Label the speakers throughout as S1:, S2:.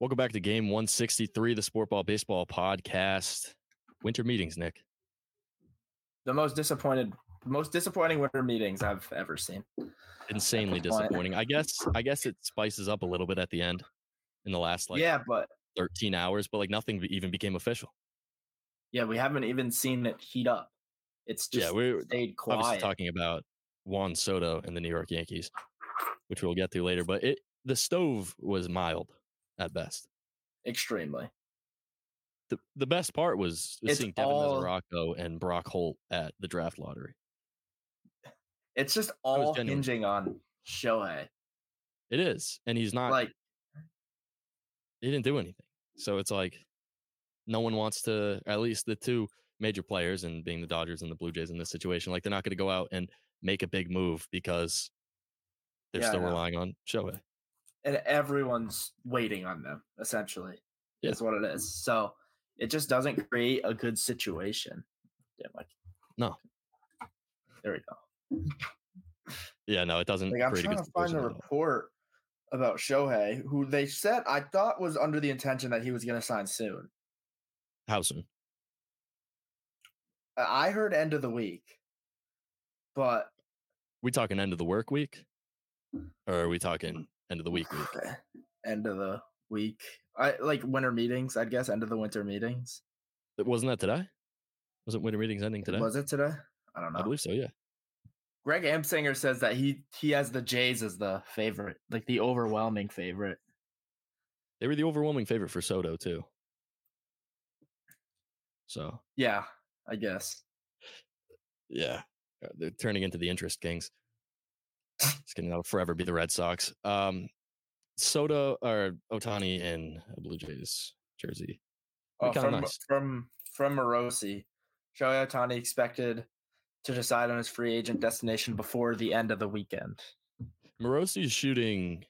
S1: Welcome back to game 163, the Sportball Baseball Podcast. Winter meetings, Nick.
S2: The most disappointed, most disappointing winter meetings I've ever seen.
S1: Insanely
S2: That's a point.
S1: disappointing. I guess I guess it spices up a little bit at the end in the last like
S2: yeah, but
S1: 13 hours, but like nothing be- even became official.
S2: yeah, we haven't even seen it heat up. It's just
S1: Yeah, we-
S2: stayed
S1: Obviously
S2: quiet.
S1: talking about Juan Soto and the New York Yankees, which we'll get to later, but it the stove was mild at best.
S2: Extremely.
S1: The, the best part was, was
S2: It's
S1: seeing Devin
S2: all-
S1: Mesoraco and Brock Holt at the draft lottery.
S2: It's just all
S1: genuine.
S2: hinging on Shohei.
S1: It is. And he's not
S2: Like,
S1: he didn't do anything. So it's like no one wants to at least the two major players and being the Dodgers and the Blue Jays in this situation, like they're not gonna go out and make a big move because they're
S2: Yeah, I
S1: still
S2: know.
S1: relying on Shohei.
S2: and everyone's waiting on them, essentially,
S1: Yeah.
S2: is what it is. So it just doesn't create a good situation. Yeah, like,
S1: No.
S2: There we go.
S1: Yeah, no, it doesn't
S2: Like, I'm
S1: create a
S2: trying
S1: good
S2: to find
S1: situation at
S2: the
S1: all.
S2: report about Shohei, who they said I thought was under the intention that he was going to sign soon.
S1: How soon?
S2: I I heard end of the week, but
S1: We talking end of the work week? Or are we talking end of the week week?
S2: end of the week. I like winter meetings, I guess. End of the winter meetings.
S1: It wasn't that today? Wasn't winter meetings ending today?
S2: Was it today? I don't know.
S1: I believe so, yeah.
S2: Greg Amsinger says that he he has the Jays as the favorite, like the overwhelming favorite.
S1: They were the overwhelming favorite for Soto too. So
S2: Yeah, I guess.
S1: Yeah. Uh, They're turning into the interest kings. It's gonna that'll forever be the Red Sox. Um Soto or Otani in a Blue Jays jersey.
S2: Oh,
S1: Kinda
S2: from
S1: nice.
S2: from from Morosi, Shohei Otani expected to decide on his free agent destination before the end of the weekend.
S1: Morosi's shooting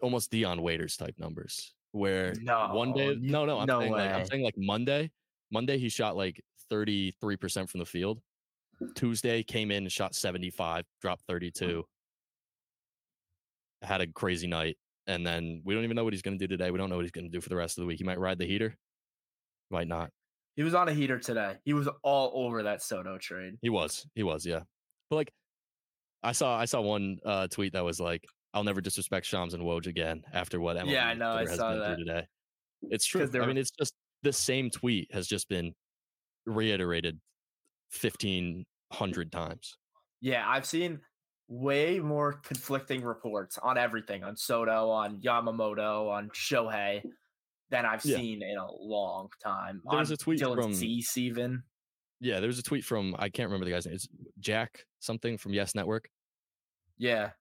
S1: almost Dion Waiters type numbers. Where
S2: No,
S1: one day
S2: you-
S1: no no I'm
S2: no
S1: saying like I'm
S2: way.
S1: saying like Monday. Monday he shot like 33% from the field. Tuesday came in and shot 75, dropped 32. Had a crazy night. And then we don't even know what he's going to do today. We don't know what he's going to do for the rest of the week. He might ride the heater, might not.
S2: He was on a heater today. He was all over that Soto trade.
S1: He was, he was, yeah. But like, I saw, I saw one uh, tweet that was like, "I'll never disrespect Shams and Woj again after what MLB
S2: Yeah, I know, I
S1: Twitter has
S2: saw
S1: been
S2: that.
S1: through today." It's true.
S2: 'Cause they
S1: I
S2: were-
S1: mean, it's just the same tweet has just been reiterated fifteen hundred times.
S2: Yeah, I've seen way more conflicting reports on everything on Soto, on Yamamoto, on Shohei than I've
S1: Yeah.
S2: seen in a long time.
S1: There was
S2: On
S1: a tweet
S2: Dylan
S1: from-
S2: Cease even.
S1: Yeah, there was a tweet from I can't remember the guy's name. It's Jack something from Yes Network
S2: Yeah,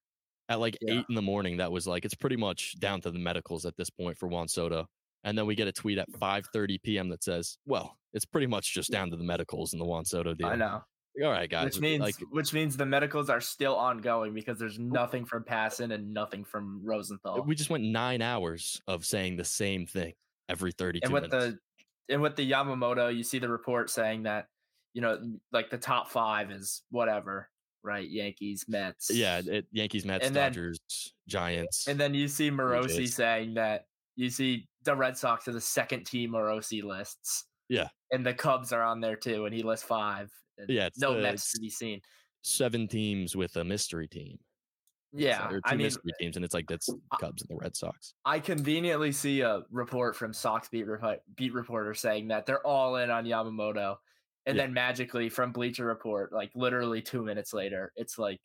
S1: at like
S2: Yeah.
S1: eight in the morning. That was like it's pretty much down to the medicals at this point for Juan Soto. And then we get a tweet at five thirty p.m. that says, "Well, it's pretty much just down to the medicals in the Juan Soto deal."
S2: I know.
S1: Like, All right, guys.
S2: which means
S1: like Oh.
S2: which means the medicals are still ongoing because there's nothing from Passon and nothing from Rosenthal.
S1: we just went nine hours of saying the same thing every thirty-two
S2: and with
S1: minutes.
S2: the and with the Yamamoto, you see the report saying that you know like the top five is whatever, right? Yankees, Mets,
S1: yeah, it, Yankees, Mets,
S2: And then-
S1: Dodgers, Giants.
S2: And then you see Morosi
S1: Jays.
S2: saying that you see the Red Sox are the second team Morosi lists.
S1: Yeah.
S2: And the Cubs are on there too, and he lists five. and
S1: Yeah, it's
S2: No
S1: the-
S2: Mets to be seen.
S1: seven teams with a mystery team. It's like-
S2: Yeah.
S1: or two
S2: I mean, uh,
S1: mystery teams, and it's like that's Cubs and the Red Sox.
S2: I conveniently see a report from Sox beat, repo- beat reporter saying that they're all in on Yamamoto. And
S1: Yeah.
S2: then magically from Bleacher Report, like literally two minutes later, it's like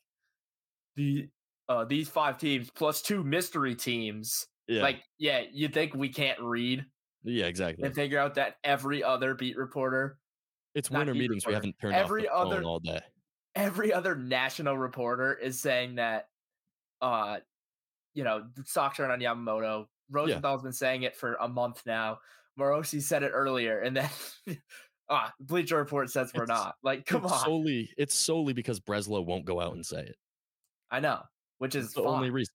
S2: the uh, these five teams plus two mystery teams.
S1: Yeah,
S2: Like, yeah, you think we can't read
S1: yeah, exactly.
S2: and figure out that every other beat reporter,
S1: It's
S2: not
S1: winter
S2: beat
S1: meetings. We
S2: reporter.
S1: haven't turned
S2: Every
S1: off the
S2: other-
S1: phone all day.
S2: every other national reporter is saying that, uh, you know, the Sox are on Yamamoto. Rosenthal's been saying it for a month now. Morosi said it earlier, and then ah, Bleacher Report says we're
S1: It's-
S2: not. Like, come
S1: it's
S2: on,
S1: Solely, it's solely because Breslow won't go out and say it.
S2: I know, which is
S1: It's the only
S2: fine.
S1: reason.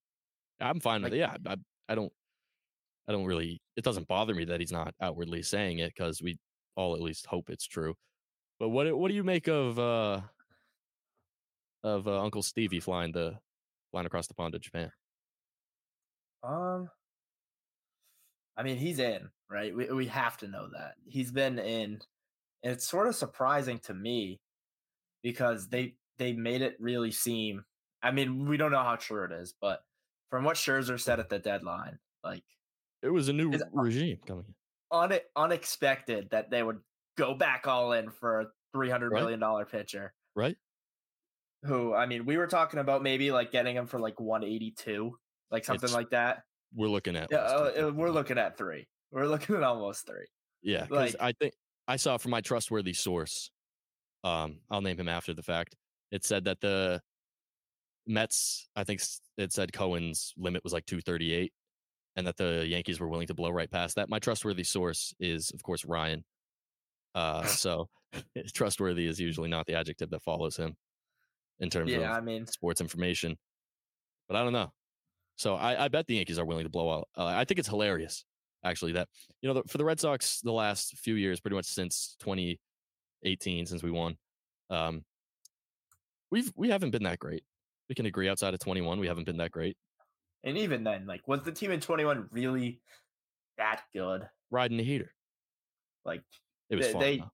S1: I'm fine with it.
S2: Like-
S1: Yeah, I, I don't, I don't really. It doesn't bother me that he's not outwardly saying it because we all at least hope it's true. But what do- what do you make of uh of uh, Uncle Stevie flying the flying across the pond to Japan?
S2: Um, I mean, he's in, right? We we have to know that he's been in, and it's sort of surprising to me because they they made it really seem. I mean, we don't know how true it is, but from what Scherzer said at the deadline, like
S1: It was a new
S2: Is-
S1: regime coming in.
S2: un- unexpected that they would go back all in for a three hundred
S1: Right.
S2: million dollar pitcher.
S1: Right.
S2: Who I mean, we were talking about maybe like getting him for like one eighty two, like something
S1: It's-
S2: like that.
S1: We're looking at.
S2: Yeah,
S1: less than
S2: uh, uh,
S1: 50
S2: we're
S1: million.
S2: looking at three. We're looking at almost three.
S1: Yeah, 'cause
S2: like-
S1: I think I saw from my trustworthy source. Um, I'll name him after the fact. It said that the Mets, I think s- it said Cohen's limit was like 238 and that the Yankees were willing to blow right past that. My trustworthy source is of course Ryan. Uh, so trustworthy is usually not the adjective that follows him in terms
S2: Yeah,
S1: of
S2: I mean,
S1: sports information, but I don't know. So I, I bet the Yankees are willing to blow out. Uh, I think it's hilarious, actually, that you know the, for the Red Sox the last few years, pretty much since 2018, since we won, um, we've we haven't been that great. We can agree outside of 21, we haven't been that great.
S2: and even then, like, was the team in twenty one really that good?
S1: Riding the heater,
S2: Like,
S1: it was
S2: They-
S1: fun.
S2: they-
S1: though.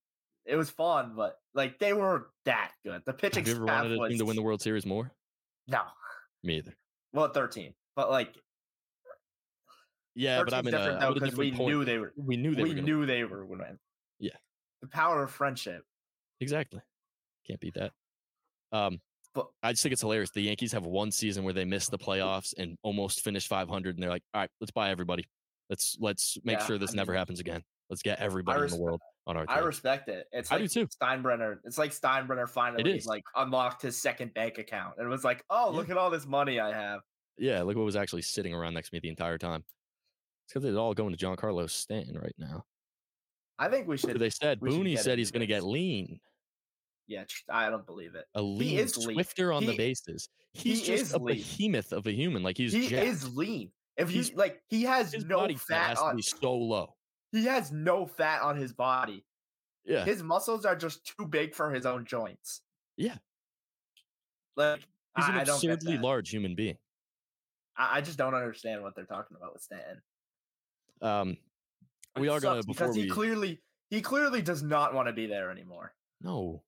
S2: it was fun, but like they were that good. The pitching
S1: Have you ever
S2: staff
S1: wanted a
S2: was
S1: team to win the World Series more?
S2: no,
S1: Me either.
S2: well, thirteen, but like
S1: Yeah, but uh,
S2: 13's
S1: I'm in a,
S2: different
S1: I'm
S2: though
S1: at a
S2: because we
S1: different point.
S2: knew they were.
S1: we knew they
S2: we
S1: were gonna-
S2: knew they were going to win.
S1: Yeah.
S2: the power of friendship.
S1: Exactly. Can't beat that. Um,
S2: But-
S1: I just think it's hilarious. The Yankees have one season where they miss the playoffs and almost finish 500, and they're like, "All right, let's buy everybody. Let's let's make
S2: Yeah,
S1: sure
S2: I
S1: this never
S2: mean,
S1: happens again. Let's get everybody in
S2: respect-
S1: the world on our
S2: I
S1: team."
S2: respect it. It's
S1: I do
S2: like
S1: too.
S2: Steinbrenner. It's like Steinbrenner finally
S1: is.
S2: like unlocked his second bank account and was like, "Oh,
S1: Yeah.
S2: look at all this money I have."
S1: yeah, look what was actually sitting around next to me the entire time. It's because it's all going to John Carlos Stanton right now.
S2: I think we should.
S1: They said
S2: we should
S1: Booney
S2: get
S1: said
S2: into
S1: he's going to
S2: this.
S1: get lean,
S2: Yeah, tr- I don't believe it.
S1: a lean
S2: is lean.
S1: swifter on the
S2: He-
S1: bases. He's
S2: he
S1: just
S2: is
S1: a
S2: lean.
S1: behemoth of a human. Like he's
S2: he
S1: jacked.
S2: is lean. If you
S1: He's-
S2: like, he has
S1: His
S2: no
S1: body fat
S2: fat
S1: has to
S2: on.
S1: be so low.
S2: He has no fat on his body.
S1: Yeah,
S2: His muscles are just too big for his own joints.
S1: Yeah.
S2: like
S1: he's
S2: I,
S1: an
S2: I don't get
S1: absurdly
S2: that.
S1: large human being.
S2: I, I just don't understand what they're talking about with Stanton.
S1: Um, we
S2: It
S1: are gonna
S2: sucks
S1: before
S2: because
S1: we
S2: he clearly he clearly does not want to be there anymore.
S1: no,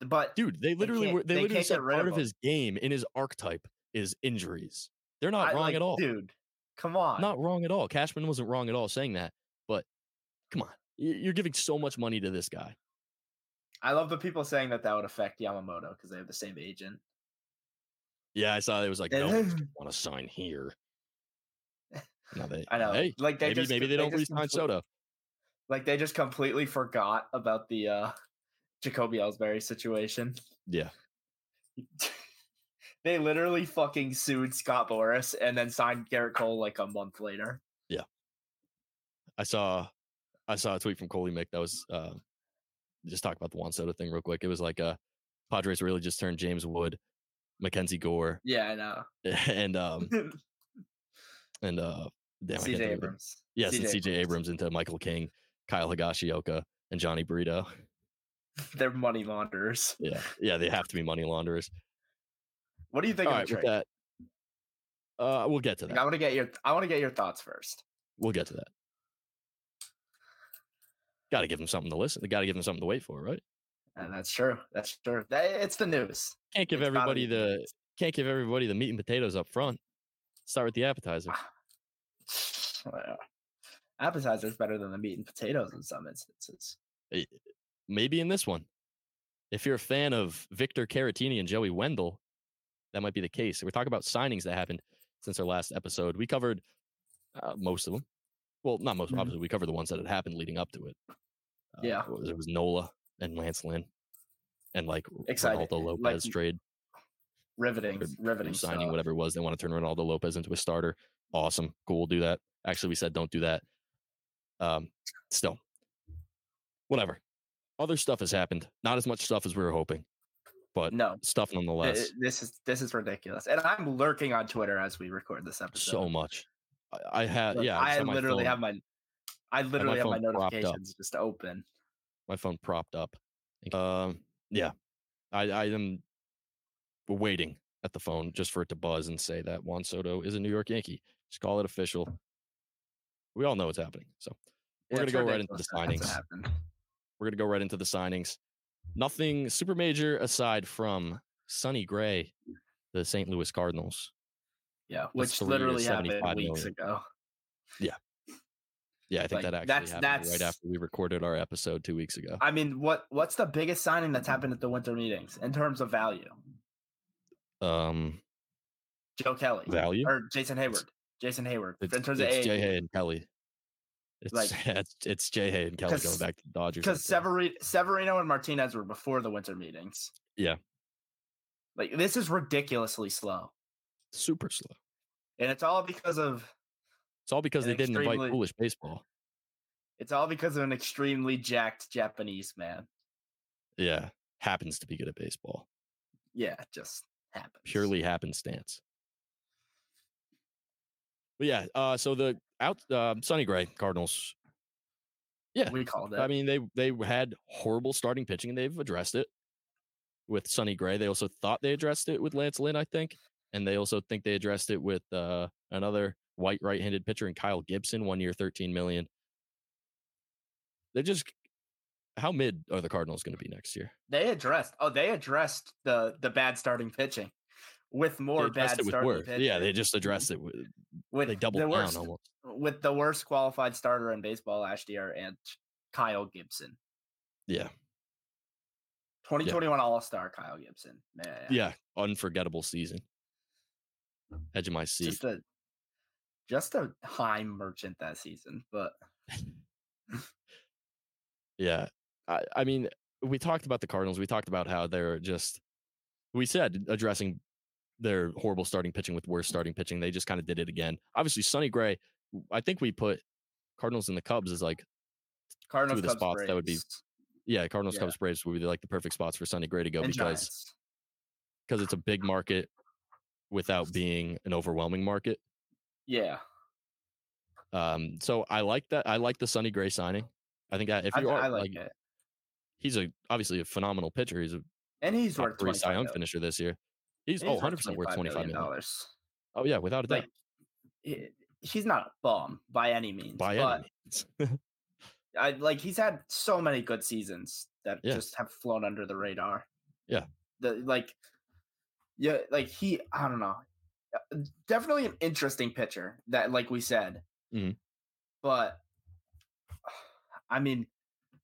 S2: But
S1: dude, they literally
S2: can't-
S1: were they,
S2: they
S1: literally
S2: can't
S1: said
S2: get rid
S1: part
S2: of
S1: of
S2: him.
S1: his game in his archetype is injuries. They're not
S2: I-
S1: wrong
S2: like,
S1: at all.
S2: dude. Come on,
S1: Not wrong at all. Cashman wasn't wrong at all saying that. But come on, Y- you're giving so much money to this guy.
S2: I love the people saying that that would affect Yamamoto because they have the same agent.
S1: Yeah, I saw it was like no
S2: And
S1: one
S2: then-
S1: want to sign here. No, they,
S2: I know,
S1: Hey,
S2: like they
S1: maybe
S2: just
S1: maybe they don't
S2: just
S1: resign
S2: complete-
S1: Soto.
S2: Like they just completely forgot about the uh Jacoby Ellsbury situation.
S1: Yeah,
S2: they literally fucking sued Scott Boris and then signed Garrett Cole like a month later.
S1: I saw I saw a tweet from Coley Mick that was uh, just talk about the Juan Soto thing real quick. It was like uh, Padres really just turned James Wood, Mackenzie Gore,
S2: Yeah, I know.
S1: and um and uh damn, I can't
S2: CJ
S1: think of the-
S2: Abrams.
S1: Yes, and CJ Abrams into Michael King, Kyle Higashioka, and Johnny Burrito.
S2: They're money launderers.
S1: Yeah. Yeah, they have to be money launderers.
S2: What do you think
S1: All
S2: of
S1: right,
S2: the
S1: with
S2: trade?
S1: that. Uh we'll get to
S2: Like, I
S1: that.
S2: want to get your I want to get your thoughts first.
S1: We'll get to that. Gotta give them something to listen. Gotta give them something to wait for, right?
S2: And that's true. That's true. That, it's the news.
S1: Can't give
S2: It's gotta
S1: everybody
S2: be the
S1: the
S2: news.
S1: can't give everybody the meat and potatoes up front. Start with the appetizer.
S2: Ah. Well, appetizers better than the meat and potatoes in some instances.
S1: Eh, Maybe in this one. If you're a fan of Victor Caratini and Joey Wendell, that might be the case. We're talking about signings that happened since our last episode. We covered uh, most of them. Well, not most.
S2: Mhm.
S1: Obviously, we covered the ones that had happened leading up to it. Uh,
S2: Yeah.
S1: w- there was Nola and Lance Lynn, and like R-
S2: Exciting.
S1: Ronaldo Lopez
S2: eh, Like,
S1: trade
S2: Riveting,
S1: or
S2: riveting
S1: signing,
S2: stuff.
S1: whatever it was. They want to turn Ronaldo Lopez into a starter. Awesome, cool. Do that. Actually, we said don't do that. Um, still, whatever. Other stuff has happened. Not as much stuff as we were hoping, but
S2: No,
S1: stuff
S2: th-
S1: nonetheless.
S2: this is this is ridiculous. And I'm lurking on Twitter as we record this episode.
S1: so much. I, I had
S2: Like,
S1: yeah.
S2: I
S1: just had my
S2: literally
S1: phone-
S2: have my I literally have my
S1: phone propped up.
S2: notifications just open.
S1: my phone propped up. Um, yeah, I, I am waiting at the phone just for it to buzz and say that Juan Soto is a New York Yankee. Just call it official. We all know what's happening. So we're gonna go right into the signings. We're gonna go right into the signings. Nothing super major aside from Sonny Gray, the St. Louis Cardinals.
S2: Yeah,
S1: That's
S2: which
S1: three to
S2: literally happened
S1: 75
S2: weeks
S1: million.
S2: ago.
S1: Yeah, I think
S2: Like,
S1: that actually
S2: that's-
S1: happened right
S2: that's-
S1: after we recorded our episode two weeks ago.
S2: I mean, what what's the biggest signing that's happened at the winter meetings in terms of value?
S1: Um,
S2: Joe Kelly
S1: value.
S2: or Jason Hayward? Jason Hayward
S1: It's,
S2: in terms of
S1: it's Jay
S2: age.
S1: Hay and Kelly. It's
S2: Like-
S1: it's, it's Jay Hay and Kelly going
S2: 'Cause-
S1: back to the Dodgers.
S2: because
S1: after-
S2: Severino, Severino and Martinez were before the winter meetings.
S1: Yeah.
S2: like this is ridiculously slow,
S1: super slow.
S2: and it's all because of
S1: It's all because
S2: And
S1: they didn't invite
S2: extremely-
S1: foolish baseball.
S2: it's all because of an extremely jacked Japanese man.
S1: Yeah, happens to be good at baseball.
S2: Yeah, it just happens
S1: Purely happenstance. But yeah, uh, so the out uh, Sonny Gray Cardinals. yeah.
S2: We called it.
S1: I mean, they they had horrible starting pitching, and they've addressed it with Sonny Gray. They also thought they addressed it with Lance Lynn, I think, and they also think they addressed it with uh, another white right-handed pitcher and Kyle Gibson, one year, thirteen million. They're just how mid are the Cardinals going to be next year?
S2: they addressed. Oh, they addressed the the bad starting pitching with
S1: They
S2: more
S1: addressed
S2: bad
S1: it with
S2: starting
S1: work.
S2: pitching.
S1: Yeah, they just addressed it. With,
S2: with
S1: they doubled
S2: the
S1: down
S2: worst,
S1: almost.
S2: with the worst qualified starter in baseball last year and Kyle Gibson.
S1: Yeah.
S2: 2021 All Star Kyle Gibson. Man,
S1: yeah, unforgettable season. Edge of my seat.
S2: just a just a high merchant that season. But
S1: Yeah. I, I mean, we talked about the Cardinals. We talked about how they're just, we said addressing their horrible starting pitching with worse starting pitching. They just kind of did it again. Obviously, Sonny Gray, w- I think we put Cardinals and the Cubs as like,
S2: Cardinals
S1: the
S2: Cubs
S1: spots, that would be
S2: Braves,
S1: yeah, Cardinals,
S2: Yeah.
S1: Cubs, Braves would be like the perfect spots for Sonny Gray to go
S2: and
S1: because
S2: Giants.
S1: because it's a big market without being an overwhelming market.
S2: yeah,
S1: Um, so I like that. I like the Sonny Gray signing. I think that if
S2: I,
S1: you are
S2: I
S1: like,
S2: like it,
S1: he's a obviously a phenomenal pitcher. He's a
S2: and he's
S1: top
S2: worth
S1: three
S2: 25
S1: Cy Young
S2: million.
S1: finisher this year. He's,
S2: He's
S1: oh, 100 percent worth twenty five million.
S2: dollars.
S1: Oh yeah, without a doubt.
S2: Like, he- he's not a bum by any means.
S1: By
S2: but
S1: any means.
S2: I like he's had so many good seasons that
S1: Yeah.
S2: just have flown under the radar.
S1: Yeah.
S2: The like yeah, like he I don't know. Uh, Definitely an interesting pitcher that like we said.
S1: Mhm.
S2: But I mean,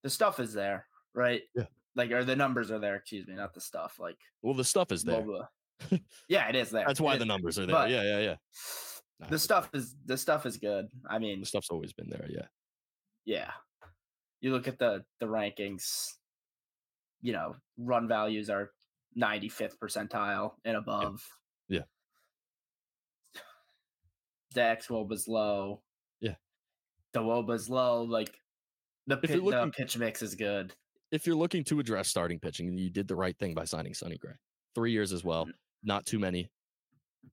S2: the stuff is there, right?
S1: Yeah.
S2: Like or the numbers are there, excuse me, not the stuff. Like
S1: Well, the stuff is
S2: blah,
S1: there.
S2: blah. yeah, it is there.
S1: That's
S2: It
S1: why
S2: is
S1: the
S2: there.
S1: numbers are there.
S2: but-
S1: yeah, yeah, yeah. Nah,
S2: the stuff is the stuff is good. I mean,
S1: The stuff's always been there. Yeah,
S2: yeah you look at the the rankings you know run values are 95th percentile and above
S1: Yeah.
S2: the x woba's low
S1: Yeah.
S2: the woba's low like the,
S1: If
S2: pit,
S1: you're looking-
S2: the pitch mix is good
S1: if you're looking to address starting pitching, you did the right thing by signing Sonny Gray. Three years as well.
S2: Mm-hmm.
S1: Not too many.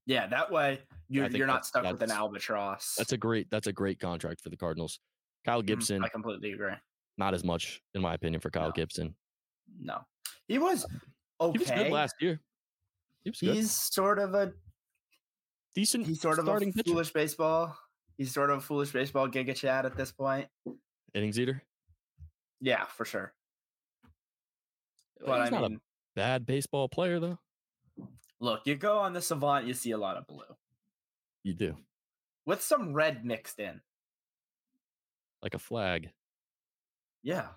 S2: yeah that way you're,
S1: think
S2: you're not
S1: that's-
S2: stuck with an
S1: that's-
S2: albatross
S1: That's a great. That's a great contract for the Cardinals. Kyle
S2: Mhm,
S1: Gibson,
S2: i completely agree
S1: not as much in my opinion for Kyle
S2: No.
S1: Gibson.
S2: no he was okay
S1: He was good last year. He was good.
S2: he's sort of a
S1: decent.
S2: he's sort of
S1: starting
S2: a
S1: pitcher.
S2: foolish baseball. He's sort of a foolish baseball giga chat at this point.
S1: innings eater.
S2: Yeah, for sure.
S1: Uh,
S2: But
S1: he's
S2: I
S1: not
S2: mean,
S1: a bad baseball player though.
S2: look, you go on the Savant, you see a lot of blue
S1: You do
S2: with some red mixed in.
S1: like a flag.
S2: Yeah,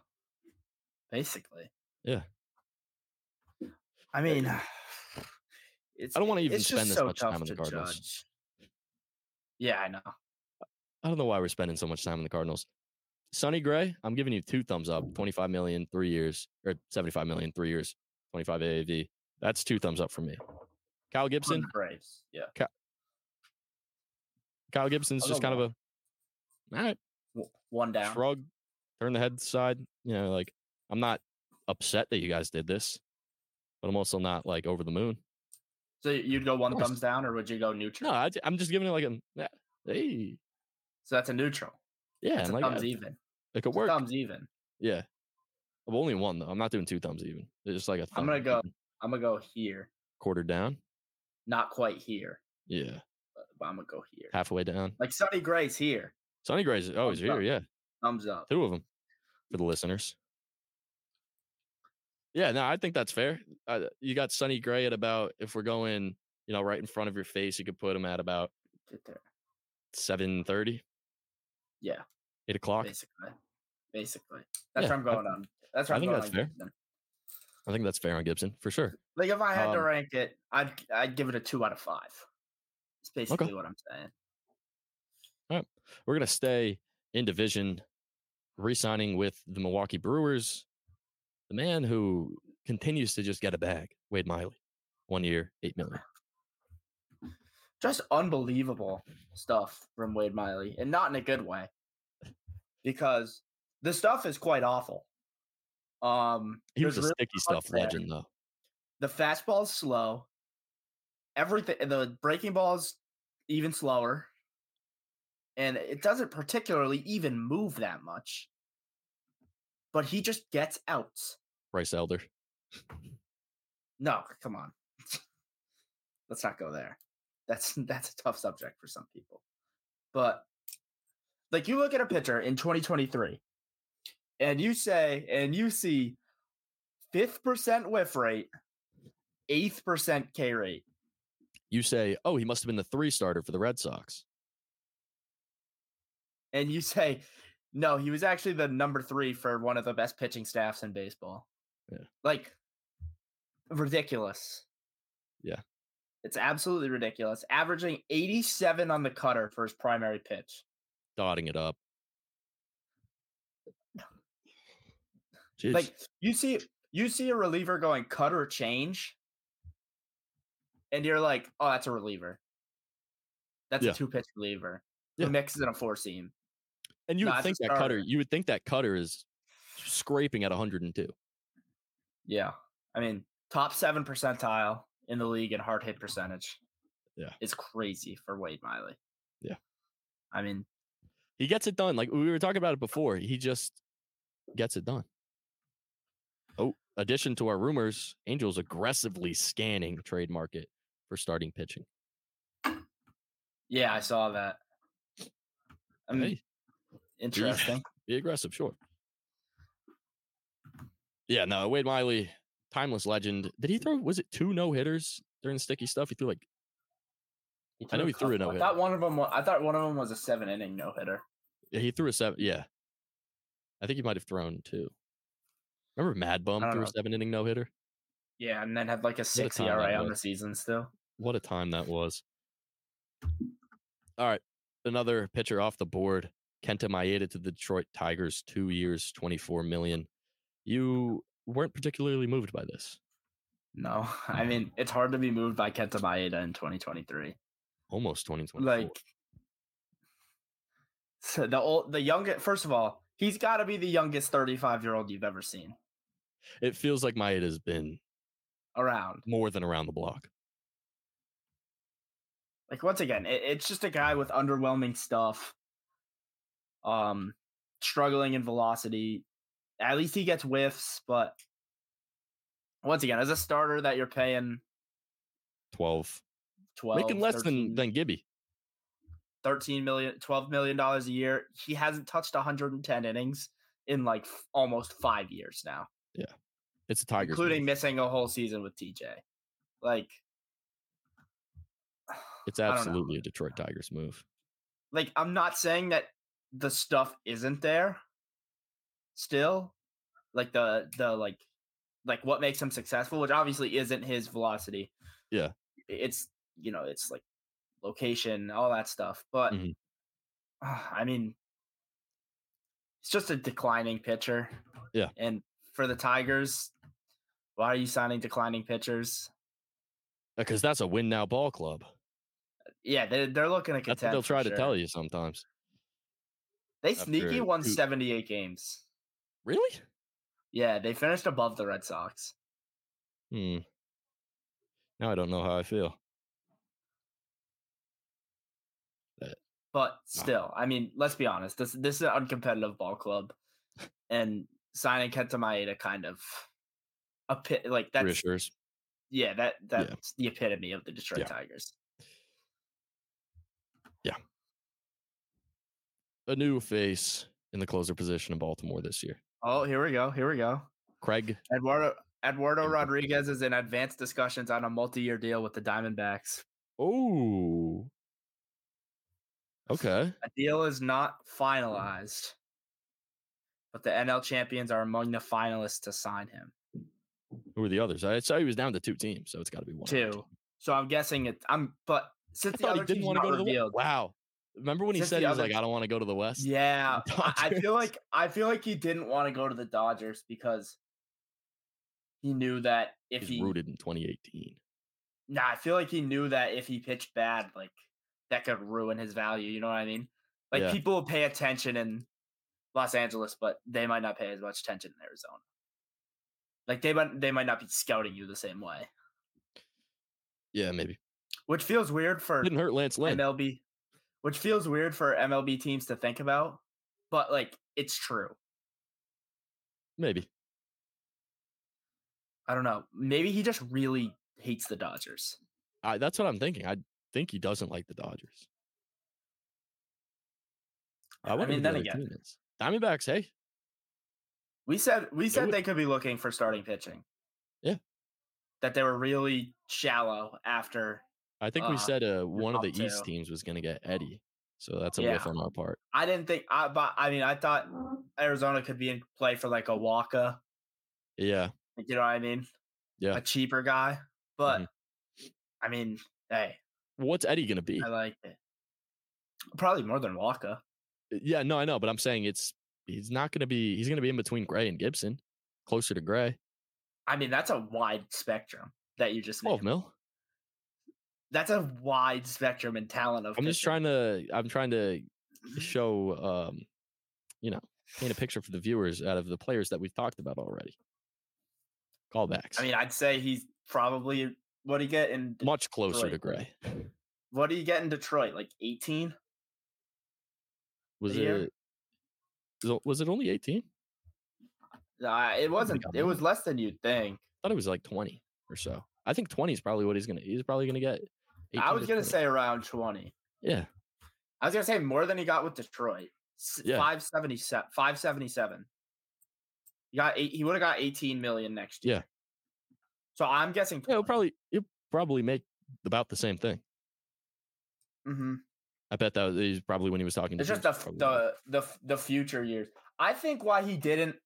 S2: basically.
S1: Yeah.
S2: I mean, it's
S1: I don't wanna
S2: it-
S1: even
S2: it's just
S1: spend this
S2: so
S1: much time
S2: tough
S1: on the
S2: to
S1: Cardinals.
S2: judge. Yeah, I know.
S1: I don't know why we're spending so much time on the Cardinals. Sonny Gray, I'm giving you two thumbs up. 25 million, three years, or 75 million, three years, 25 AAV. That's two thumbs up from me. Kyle
S2: On
S1: Gibson,
S2: the Braves. Yeah.
S1: Kyle Gibson's
S2: I'll
S1: just
S2: go
S1: kind of a all right,
S2: w- One down.
S1: shrug, turn the head side. You know, like I'm not upset that you guys did this, but I'm also not like over the moon.
S2: So you'd go one
S1: Nice.
S2: thumbs down, or would you go neutral?
S1: No, I, am just giving it like a "Yeah, hey,
S2: So that's a neutral.
S1: yeah,
S2: That's
S1: and
S2: a
S1: like
S2: thumbs
S1: I-
S2: even.
S1: it could
S2: It's a
S1: work.
S2: Thumbs even.
S1: Yeah. I've only one though. I'm not doing two thumbs even. It's just like a thumb.
S2: I'm gonna go.
S1: even.
S2: I'm gonna go here.
S1: quarter down.
S2: Not quite here,
S1: Yeah.
S2: but I'm gonna go here.
S1: Halfway down.
S2: Like Sonny Gray's here.
S1: Sonny Gray's oh he's
S2: Thumbs up.
S1: here, yeah.
S2: Thumbs up.
S1: Two of them for the listeners. Yeah, no, I think that's fair. Uh, you got Sonny Gray at about if we're going, you know, right in front of your face, you could put him at about
S2: Get there.
S1: seven thirty.
S2: Yeah.
S1: eight o'clock.
S2: Basically. Basically. That's
S1: Yeah,
S2: what I'm
S1: I-
S2: going on. That's what
S1: I
S2: I'm
S1: think
S2: going
S1: that's
S2: on.
S1: fair.
S2: Gibson.
S1: I think that's fair on Gibson for sure.
S2: Like if I had to
S1: Um,
S2: rank it, I'd I'd give it a two out of five. It's basically what I'm saying.
S1: We're gonna stay in division, re-signing with the Milwaukee Brewers, the man who continues to just get a bag, Wade Miley, one year, eight million.
S2: Just unbelievable stuff from Wade Miley, and not in a good way, because the stuff is quite awful. Um,
S1: He was a
S2: there's really-
S1: sticky stuff
S2: there.
S1: legend though.
S2: the fastball's slow. Everything, the breaking ball's even slower, and it doesn't particularly even move that much. But he just gets outs.
S1: Bryce Elder.
S2: No, come on. Let's not go there. That's that's a tough subject for some people. But like you look at a pitcher in 2023 and you say and you see 5% whiff rate, 8% K rate.
S1: You say, oh, he must have been the three starter for the Red Sox.
S2: And you say, no, he was actually the number three for one of the best pitching staffs in baseball.
S1: Yeah.
S2: Like ridiculous.
S1: Yeah.
S2: It's absolutely ridiculous. Averaging 87 on the cutter for his primary pitch.
S1: Dotting it up. Jeez.
S2: Like you see you see a reliever going cutter change. And you're like, oh, that's a reliever. That's
S1: Yeah.
S2: a two pitch reliever.
S1: Yeah.
S2: Who mixes in a four seam.
S1: and you would
S2: nah, it's a
S1: think that cutter,
S2: starter.
S1: you would think that cutter is scraping at 102.
S2: Yeah. I mean, top seven percentile in the league in hard hit percentage.
S1: Yeah.
S2: It's crazy for Wade Miley.
S1: Yeah.
S2: I mean,
S1: He gets it done. Like we were talking about it before. He just gets it done. Oh, addition to our rumors, Angels aggressively scanning trade market for starting pitching.
S2: yeah, I saw that. I mean,
S1: Hey,
S2: interesting.
S1: be aggressive, sure. Yeah, no, Wade Miley, timeless legend. Did he throw? Was it two no hitters during sticky stuff? He threw like I know
S2: a
S1: he threw a
S2: couple. I
S1: no-hitter.
S2: thought one of them. Was, I thought one of them was a seven inning no hitter.
S1: Yeah, he threw a seven. Yeah, I think he might have thrown two. Remember Mad Bum
S2: don't
S1: threw a
S2: know.
S1: seven inning no hitter.
S2: Yeah, and then had like a six
S1: time that
S2: ERA on the
S1: was.
S2: season still.
S1: What a time that was. All right. Another pitcher off the board. Kenta Maeda to the Detroit Tigers, two years, 24 million. You weren't particularly moved by this.
S2: No, I mean it's hard to be moved by Kenta Maeda in 2023.
S1: Almost 2024.
S2: Like so the old, the youngest. First of all, he's got to be the youngest 35 year old you've ever seen
S1: it feels like Maeda's been
S2: around.
S1: more than around the block.
S2: like once again, it, it's just a guy with underwhelming stuff. Um, struggling in velocity. At least he gets whiffs, but once again, as a starter that you're paying
S1: 12.
S2: 12
S1: Making less
S2: 13,
S1: than, than Gibby.
S2: 13 million 12 million dollars a year, he hasn't touched 110 innings in like f- almost 5 years now,
S1: It's a Tigers.
S2: including
S1: move.
S2: missing a whole season with TJ. Like
S1: It's
S2: I don't know.
S1: absolutely a Detroit Tigers move.
S2: like I'm not saying that the stuff isn't there still like the the like like what makes him successful which obviously isn't his velocity
S1: Yeah.
S2: it's you know it's like location all that stuff but
S1: Mhm.
S2: ah, I mean it's just a declining pitcher
S1: Yeah.
S2: and for the Tigers why are you signing declining pitchers
S1: Because Uh, that's a win now ball club.
S2: yeah they're, they're looking to
S1: That's what
S2: contend
S1: they'll
S2: for
S1: try to
S2: sure.
S1: tell you sometimes.
S2: they
S1: after
S2: sneaky won
S1: two-
S2: 78 games
S1: Really?
S2: Yeah, they finished above the Red Sox.
S1: Hmm. Now I don't know how I feel.
S2: But still, I mean, let's be honest. This this is an uncompetitive ball club, and signing Kenta Maeda kind of a pit like that's
S1: Reassures.
S2: yeah that that's the epitome of the Detroit
S1: Yeah.
S2: Tigers.
S1: a new face in the closer position in Baltimore this year.
S2: Oh, here we go. Here we go.
S1: Craig
S2: Eduardo Eduardo Rodriguez is in advanced discussions on a multi-year deal with the Diamondbacks.
S1: Oh. Okay.
S2: A deal is not finalized, but the NL champions are among the finalists to sign him.
S1: Who are the others? I saw he was down to two teams, so it's got to be one.
S2: Two.
S1: Two.
S2: So I'm guessing it. I'm but since
S1: I
S2: the
S1: thought
S2: other
S1: he didn't
S2: team's
S1: want to
S2: not
S1: go to the
S2: revealed,
S1: West. Wow. Remember when he
S2: Since
S1: said
S2: the
S1: he was
S2: other-
S1: like, I don't want to go to the West?
S2: yeah, I- I
S1: Dodgers.
S2: feel like I feel like he didn't want to go to the Dodgers because he knew that if
S1: He's
S2: he
S1: rooted in 2018.
S2: Nah, I feel like he knew that if he pitched bad, like that could ruin his value. You know what I mean? Like
S1: Yeah.
S2: people will pay attention in Los Angeles, but they might not pay as much attention in Arizona. Like they might they might not be scouting you the same way,
S1: Yeah, maybe.
S2: which feels weird for
S1: Didn't hurt Lance Lynn.
S2: MLB, which feels weird for MLB teams to think about, but like it's true.
S1: Maybe.
S2: I don't know. Maybe he just really hates the Dodgers.
S1: I, that's what I'm thinking. I think he doesn't like the Dodgers. I,
S2: I
S1: wonder
S2: mean,
S1: who the
S2: then
S1: other
S2: again-
S1: team is. Diamondbacks, hey,
S2: We said we said
S1: would-
S2: they could be looking for starting pitching.
S1: Yeah.
S2: That they were really shallow after
S1: I think we
S2: Uh,
S1: said uh, one of
S2: up
S1: the East
S2: to-
S1: teams was going to get Eddie. So that's a whiff
S2: Yeah.
S1: on our part.
S2: I didn't think I but I mean I thought Arizona could be in play for like a Waka,
S1: Yeah.
S2: like, you know what I mean?
S1: Yeah. Mm-hmm.
S2: A cheaper guy. But I mean, hey,
S1: What's Eddie going to be? Uh,
S2: I like it. Probably more than Waka.
S1: Yeah, no, I know, but I'm saying it's he's not going to be he's going to be in between Gray and Gibson, closer to Gray.
S2: I mean, that's a wide spectrum that you just
S1: Twelve
S2: named.
S1: mil.
S2: That's a wide spectrum and talent of
S1: I'm just
S2: pitching.
S1: trying to I'm trying to show um you know paint a picture for the viewers out of the players that we've talked about already. Callbacks.
S2: I mean, I'd say he's probably what do you get in
S1: much closer to
S2: Detroit.
S1: Gray.
S2: what do you get in Detroit? Like 18?
S1: Was
S2: year?
S1: it was it- was it only 18? I
S2: Uh, it wasn't
S1: got
S2: it
S1: more.
S2: was less than you'd think.
S1: thought it was like 20 or so. I think 20 is probably what he's going to he's probably going to get.
S2: I
S1: 18
S2: was
S1: to
S2: gonna
S1: 20.
S2: say around 20.
S1: yeah.
S2: I was gonna say more than he got with Detroit.
S1: Yeah.
S2: Five seventy seven. Five seventy seven. He got eight, he would have got eighteen million next year.
S1: Yeah.
S2: So I'm guessing.
S1: Yeah, it'll probably it'll probably make about the same thing.
S2: hmm
S1: I bet that was, he's probably when he was talking
S2: It's
S1: to
S2: just the
S1: Bruce,
S2: f-
S1: probably like,
S2: the the f- the future years. I think why he didn't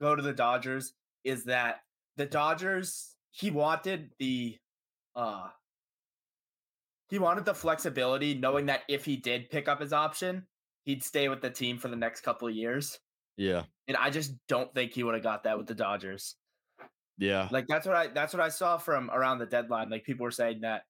S2: go to the Dodgers is that the Dodgers he wanted the uh he wanted the flexibility, knowing that if he did pick up his option, he'd stay with the team for the next couple of years.
S1: Yeah.
S2: And I just don't think he would have got that with the Dodgers.
S1: Yeah.
S2: Like that's what I that's what I saw from around the deadline. Like people were saying that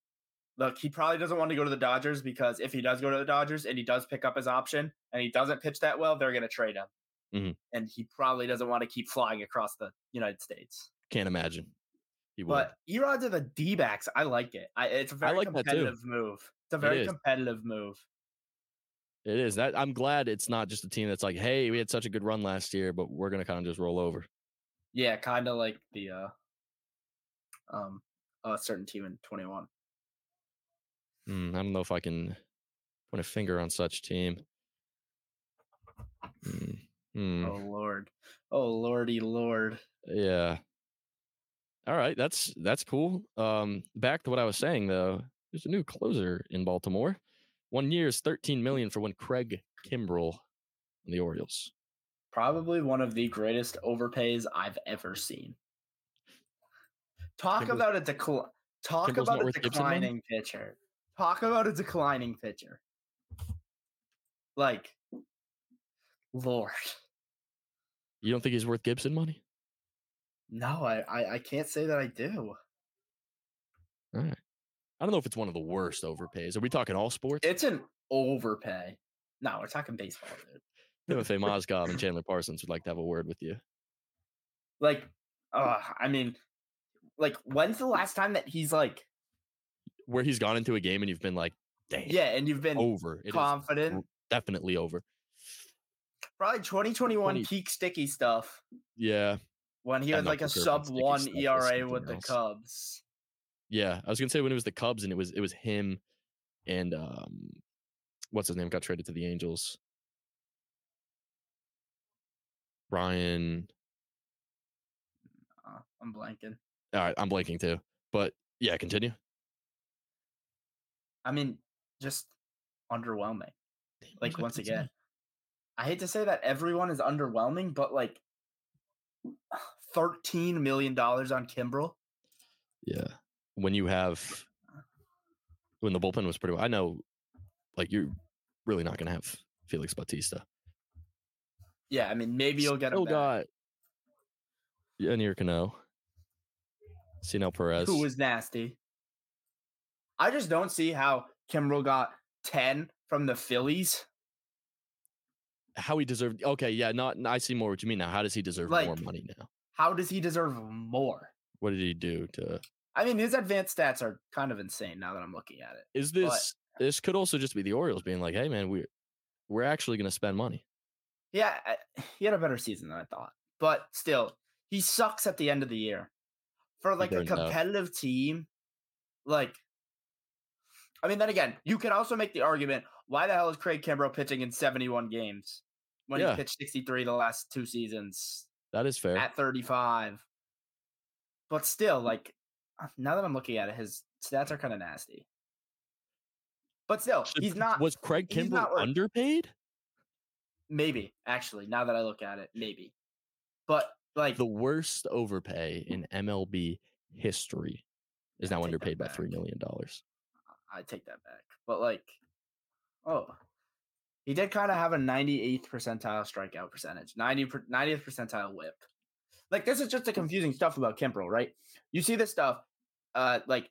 S2: look, he probably doesn't want to go to the Dodgers because if he does go to the Dodgers and he does pick up his option and he doesn't pitch that well, they're gonna trade him.
S1: Mhm.
S2: And he probably doesn't want to keep flying across the United States.
S1: Can't imagine. He would.
S2: But Erod's of the D backs, I like it. I, it's a very
S1: like that too.
S2: competitive move. It's a very
S1: is.
S2: competitive move.
S1: It is that I'm glad it's not just a team that's like, hey, we had such a good run last year, but we're gonna kind of just roll over.
S2: Yeah, kind of like the uh um a certain team in twenty one.
S1: Hmm, I don't know if I can point a finger on such team. Hmm, hmm,
S2: Oh lord. Oh lordy lord.
S1: Yeah. All right, that's that's cool. Um, back to what I was saying though, there's a new closer in Baltimore. One year is
S2: Hmm.
S1: 13 million for when Craig Kimbrell and the Orioles.
S2: probably one of the greatest overpays I've ever seen. Talk
S1: Kimbrel's-
S2: about a decline. Talk
S1: Kimbrel's not
S2: about a
S1: worth Gibson money?
S2: declining pitcher. Talk about a declining pitcher. Like, Lord,
S1: You don't think he's worth Gibson money?
S2: no, I, I I can't say that I do.
S1: I don't know if it's one of the worst overpays. Are we talking all sports?
S2: It's an overpay. No, we're talking baseball, dude.
S1: Timothy Mozgov and Chandler Parsons would like to have a word with you.
S2: Like, uh, I mean, like, when's the last time that he's like,
S1: Where he's gone into a game and you've been like, damn,
S2: yeah, and you've been
S1: over. Oh, It is
S2: confident?
S1: definitely over.
S2: Probably 2021
S1: 20
S2: peak sticky stuff.
S1: Yeah.
S2: when he
S1: Yeah,
S2: had
S1: no,
S2: like a
S1: Kirk Cousins
S2: sub
S1: sticky
S2: one
S1: stuff is
S2: ERA
S1: something
S2: with the
S1: else.
S2: Cubs.
S1: Yeah. I was gonna say when it was the Cubs and it was it was him and um what's his name got traded to the Angels. Ryan.
S2: Uh, I'm blanking.
S1: All right, uh, I'm blanking too. But yeah, continue.
S2: I mean, just underwhelming.
S1: Damn,
S2: Like
S1: what
S2: once
S1: did I
S2: again,
S1: say?
S2: I hate to say that everyone is underwhelming, but like thirteen million dollars on Kimbrel.
S1: Yeah. When you have when the bullpen was pretty well, I know like you're really not gonna have Felix Bautista.
S2: Yeah, I mean maybe you'll get him
S1: Still
S2: back.
S1: got Yanier Cano. Cino Perez.
S2: who was nasty. I just don't see how Kimbrel got 10 from the Phillies.
S1: how he deserved okay, yeah, not I see more what you mean now. How does he deserve more
S2: Like-
S1: money now?
S2: How does he deserve more?
S1: What did he do to
S2: I mean, his advanced stats are kind of insane now that I'm looking at it.
S1: is this this could also just be the Orioles being like, hey man, we we're actually gonna spend money.
S2: Yeah, I- he had a better season than I thought. But still, he sucks at the end of the year. For like a
S1: don't know.
S2: competitive team, like I mean, then again, you can also make the argument why the hell is Craig Kimbrell pitching in 71 games when
S1: Yeah.
S2: he pitched 63 the last two seasons?
S1: That is fair.
S2: at 35. But still, like uh, now that I'm looking at it, his stats are kind of nasty. But still,
S1: Should-
S2: he's not.
S1: was Craig
S2: he's
S1: Kimbrell
S2: not worth-
S1: underpaid?
S2: maybe actually, now that I look at it, maybe. But like,
S1: The worst overpay in MLB history is
S2: Yeah,
S1: now
S2: take that
S1: underpaid by
S2: back.
S1: three million dollars.
S2: I take that back. But like, oh, he did kind of have a 98th percentile strikeout percentage, 90 per, 90th percentile whip. Like, this is just the confusing stuff about Kimbrel, right? You see this stuff, uh, like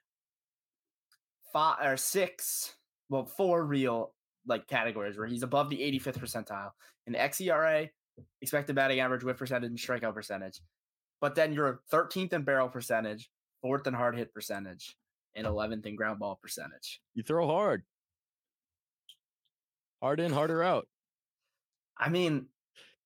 S2: five or six, well, four real like categories where he's above the 85th percentile in xERA, expected batting average, whip percentage, and strikeout percentage. But then you're 13th in barrel percentage, fourth in hard hit percentage, and 11th in ground ball percentage.
S1: You throw hard. Hard in, harder out.
S2: I mean,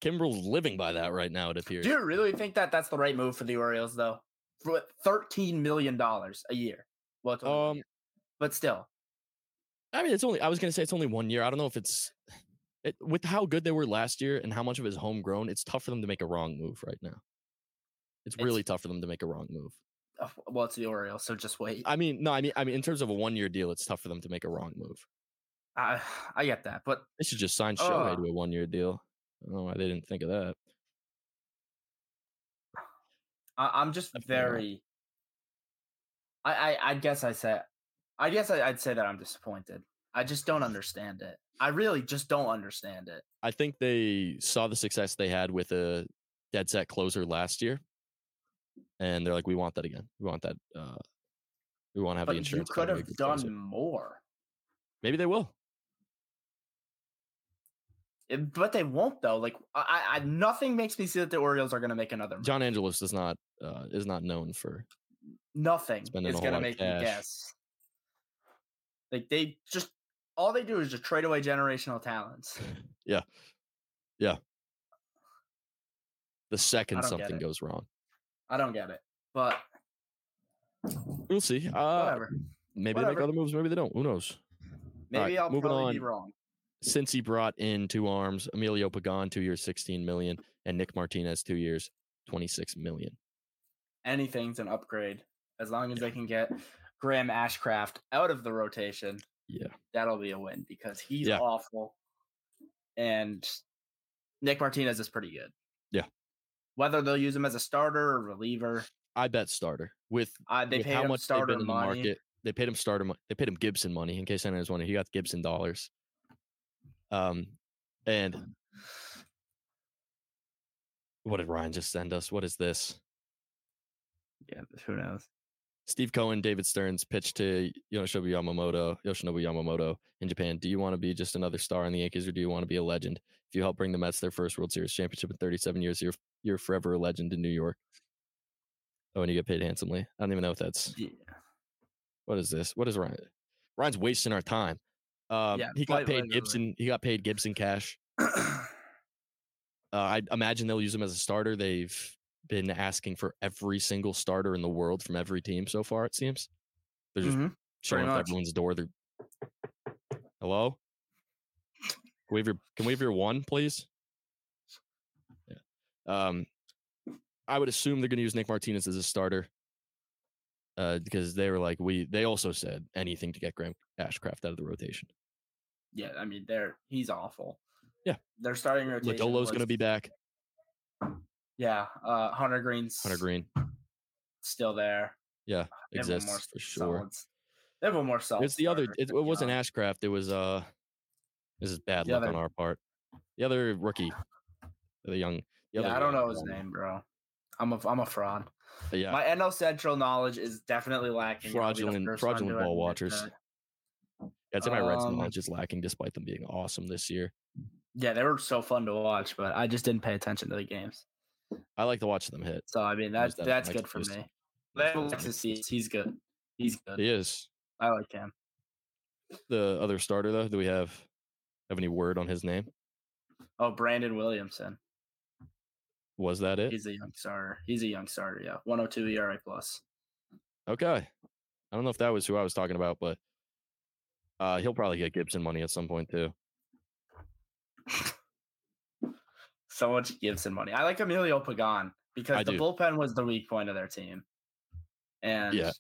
S1: Kimbrell's living by that right now, it appears.
S2: do you really think that that's the right move for the Orioles, though? For what, thirteen million dollars a year. Well, it's only one
S1: Um,
S2: year, but still,
S1: I mean, it's only. I was gonna say it's only one year. I don't know if it's it, with how good they were last year and how much of it is homegrown. It's tough for them to make a wrong move right now. It's
S2: It's-
S1: really tough for them to make a wrong move.
S2: uh, well, it's the Orioles, so just wait.
S1: I mean, no, I mean, I mean, in terms of a one-year deal, it's tough for them to make a wrong move.
S2: I, I get that, but
S1: They should just sign Shohei
S2: Ugh.
S1: to a one-year deal. I don't know why they didn't think of that.
S2: I, I'm just
S1: Definitely not.
S2: very. I, I I guess I said, I guess I, I'd say that I'm disappointed. I just don't understand it. I really just don't understand it.
S1: I think they saw the success they had with a dead set closer last year, and they're like, "We want that again. We want that. Uh, we want to have the
S2: But you
S1: insurance."
S2: could
S1: company
S2: have
S1: with
S2: done
S1: closer."
S2: more,
S1: Maybe they will.
S2: It- but they won't though. Like I, I, I- nothing makes me see that the Orioles are going to make another. move.
S1: John Angelos is not uh, is not known for
S2: nothing
S1: Spending a
S2: is
S1: whole
S2: going to
S1: lot of
S2: make me
S1: cash.
S2: guess. Like they just all they do is just trade away generational talents.
S1: the second
S2: don't get
S1: something
S2: it.
S1: goes wrong.
S2: I don't get it, but
S1: We'll see. Uh,
S2: whatever.
S1: maybe they
S2: Whatever.
S1: make other moves. Maybe they don't. Who knows?
S2: Maybe I'll
S1: moving
S2: probably be
S1: on.
S2: wrong.
S1: Since he brought in two arms, Emilio Pagan, two years, sixteen million, and Nick Martinez, two years, twenty six million.
S2: Anything's an upgrade as long as they can get Graham Ashcraft out of the rotation.
S1: Yeah.
S2: that'll be a win because he's
S1: Yeah.
S2: awful, and Nick Martinez is pretty good.
S1: Yeah.
S2: Whether they'll use him as a starter or reliever,
S1: I bet starter with,
S2: uh, they
S1: with
S2: paid
S1: how
S2: him
S1: much they've
S2: starter
S1: been in the
S2: money.
S1: market. They paid him starter. Money. They paid him Gibson money. In case anyone's wondering, he got Gibson dollars. Um, and what did Ryan just send us? What is this?
S2: Yeah, who knows?
S1: Steve Cohen, David Stearns pitched to Yoshinobu Yamamoto, Yoshinobu Yamamoto in Japan. Do you want to be just another star in the Yankees, or do you want to be a legend? If you help bring the Mets their first World Series championship in 37 years, you're you're forever a legend in New York. Oh, and you get paid handsomely. I don't even know if that's
S2: Yeah.
S1: what is this. What is Ryan? Ryan's wasting our time. Um,
S2: Yeah,
S1: he got
S2: quite
S1: paid
S2: literally.
S1: Gibson. He got paid Gibson cash. Uh, I imagine they'll use him as a starter. They've been asking for every single starter in the world from every team so far. It seems they're just
S2: Mhm.
S1: showing
S2: Pretty
S1: up
S2: much.
S1: at everyone's door. They're hello. Can we have your can we have your one, please? Yeah. Um, I would assume they're going to use Nick Martinez as a starter uh, because they were like we. They also said anything to get Graham Ashcraft out of the rotation.
S2: Yeah, I mean, they're he's awful.
S1: Yeah.
S2: Their starting rotation.
S1: Lodolo's
S2: was-
S1: going to be back.
S2: Yeah, uh, Hunter Green's
S1: Hunter Green
S2: still there.
S1: Yeah,
S2: They have one
S1: exists
S2: more
S1: for sure.
S2: solids- They have one more solid.
S1: It's the other.
S2: starter,
S1: It, it
S2: but, you
S1: wasn't
S2: know,
S1: Ashcraft. It was uh, this is bad
S2: The
S1: luck
S2: other-
S1: on our part. The other rookie, the young. The other
S2: yeah, I don't
S1: young
S2: know his
S1: one.
S2: name, bro. I'm a I'm a fraud.
S1: But yeah,
S2: My NL Central knowledge is definitely lacking. and I'll be the
S1: Fraudulent-
S2: first one to
S1: fraudulent ball
S2: admit
S1: watchers.
S2: that.
S1: that's in my Reds
S2: um,
S1: knowledge is lacking, despite them being awesome this year.
S2: Yeah, they were so fun to watch, but I just didn't pay attention to the games.
S1: I like to watch them hit.
S2: So I mean,
S1: Who's
S2: that's
S1: that?
S2: that's
S1: Next
S2: good for
S1: post.
S2: me. They
S1: Next
S2: have
S1: post.
S2: Alexis Cease. He's good. He's good.
S1: He is
S2: I like him.
S1: the other starter though. Do we have have any word on his name?
S2: Oh, Brandon Williamson.
S1: Was that it?
S2: He's a young starter. He's a young starter. Yeah, 102 ERA E plus.
S1: Okay. I don't know if that was who I was talking about, but uh, he'll probably get Gibson money at some point too.
S2: So much Gibson money. I like Emilio Pagan because
S1: I
S2: the
S1: do.
S2: bullpen was the weak point of their team. And
S1: Yeah.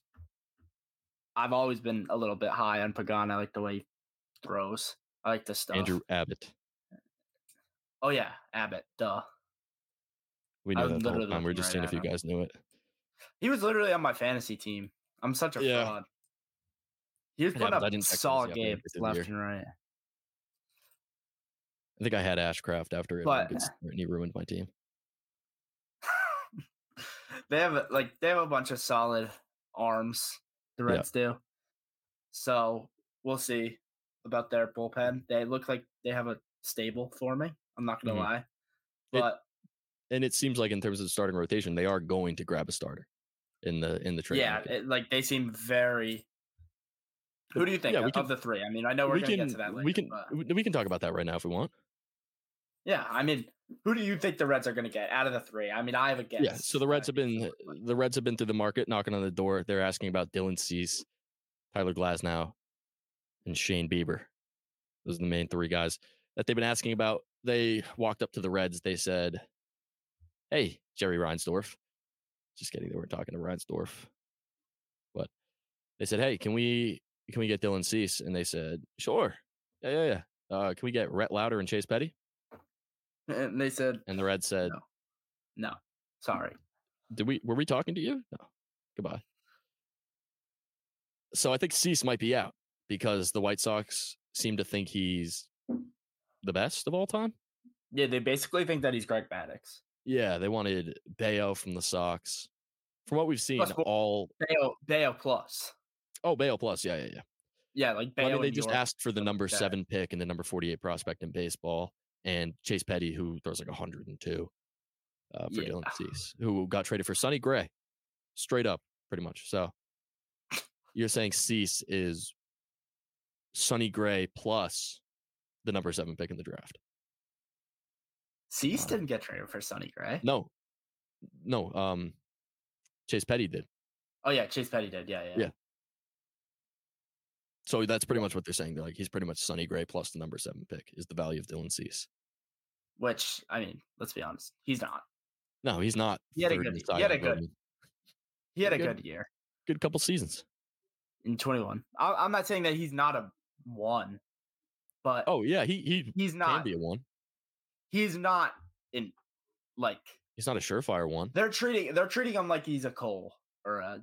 S2: I've always been a little bit high on Pagan. I like the way he throws. I like the stuff.
S1: Andrew Abbott.
S2: Oh yeah, Abbott. Duh.
S1: We
S2: I
S1: knew
S2: was
S1: that the whole
S2: literally
S1: time. We were
S2: looking
S1: just
S2: right
S1: seeing if
S2: at
S1: you
S2: him.
S1: guys knew it.
S2: He was literally on my fantasy team. I'm such a
S1: Yeah.
S2: fraud. He was
S1: Yeah,
S2: putting
S1: but I
S2: up
S1: didn't check those yet,
S2: solid
S1: but I
S2: games
S1: did
S2: left
S1: here.
S2: and right.
S1: I think I had Ashcraft after it,
S2: But-
S1: and he ruined my team.
S2: they have a- like they have a bunch of solid arms. The
S1: Yeah.
S2: Reds do. So we'll see about their bullpen. They look like they have a stable for me. I'm not gonna
S1: Mhm.
S2: lie, but
S1: And it seems like in terms of starting rotation, they are going to grab a starter in the in the trade.
S2: yeah,
S1: market.
S2: it, like they seem very. Who do you think
S1: Yeah, we
S2: of
S1: can-
S2: the three? I mean, I know we're
S1: we
S2: gonna
S1: can
S2: get to that later.
S1: we can
S2: but-
S1: we can talk about that right now if we want.
S2: yeah, I mean, who do you think the Reds are gonna get out of the three? I mean, I have a guess.
S1: Yeah. So the Reds have
S2: but I think
S1: been
S2: it's not-
S1: the Reds have been through the market, knocking on the door. They're asking about Dylan Cease, Tyler Glasnow, and Shane Bieber. Those are the main three guys that they've been asking about. They walked up to the Reds. They said, "Hey, Jerry Reinsdorf." Just kidding. They weren't talking to Reinsdorf, but they said, "Hey, can we can we get Dylan Cease?" And they said, "Sure, yeah, yeah, yeah." Uh, can we get Rhett Louder and Chase Petty?
S2: And they said,
S1: And the Reds said,
S2: No. "No, sorry."
S1: Did we were we talking to you? No. Goodbye. So I think Cease might be out because the White Sox seem to think he's the best of all time.
S2: Yeah, they basically think that he's Greg Maddox.
S1: Yeah, they wanted Bayo from the Sox. From what we've seen,
S2: Possible.
S1: all
S2: Bayo, Bayo plus.
S1: oh Bayo plus, yeah, yeah, yeah.
S2: Yeah, like Bayo.
S1: Well, I mean, they
S2: and
S1: just
S2: York.
S1: asked for the number
S2: like that.
S1: seven pick and the number forty-eight prospect in baseball, and Chase Petty, who throws like hundred and two uh, for
S2: Yeah.
S1: Dylan Cease, who got traded for Sonny Gray, straight up, pretty much. So you're saying Cease is Sonny Gray plus the number seven pick in the draft?
S2: Cease didn't get traded for Sonny Gray.
S1: No, no. Um, Chase Petty did.
S2: Oh yeah, Chase Petty did. Yeah, yeah.
S1: Yeah. So that's pretty much what they're saying. They're like he's pretty much Sonny Gray plus the number seven pick is the value of Dylan Cease.
S2: Which I mean, let's be honest, he's not.
S1: No, he's not.
S2: He had a
S1: third in
S2: good-
S1: Cy
S2: he had a
S1: Young
S2: good-
S1: voting.
S2: He had a
S1: Good.
S2: good year
S1: good couple seasons.
S2: in 21. I, I'm not saying that he's not a one, but
S1: Oh yeah, he he
S2: he's
S1: can
S2: not.
S1: be a one.
S2: He's not in like
S1: He's not a surefire one.
S2: they're treating they're treating him like he's a Cole or a,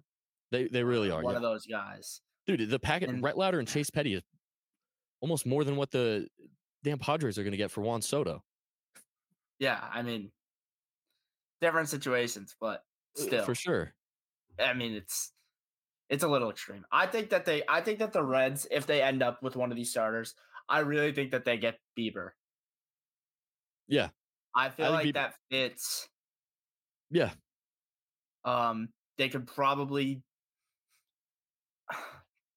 S1: They they really are.
S2: one
S1: yeah.
S2: of those guys.
S1: Dude, the packet
S2: and-
S1: Rhett Louder and Chase Petty is almost more than what the damn Padres are going to get for Juan Soto. uh,
S2: Yeah, I mean, different situations, but
S1: uh,
S2: still,
S1: for sure.
S2: I mean, it's it's a little extreme. I think that they, I think that the Reds, if they end up with one of these starters, I really think that they get Bieber.
S1: Yeah.
S2: I feel
S1: think
S2: like
S1: Bieber-
S2: that fits.
S1: Yeah,
S2: Um, they could probably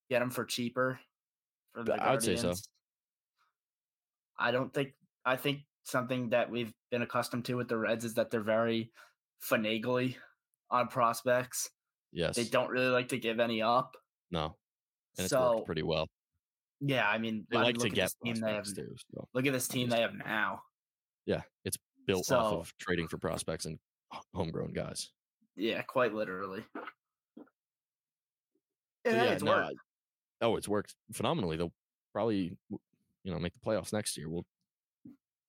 S2: get him for cheaper. For the
S1: I would say so.
S2: Guardians. I don't think. I think something that we've been accustomed to with the Reds is that they're very finagly on prospects.
S1: yes.
S2: They don't really like to give any up.
S1: No, and it's
S2: so
S1: worked pretty well.
S2: yeah, I mean,
S1: They
S2: I mean,
S1: like
S2: look
S1: to
S2: at
S1: get
S2: this team they have.
S1: prospects, too, so.
S2: Look at this team they have now.
S1: Yeah, it's built off
S2: So-
S1: of trading for prospects and h- homegrown guys.
S2: Yeah, quite literally.
S1: So
S2: And hey, it's
S1: no,
S2: worked.
S1: I- oh, it's worked phenomenally. They'll probably, w- you know, make the playoffs next year. We'll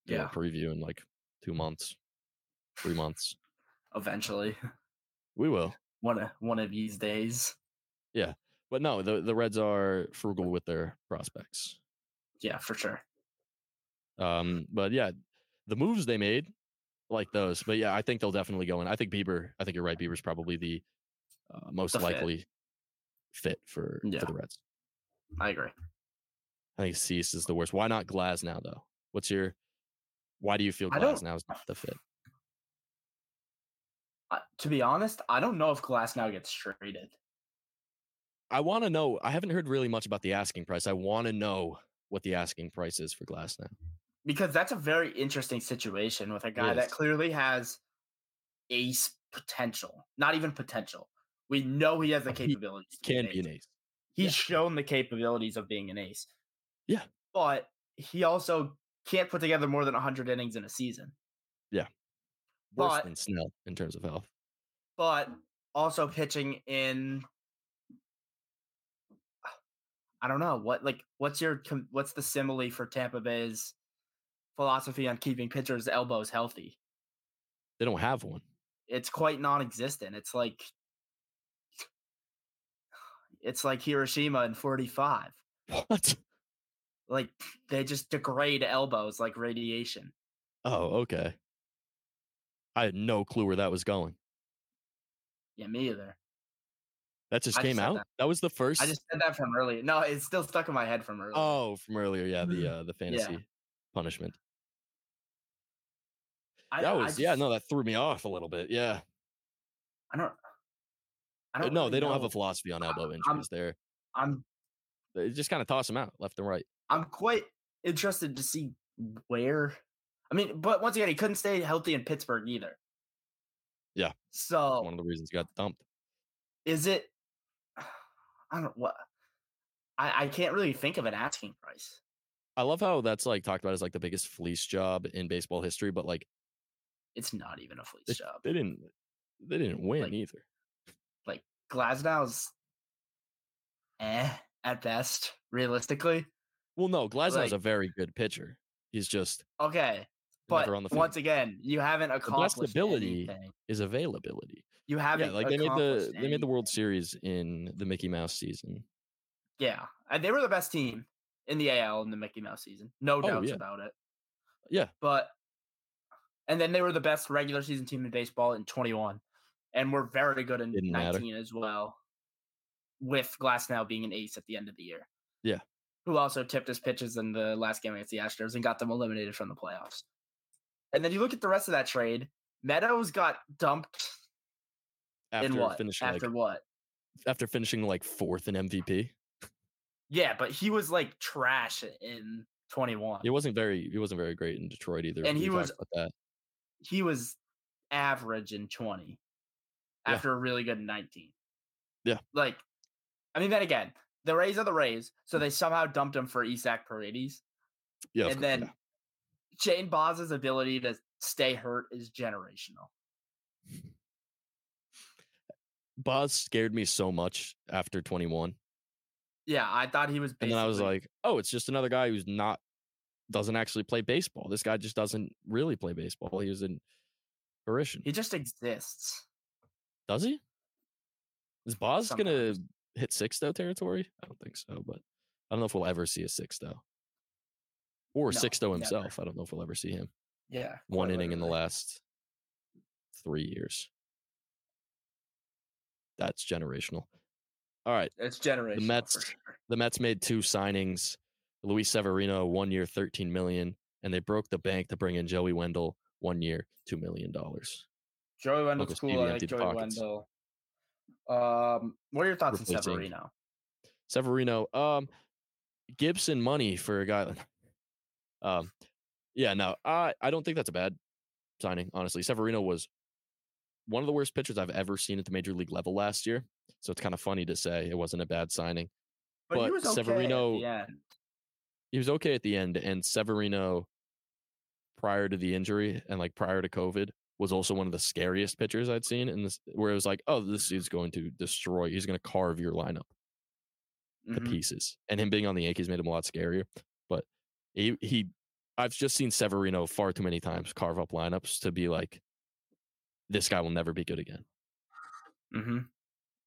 S1: do
S2: Yeah.
S1: a preview in like two months, three months.
S2: Eventually,
S1: We will.
S2: one of one of these days.
S1: But no, the, the Reds are frugal with their prospects.
S2: Yeah, for sure.
S1: Um, but yeah, the moves they made, like those. But yeah, I think they'll definitely go in. I think Bieber. I think you're right. Bieber's probably the uh, most
S2: The fit.
S1: likely fit, for,
S2: Yeah.
S1: for the Reds.
S2: I agree.
S1: I think Cease is the worst. Why not Glass now though? What's your? Why do you feel
S2: I
S1: Glass
S2: don't-
S1: now is not the fit?
S2: I, to be honest, I don't know if Glass now gets traded.
S1: I want to know. I haven't heard really much about the asking price. I want to know what the asking price is for Glass now.
S2: because that's a very interesting situation with a guy that
S1: is.
S2: clearly has ace potential. Not even potential. We know he has the
S1: He
S2: capabilities. to
S1: Can be an ace.
S2: He's
S1: yeah.
S2: shown the capabilities of being an ace.
S1: Yeah.
S2: But he also can't put together more than 100 innings in a season.
S1: Worse
S2: But-
S1: than Snell in terms of health.
S2: But also pitching in I don't know what like what's your com- what's the simile for Tampa Bay's philosophy on keeping pitchers elbows healthy?
S1: They don't have one.
S2: it's quite non-existent. It's like it's like Hiroshima in 45.
S1: What?
S2: Like they just degrade elbows like radiation.
S1: Oh, okay. I had no clue where that was going.
S2: Yeah, me either.
S1: That just
S2: I just
S1: came
S2: said
S1: out.
S2: that.
S1: That. was the first.
S2: I just said that from earlier. No, it's still stuck in my head from earlier.
S1: oh from earlier. Yeah, the
S2: Mhm.
S1: uh, the fantasy punishment.
S2: I,
S1: That
S2: I
S1: was yeah.
S2: just-
S1: No, that threw me off a little bit. Yeah.
S2: I don't. I
S1: Uh,
S2: don't.
S1: no,
S2: really
S1: they don't have
S2: know.
S1: a philosophy on elbow injuries.
S2: I'm-
S1: They're
S2: I'm
S1: they just kind of toss them out left and right.
S2: I'm quite interested to see where. I mean, but once again, he couldn't stay healthy in Pittsburgh either.
S1: Yeah.
S2: So
S1: One of the reasons he got dumped.
S2: is it i don't what i i can't really think of an asking price
S1: I love how that's like talked about as like the biggest fleece job in baseball history, but like
S2: it's not even a fleece
S1: It's-
S2: job
S1: they didn't they didn't win
S2: Like-
S1: either.
S2: glasnow's eh at best realistically
S1: Well, no, Glasnow's
S2: like-
S1: a very good pitcher. He's just
S2: okay but
S1: never on the field.
S2: once again you haven't accomplished
S1: ability-
S2: anything.
S1: his availability.
S2: you
S1: Yeah,
S2: haven't
S1: like they made the
S2: accomplished
S1: they made the World
S2: anything.
S1: Series in the Mickey Mouse season.
S2: yeah and they were the best team in the al in the mickey mouse season no doubts
S1: Oh, yeah.
S2: about it
S1: Yeah.
S2: but and then they were the best regular season team in baseball in 21 and were very good in
S1: Didn't matter.
S2: 19 as well with glass now being an ace at the end of the year
S1: Yeah.
S2: who also tipped his pitches in the last game against the astros and got them eliminated from the playoffs and then you look at the rest of that trade meadows got dumped
S1: After
S2: in what
S1: finishing
S2: after
S1: like
S2: what
S1: after finishing like fourth in MVP.
S2: yeah but he was like trash in 21
S1: He wasn't very he wasn't very great in Detroit either.
S2: Uh-huh. And
S1: We
S2: he
S1: talked
S2: was-
S1: about that.
S2: he was average in 20
S1: Yeah.
S2: after a really good 19.
S1: Yeah.
S2: Like, I mean, then again, the Rays are the Rays, so they somehow dumped him for Isak Paredes.
S1: Mm. Yeah, of
S2: and
S1: course,
S2: then
S1: yeah.
S2: Shane Boz's ability to stay hurt is generational.
S1: Boz scared me so much after 21.
S2: Yeah, I thought he was
S1: And then I was
S2: basically-
S1: like, oh, it's just another guy who's not doesn't actually play baseball. This guy just doesn't really play baseball. He was in Parisian.
S2: he just exists.
S1: Does he? Is Boz gonna
S2: Sometimes.
S1: hit six though territory? I don't think so, but I don't know if we'll ever see a six though. Or
S2: No,
S1: six though
S2: never.
S1: himself. I don't know if we'll ever see him.
S2: Yeah.
S1: One
S2: quite
S1: inning in the
S2: literally.
S1: last three years. That's generational. All right.
S2: It's generational. for
S1: Mets-
S2: sure.
S1: the Mets made two signings. Luis Severino, one year, thirteen million, and they broke the bank to bring in Joey Wendell, one year, two million dollars.
S2: Joey Wendell's
S1: Uncle
S2: cool.
S1: Stevie
S2: I like
S1: emptied
S2: Joey
S1: pockets.
S2: Wendell. Um, what are your thoughts on
S1: Replacing-
S2: Severino?
S1: Severino, um, Gibson money for a guy. Um, yeah, no, I I don't think that's a bad signing. Honestly, Severino was one of the worst pitchers I've ever seen at the major league level last year. So it's kind of funny to say it wasn't a bad signing. but
S2: okay at
S1: Severino-
S2: the end.
S1: he was okay at the end, and Severino prior to the injury and like prior to COVID was also one of the scariest pitchers I'd seen in this where it was like, oh, this dude's going to destroy, he's gonna carve your lineup to
S2: Mhm.
S1: pieces. And him being on the Yankees made him a lot scarier. But he he I've just seen Severino far too many times carve up lineups to be like, this guy will never be good again.
S2: Mhm.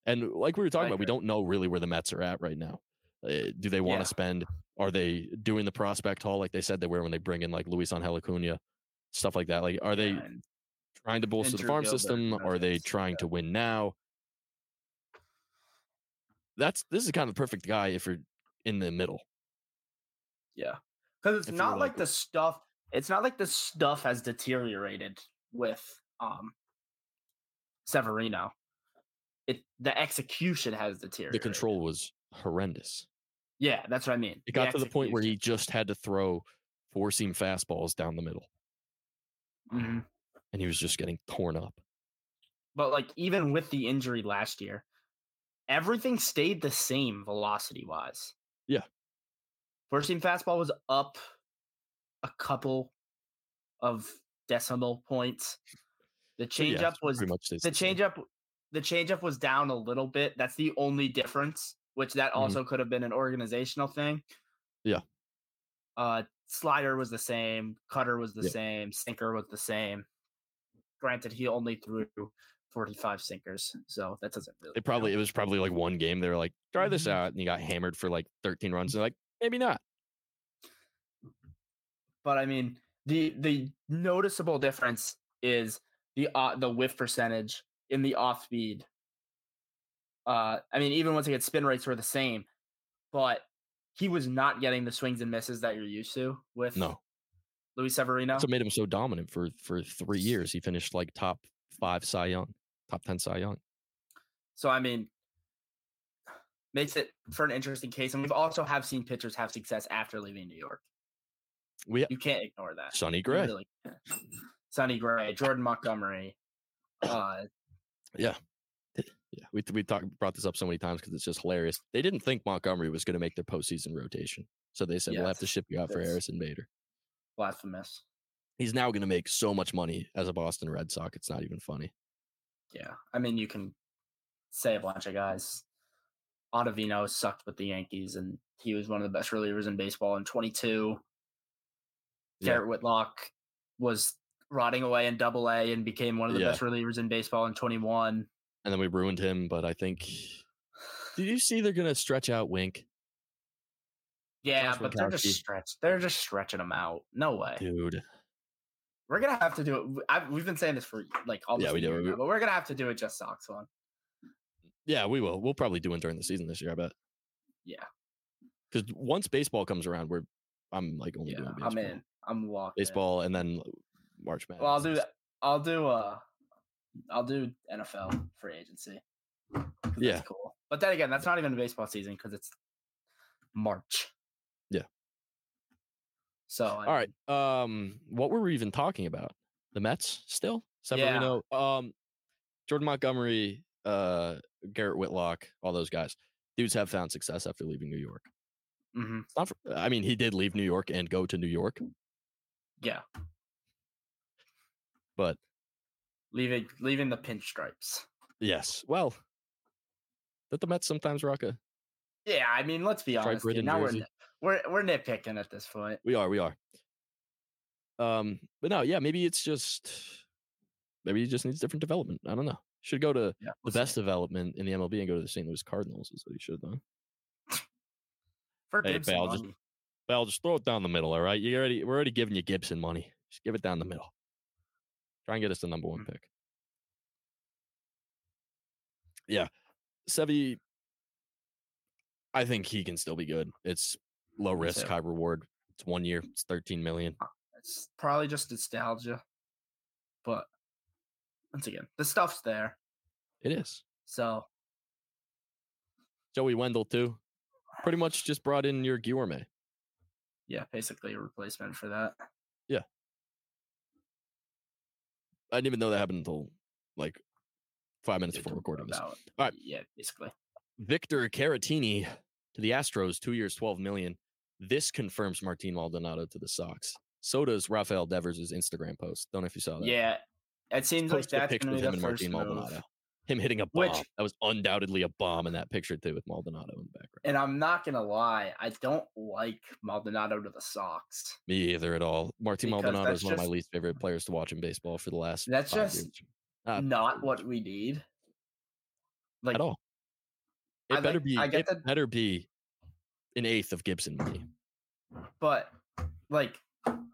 S1: And like we were talking
S2: I
S1: about, we
S2: agree.
S1: don't know really where the Mets are at right now. Uh, do they want to
S2: Yeah.
S1: spend? Are they doing the prospect haul like they said they were when they bring in like Luis Angel Acuna, stuff like that? Like, are they
S2: Yeah, and
S1: trying to bolster the
S2: Andrew
S1: farm
S2: Gilbert,
S1: system? Are they
S2: Marquez,
S1: trying to win now? That's this is kind of the perfect guy if you're in the middle.
S2: yeah, because it's
S1: If you
S2: not
S1: like
S2: like the stuff. It's not like the stuff has deteriorated with um Severino. It the execution has
S1: The
S2: deteriorated.
S1: control was horrendous.
S2: Yeah, that's what I mean.
S1: It got to the point where he just had to throw four seam fastballs down the middle,
S2: execution. Mhm.
S1: and he was just getting torn up.
S2: but like even with the injury last year, everything stayed the same velocity wise.
S1: Yeah.
S2: First seam fastball was up a couple of decimal points. The
S1: So yeah,
S2: changeup
S1: it's
S2: was
S1: pretty much stays
S2: the
S1: same.
S2: changeup the changeup was down a little bit. That's the only difference, which that
S1: Mhm.
S2: also could have been an organizational thing.
S1: Yeah.
S2: Uh slider was the same, cutter was the
S1: Yeah.
S2: same, sinker was the same. Granted, he only threw 45 sinkers, so that doesn't really
S1: it probably it was probably like one game they were like try this
S2: Mhm.
S1: out and he got hammered for like 13 runs and they're like maybe not
S2: but I mean the the noticeable difference is the uh, the whiff percentage in the off speed. Uh, I mean, even once again, spin rates were the same, but he was not getting the swings and misses that you're used to with
S1: no
S2: Luis Severino.
S1: that's what made him so dominant for for three years he finished like top five Cy Young top 10 Cy Young
S2: So I mean, makes it for an interesting case, and we've also have seen pitchers have success after leaving New York.
S1: we
S2: You can't ignore that.
S1: Sonny
S2: You
S1: Gray
S2: really can't. Sonny Gray, Jordan Montgomery. Uh,
S1: yeah we we talked brought this up so many times because it's just hilarious they didn't think Montgomery was going to make their postseason rotation so they said we'll have to
S2: Yes,
S1: ship you out for
S2: that's-
S1: Harrison Bader
S2: blasphemous.
S1: he's now going to make so much money as a Boston Red Sox it's not even funny
S2: Yeah, I mean, you can say a bunch of guys. Ottavino sucked with the Yankees, and he was one of the best relievers in baseball in 22.
S1: Yeah.
S2: Garrett Whitlock was rotting away in Double A and became one of the
S1: Yeah.
S2: best relievers in baseball in 21.
S1: and then we ruined him but I think did you see they're going to stretch out Wink
S2: Yeah,
S1: Josh
S2: but they're
S1: Winkowski.
S2: just stretched. They're just stretching them out. No way.
S1: dude
S2: We're gonna have to do it. w- I, we've been saying this for like almost yeah,
S1: we
S2: we
S1: do.
S2: do.
S1: We-
S2: but we're gonna have to do it just Sox one.
S1: yeah we will we'll probably do one during the season this year I bet
S2: Yeah,
S1: because once baseball comes around, we're I'm like only
S2: yeah.
S1: doing baseball,
S2: I'm in. I'm locked. in.
S1: baseball, and then March Madness.
S2: Well, I'll
S1: and
S2: do
S1: stuff.
S2: that. I'll do uh I'll do NFL free agency. 'cause that's
S1: Yeah.
S2: cool. But then again, that's not even baseball season because it's March.
S1: Yeah.
S2: So
S1: All right. Um, what were we even talking about? The Mets still Severino, um, Jordan Montgomery, uh, Garrett Whitlock, all those guys. Dudes have found success after leaving New York.
S2: hmm
S1: It's not for, I mean, he did leave New York and go to New York,
S2: Yeah.
S1: but
S2: Leaving leaving the pinstripes.
S1: yes, well, that the Mets sometimes rock a.
S2: Yeah, I mean, let's be honest.
S1: Red
S2: dude,
S1: and
S2: Now we're,
S1: jersey.
S2: nit- we're we're nitpicking at this point.
S1: We are, we are. Um, but no, yeah, maybe it's just maybe he just needs different development. I don't know. Should go to
S2: Yeah,
S1: the
S2: we'll see.
S1: best development in the MLB and go to the St. Louis Cardinals is what he should have done.
S2: for
S1: Hey,
S2: Gibson
S1: pal, just-
S2: money.
S1: Well, just throw it down the middle, all right? You already we're already giving you Gibson money. Just give it down the middle. Try and get us the number one
S2: Mm.
S1: pick. Yeah. Sevy, I think he can still be good. It's low
S2: Me
S1: risk,
S2: too.
S1: high reward. It's one year, it's 13 million.
S2: Uh It's probably just nostalgia, but once again, the stuff's there.
S1: It is.
S2: So
S1: Joey Wendell too. Pretty much just brought in your gourmet.
S2: yeah, basically a replacement for that.
S1: I didn't even know that happened until like five minutes
S2: Yeah,
S1: before
S2: don't
S1: recording
S2: worry
S1: this.
S2: about it.
S1: All right.
S2: Yeah, basically.
S1: Victor Caratini to the Astros, two years, twelve million. This confirms Martin Maldonado to the Sox. So does Rafael Devers' Instagram post. Don't know if you saw that.
S2: Yeah, it seems like
S1: Posted a
S2: that's
S1: picture
S2: going to
S1: of
S2: be
S1: him
S2: the
S1: and
S2: first
S1: Martin
S2: move.
S1: Maldonado. Him hitting a bomb.
S2: Which-
S1: that was undoubtedly a bomb in that picture too, with Maldonado in the background.
S2: And I'm not going to lie, I don't like Maldonado to the Sox.
S1: Me either at all. Martin
S2: Because
S1: Maldonado
S2: that's
S1: is one of my
S2: just-
S1: least favorite players to watch in baseball for the last.
S2: That's
S1: five
S2: just
S1: years. Ah,
S2: Not what we need. Like
S1: at all. It
S2: I like-
S1: better be.
S2: I get
S1: it
S2: that-
S1: better be an eighth of Gibson money.
S2: but like ugh.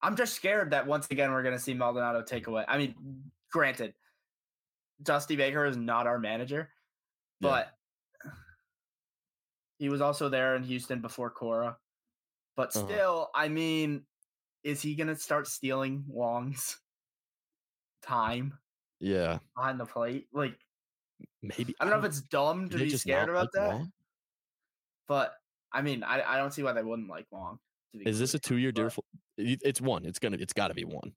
S2: I'm just scared that once again we're gonna see Maldonado take away. I mean, granted, Dusty Baker is not our manager,
S1: Yeah.
S2: but he was also there in Houston before Cora. But
S1: Uh-huh.
S2: still, I mean, is he gonna start stealing Wong's time
S1: Yeah,
S2: behind the plate? Like,
S1: maybe.
S2: I don't know if it's dumb
S1: do
S2: to
S1: they
S2: be
S1: just
S2: scared
S1: not
S2: about
S1: like
S2: that,
S1: Wong?
S2: but I mean, I, I don't see why they wouldn't like Wong. to be
S1: Is this a
S2: clear.
S1: two-year
S2: but-
S1: deal? for- it- It's one. It's gonna. It's got to be one.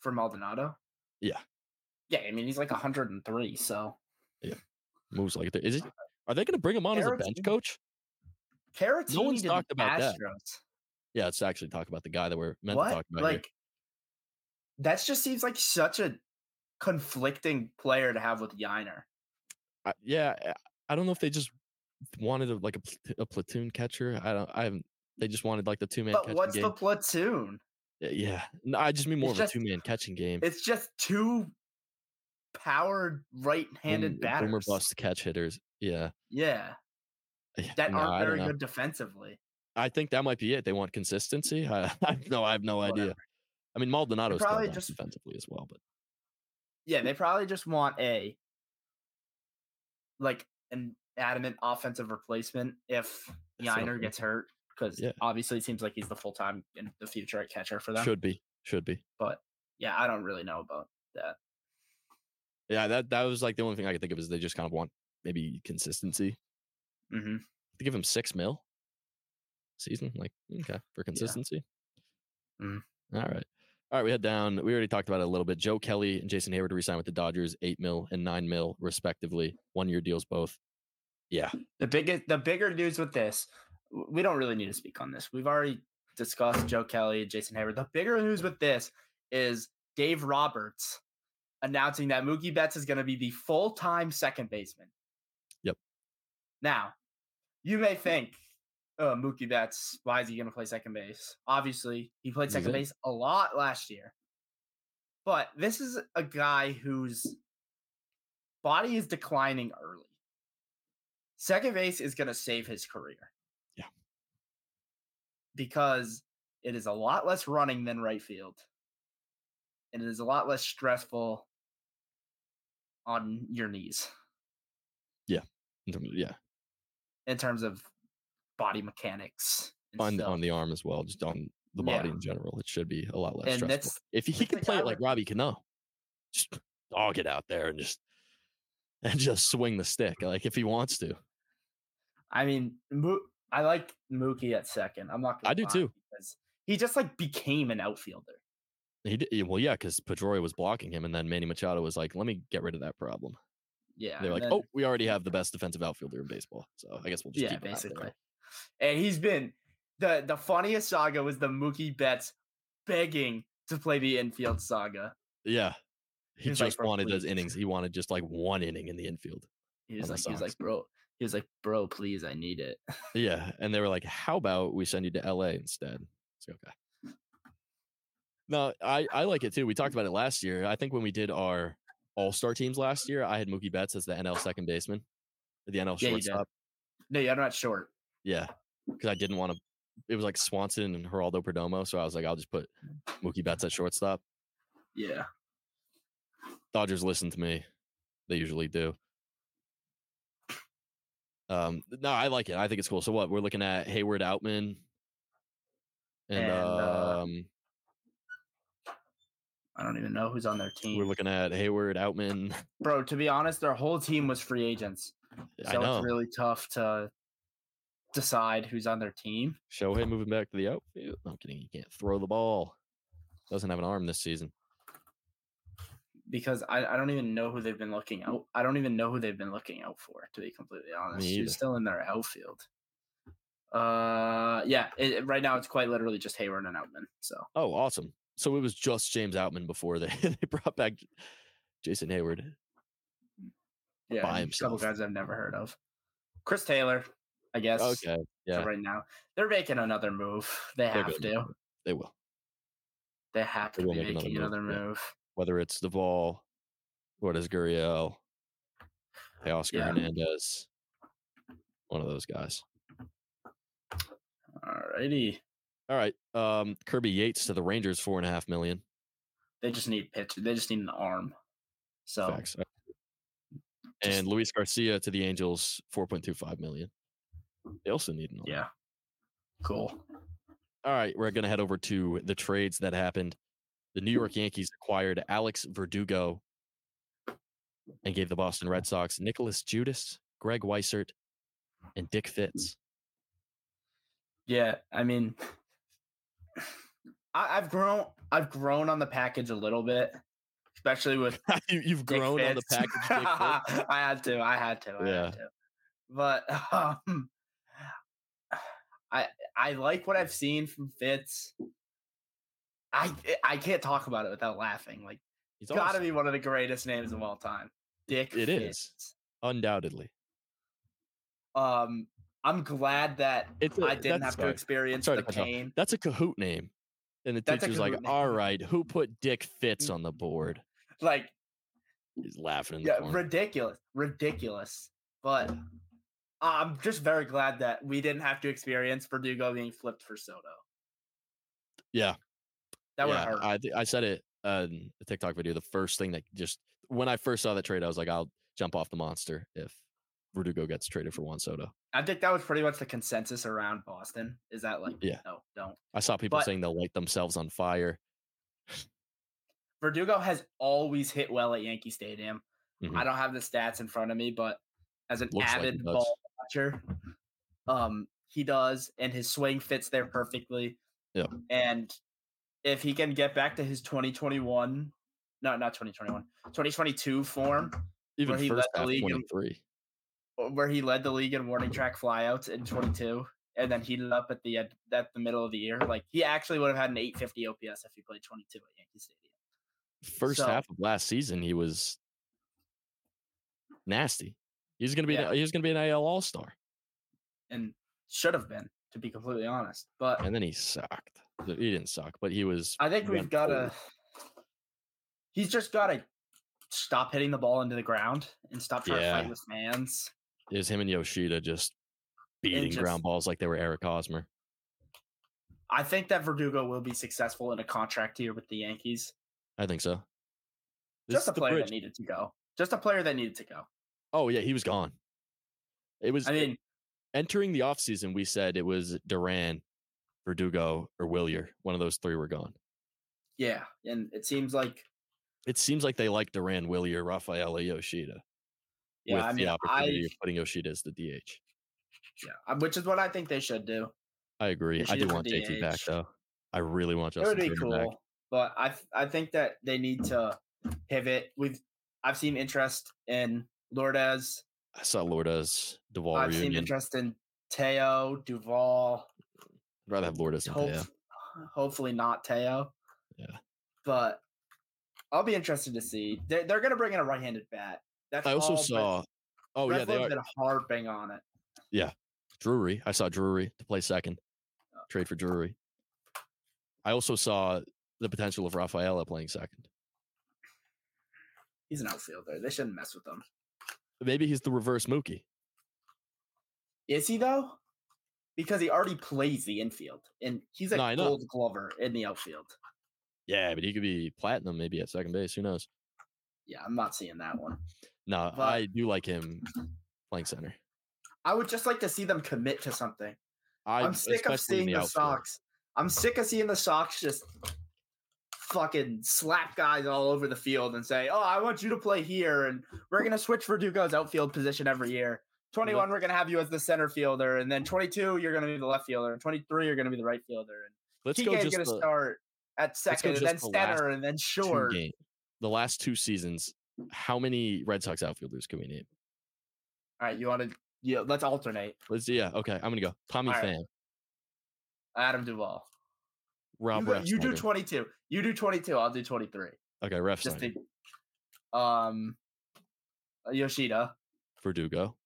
S2: for Maldonado?
S1: Yeah.
S2: Yeah, I mean he's like 103, so
S1: Moves like that. Is it? Are they gonna bring him on as a
S2: Aaron's-
S1: bench coach?
S2: Caratini
S1: one's
S2: to
S1: talked
S2: the
S1: about that.
S2: Astros.
S1: Yeah, let's actually talk about the guy that we're meant to
S2: What?
S1: talk about. here.
S2: Like that just seems like such a conflicting player to have with Yiner.
S1: I, yeah, I- I don't know if they just wanted a, like a, pl- a platoon catcher. I don't. I haven't. They just wanted like the two man.
S2: But
S1: catching Mm.
S2: what's
S1: game.
S2: the platoon?
S1: Y- Yeah, no, I just mean more
S2: It's
S1: of
S2: just-
S1: a two man catching game.
S2: It's just two powered right-handed
S1: Boom-
S2: batters.
S1: Boomer bust catch hitters. Yeah,
S2: Yeah,
S1: Yeah,
S2: that
S1: no, I
S2: aren't
S1: don't
S2: very
S1: know.
S2: good defensively.
S1: I think that might be it. They want consistency. I, I have no, I have no idea.
S2: Whatever.
S1: I mean, Maldonado's still
S2: probably
S1: down
S2: just-
S1: defensively as well, but
S2: Yeah, they probably just want a like an adamant offensive replacement if
S1: That's what I'm
S2: Yiner gets hurt because
S1: Yeah.
S2: obviously it seems like he's the full time in the future at catcher for them.
S1: should be, should be.
S2: But yeah, I don't really know about that.
S1: Yeah, that that was like the only thing I could think of is they just kind of want maybe consistency.
S2: hmm
S1: To give him six mil season, like okay for consistency.
S2: Mm.
S1: All right, all right. We head down. We already talked about it a little bit. Joe Kelly and Jason Hayward resign with the Dodgers, eight mil and nine mil respectively, one year deals both. Yeah,
S2: The biggest, the bigger news with this, w- we don't really need to speak on this. We've already discussed Joe Kelly and Jason Hayward. The bigger news with this is Dave Roberts announcing that Mookie Betts is going to be the full time second baseman.
S1: Yep.
S2: Now, you may think, oh, Mookie Betts, why is he going to play second base? Obviously, he played
S1: He's
S2: second
S1: in.
S2: base a lot last year. But this is a guy whose body is declining early. Second base is going to save his career.
S1: Yeah.
S2: Because it is a lot less running than right field. And it is a lot less stressful on your knees
S1: in terms of- yeah,
S2: in terms of body mechanics. and
S1: on
S2: stuff.
S1: on the arm as well, just on the
S2: Yeah.
S1: body in general. It should be a lot less
S2: And
S1: stressful.
S2: that's-
S1: If he, he
S2: that's
S1: can
S2: the
S1: play
S2: guy
S1: it like
S2: with-
S1: Robbie Cano, just all get out there and just and just swing the stick like if he wants to.
S2: I mean, Mo- I like Mookie at second. I'm not. gonna
S1: I do
S2: lie,
S1: too.
S2: Because he just like became an outfielder.
S1: He did, yeah, well, yeah, because Pedroia was blocking him, and then Manny Machado was like, "Let me get rid of that problem."
S2: Yeah.
S1: They're
S2: and
S1: like,
S2: then-
S1: "Oh, we already have the best defensive outfielder in baseball, so I guess we'll just
S2: yeah,
S1: keep him out there."
S2: basically. And he's been the the funniest saga was the Mookie Betts begging to play the infield saga.
S1: Yeah, he
S2: He's like,
S1: just
S2: "Bro,
S1: wanted those
S2: please."
S1: innings. He wanted just like one inning in the infield.
S2: He was
S1: On the
S2: like, he
S1: Sox.
S2: was like, bro, he was like, bro, please, I need it.
S1: Yeah, and they were like, "How about we send you to LA instead?" It's okay. No, I I like it too. We talked about it last year. I think when we did our All Star teams last year, I had Mookie Betts as the NL second baseman, or the NL
S2: Yeah, you did.
S1: shortstop.
S2: No, yeah, I'm not short.
S1: Yeah, because I didn't want to. It was like Swanson and Geraldo Perdomo, so I was like, I'll just put Mookie Betts at shortstop.
S2: Yeah.
S1: Dodgers listen to me. They usually do. Um, no, I like it. I think it's cool. So what we're looking at Hayward Outman and,
S2: And, uh,
S1: um
S2: I don't even know who's on their team.
S1: we're looking at Hayward Outman.
S2: bro, to be honest, their whole team was free agents.
S1: I
S2: So
S1: know.
S2: it's really tough to decide who's on their team.
S1: Show him moving back to the outfield. No, I'm kidding. He can't throw the ball. Doesn't have an arm this season.
S2: because I, I don't even know who they've been looking out. I don't even know who they've been looking out for, to be completely honest.
S1: either.
S2: He's still in their outfield. Uh, yeah. It, right now, it's quite literally just Hayward and Outman. So
S1: Oh, awesome. So it was just James Outman before they, they brought back Jason Hayward.
S2: yeah,
S1: By
S2: a couple
S1: himself.
S2: guys I've never heard of. Chris Taylor, I guess.
S1: Okay.
S2: for
S1: yeah.
S2: Right now, they're making another move. They
S1: They're
S2: have
S1: good.
S2: to.
S1: They will.
S2: They have
S1: They
S2: to
S1: will
S2: be
S1: make another
S2: making
S1: move,
S2: another move.
S1: yeah. Whether it's Duvall, Lourdes Gurriel, Oscar
S2: Yeah.
S1: um,
S2: um, eh, um, um, uh,
S1: Oh, e Oh,
S2: Oh, "Oh, Yeah,
S1: Let's
S2: let's alternate.
S1: yeah. Okay, I'm gonna go. Tommy
S2: All right.
S1: Pham,
S2: Adam Duvall.
S1: Rob.
S2: you, go- you do
S1: Refsnyder.
S2: 22. You do 22. I'll do 23.
S1: Okay, Ref
S2: Just to, um, uh, Yoshida,
S1: Verdugo.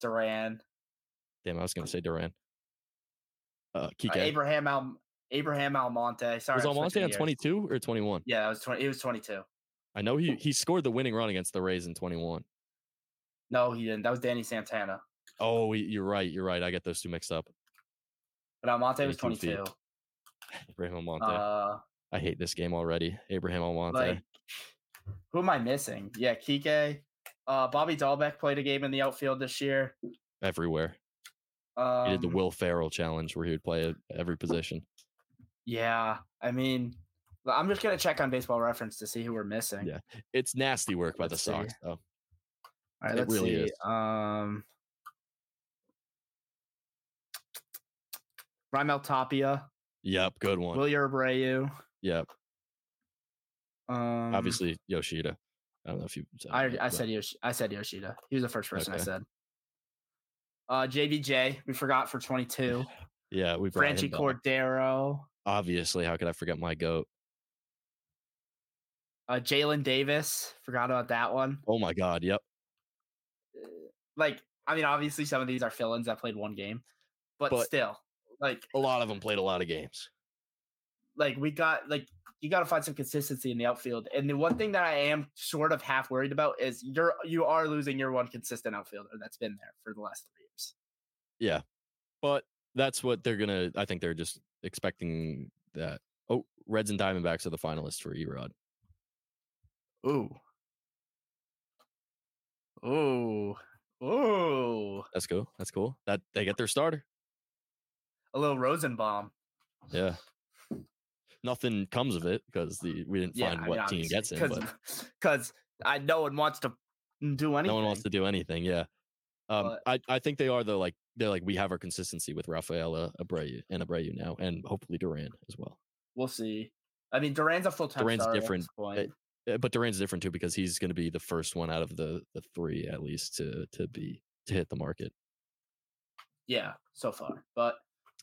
S2: Duran, uh,
S1: Damn, I was gonna say Duran. Uh,
S2: uh,
S1: Kike
S2: Abraham Al, Abraham Almonte. Sorry,
S1: was
S2: I'm switching
S1: Almonte on
S2: gears.
S1: 22 or 21.
S2: Yeah, it was 20. It was 22.
S1: I know he he scored the winning run against the Rays in 21.
S2: No, he didn't. That was Danny Santana.
S1: Oh, he- you're right. You're right. I get those two mixed up.
S2: But Almonte was
S1: 22 feet.
S2: 22.
S1: Abraham Almonte.
S2: Uh,
S1: I hate this game already. Abraham Almonte.
S2: like, who am I missing? Yeah, Kike. Uh, Bobby Dahlbeck played a game in the outfield this year.
S1: everywhere.
S2: Um,
S1: he did the Will Farrell challenge where he would play at every position.
S2: Yeah, I mean, I'm just gonna check on Baseball Reference to see who we're missing.
S1: Yeah. It's nasty work by the
S2: Let's see.
S1: Sox, though.
S2: All right,
S1: It
S2: let's
S1: really
S2: see.
S1: is.
S2: Um, Raimel Tapia,
S1: Yep, good one.
S2: Willier Abreu.
S1: yep,
S2: Um,
S1: obviously Yoshida. I don't know if you. said
S2: I,
S1: that,
S2: I
S1: but-
S2: said Yosh- I said Yoshida. He was the first person
S1: Okay.
S2: I said. Uh, JBJ, we forgot for 22.
S1: yeah. We brought him
S2: Franchi
S1: back.
S2: Cordero,
S1: Obviously, how could I forget my goat?
S2: uh, Jalen Davis. Forgot about that one.
S1: Oh my God. Yep.
S2: Like, I mean, obviously some of these are fill-ins that played one game, but
S1: But-
S2: still, like,
S1: A lot of them played a lot of games.
S2: like we got like you got to find some consistency in the outfield. And the one thing that I am sort of half worried about is you're you are losing your one consistent outfielder that's been there for the last three years.
S1: But that's what they're gonna. I think they're just expecting that. Oh, Reds and Diamondbacks are the finalists for Erod.
S2: Ooh. Ooh. Ooh.
S1: That's cool. That's cool. That they get their starter.
S2: A little Rosenbaum.
S1: Yeah. Nothing comes of it because the we didn't
S2: Yeah,
S1: find what team gets in, but
S2: because I no one wants to do anything.
S1: no one wants to do anything. Yeah. Um,
S2: But-
S1: I, I think they are though. Like they're like we have our consistency with Rafaela Abreu and Abreu now, and hopefully Duran as well.
S2: We'll see. I mean, Duran's a full time.
S1: Duran's
S2: starter
S1: different,
S2: At this point.
S1: Uh, But Duran's different too because he's going to be the first one out of the the three at least to to be to hit the market.
S2: Yeah, so far. But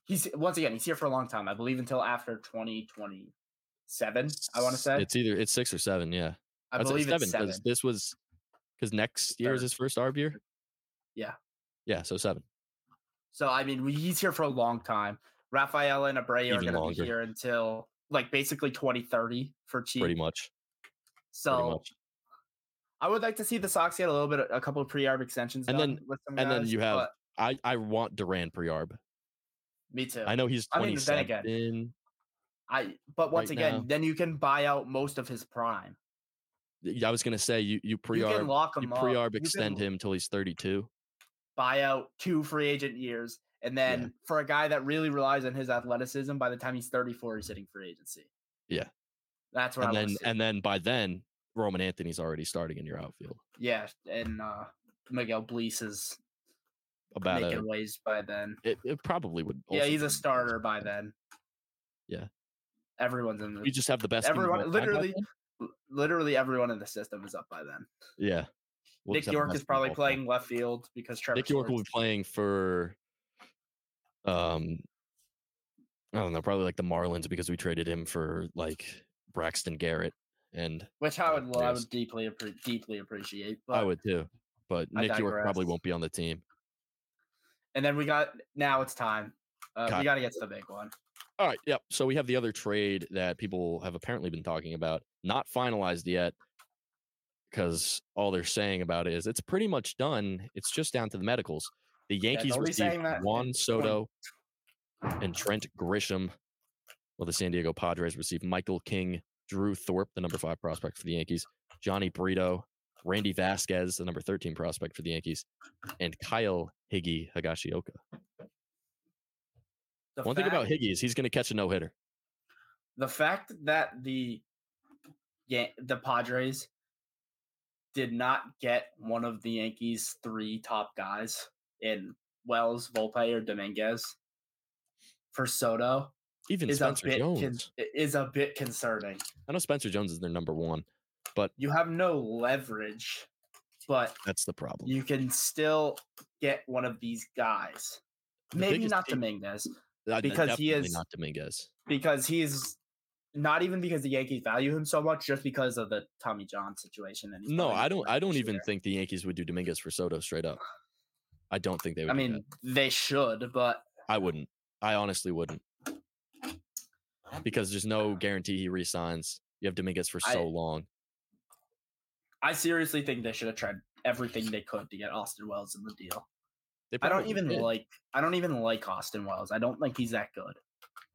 S2: he's once again, he's here for a long time. I believe until after 2027, I want to say.
S1: it's either it's six or seven. Yeah,
S2: I
S1: I'd say
S2: believe it's seven.
S1: because this was because next year is
S2: Third.
S1: his first ARB year.
S2: Yeah.
S1: yeah. So seven.
S2: So I mean, we, he's here for a long time. Rafael and Abreu are
S1: Even
S2: going to
S1: longer.
S2: be here until like basically 2030 for cheap.
S1: pretty much.
S2: so
S1: pretty much.
S2: I would like to see the Sox get a little bit, a couple of pre-arb extensions,
S1: And
S2: done
S1: then-
S2: with some
S1: and then
S2: guys,
S1: you have-
S2: but
S1: I I want Duran Priarb.
S2: me too.
S1: I know he's
S2: I mean,
S1: twenty
S2: then
S1: seven.
S2: again, I but once
S1: right
S2: again,
S1: now-
S2: then you can buy out most of his prime.
S1: I was gonna say you you
S2: you can
S1: Priarb
S2: lock
S1: you
S2: him up.
S1: Priarb
S2: You can
S1: extend him till he's thirty two.
S2: buy out two free agent years. And then
S1: Yeah.
S2: for a guy that really relies on his athleticism, by the time he's 34, he's hitting free agency.
S1: Yeah.
S2: That's what
S1: and
S2: I
S1: then
S2: want to see.
S1: and then by then Roman Anthony's already starting in your outfield.
S2: yeah. And uh, Miguel Blees is
S1: About
S2: making
S1: a,
S2: ways by then.
S1: it, it probably would.
S2: Yeah,
S1: also
S2: he's
S1: be-
S2: a starter by then.
S1: Yeah.
S2: Everyone's in the
S1: You just have the best. team of
S2: everyone
S1: all time by
S2: literally
S1: then?
S2: l- literally everyone in the system is up by then.
S1: Yeah. We'll
S2: Nick
S1: just have the
S2: York
S1: best
S2: is
S1: team of
S2: probably
S1: all time.
S2: playing left field because Trevor
S1: Nick York will be
S2: Schwartz-
S1: playing for. Um. I don't know, probably like the Marlins because we traded him for like Braxton Garrett, and
S2: which I
S1: uh,
S2: would lo- I
S1: players.
S2: would deeply appre- deeply appreciate. But
S1: I would too. But
S2: I
S1: Nick York probably
S2: digress.
S1: won't be on the team.
S2: And then we got now it's time. Uh,
S1: Cut.
S2: we got to get to the big one.
S1: All right. Yep. So we have the other trade that people have apparently been talking about, not finalized yet, because all they're saying about it is it's pretty much done. It's just down to the medicals. The Yankees
S2: nobody
S1: received
S2: saying that
S1: Juan
S2: is
S1: Soto and Trent Grisham, while the San Diego Padres received Michael King, Drew Thorpe, the number five prospect for the Yankees, Johnny Brito, Randy Vasquez, the number 13 prospect for the Yankees, and Kyle Higgy Higashioka.
S2: The
S1: One thing
S2: fact,
S1: about Higgy is he's going to catch a no hitter.
S2: the fact that the yeah, the Padres did not get one of the Yankees' three top guys in Wells, Volpe, or Dominguez for Soto
S1: Even
S2: is a
S1: Spencer
S2: bit
S1: Jones.
S2: con- is a bit concerning.
S1: I know Spencer Jones is their number one.
S2: You have no leverage but
S1: That's the problem.
S2: you can still get one of these guys.
S1: The
S2: Maybe
S1: biggest
S2: not
S1: thing-
S2: Dominguez
S1: Uh,
S2: because
S1: definitely
S2: he is-
S1: not Dominguez.
S2: because he's not even because the Yankees value him so much, just because of the Tommy John situation. And he's
S1: No,
S2: probably
S1: I
S2: not
S1: don't.
S2: playing
S1: I don't
S2: this
S1: even
S2: year.
S1: think the Yankees would do Dominguez for Soto straight up. I don't think they would.
S2: I
S1: do that.
S2: mean, they should, but
S1: I wouldn't. I honestly wouldn't. Because there's no guarantee he resigns. You have Dominguez for so
S2: I-
S1: long.
S2: I seriously think they should have tried everything they could to get Austin Wells in the deal.
S1: They
S2: I don't
S1: probably
S2: even
S1: did.
S2: like. I don't even like Austin Wells. I don't think he's that good.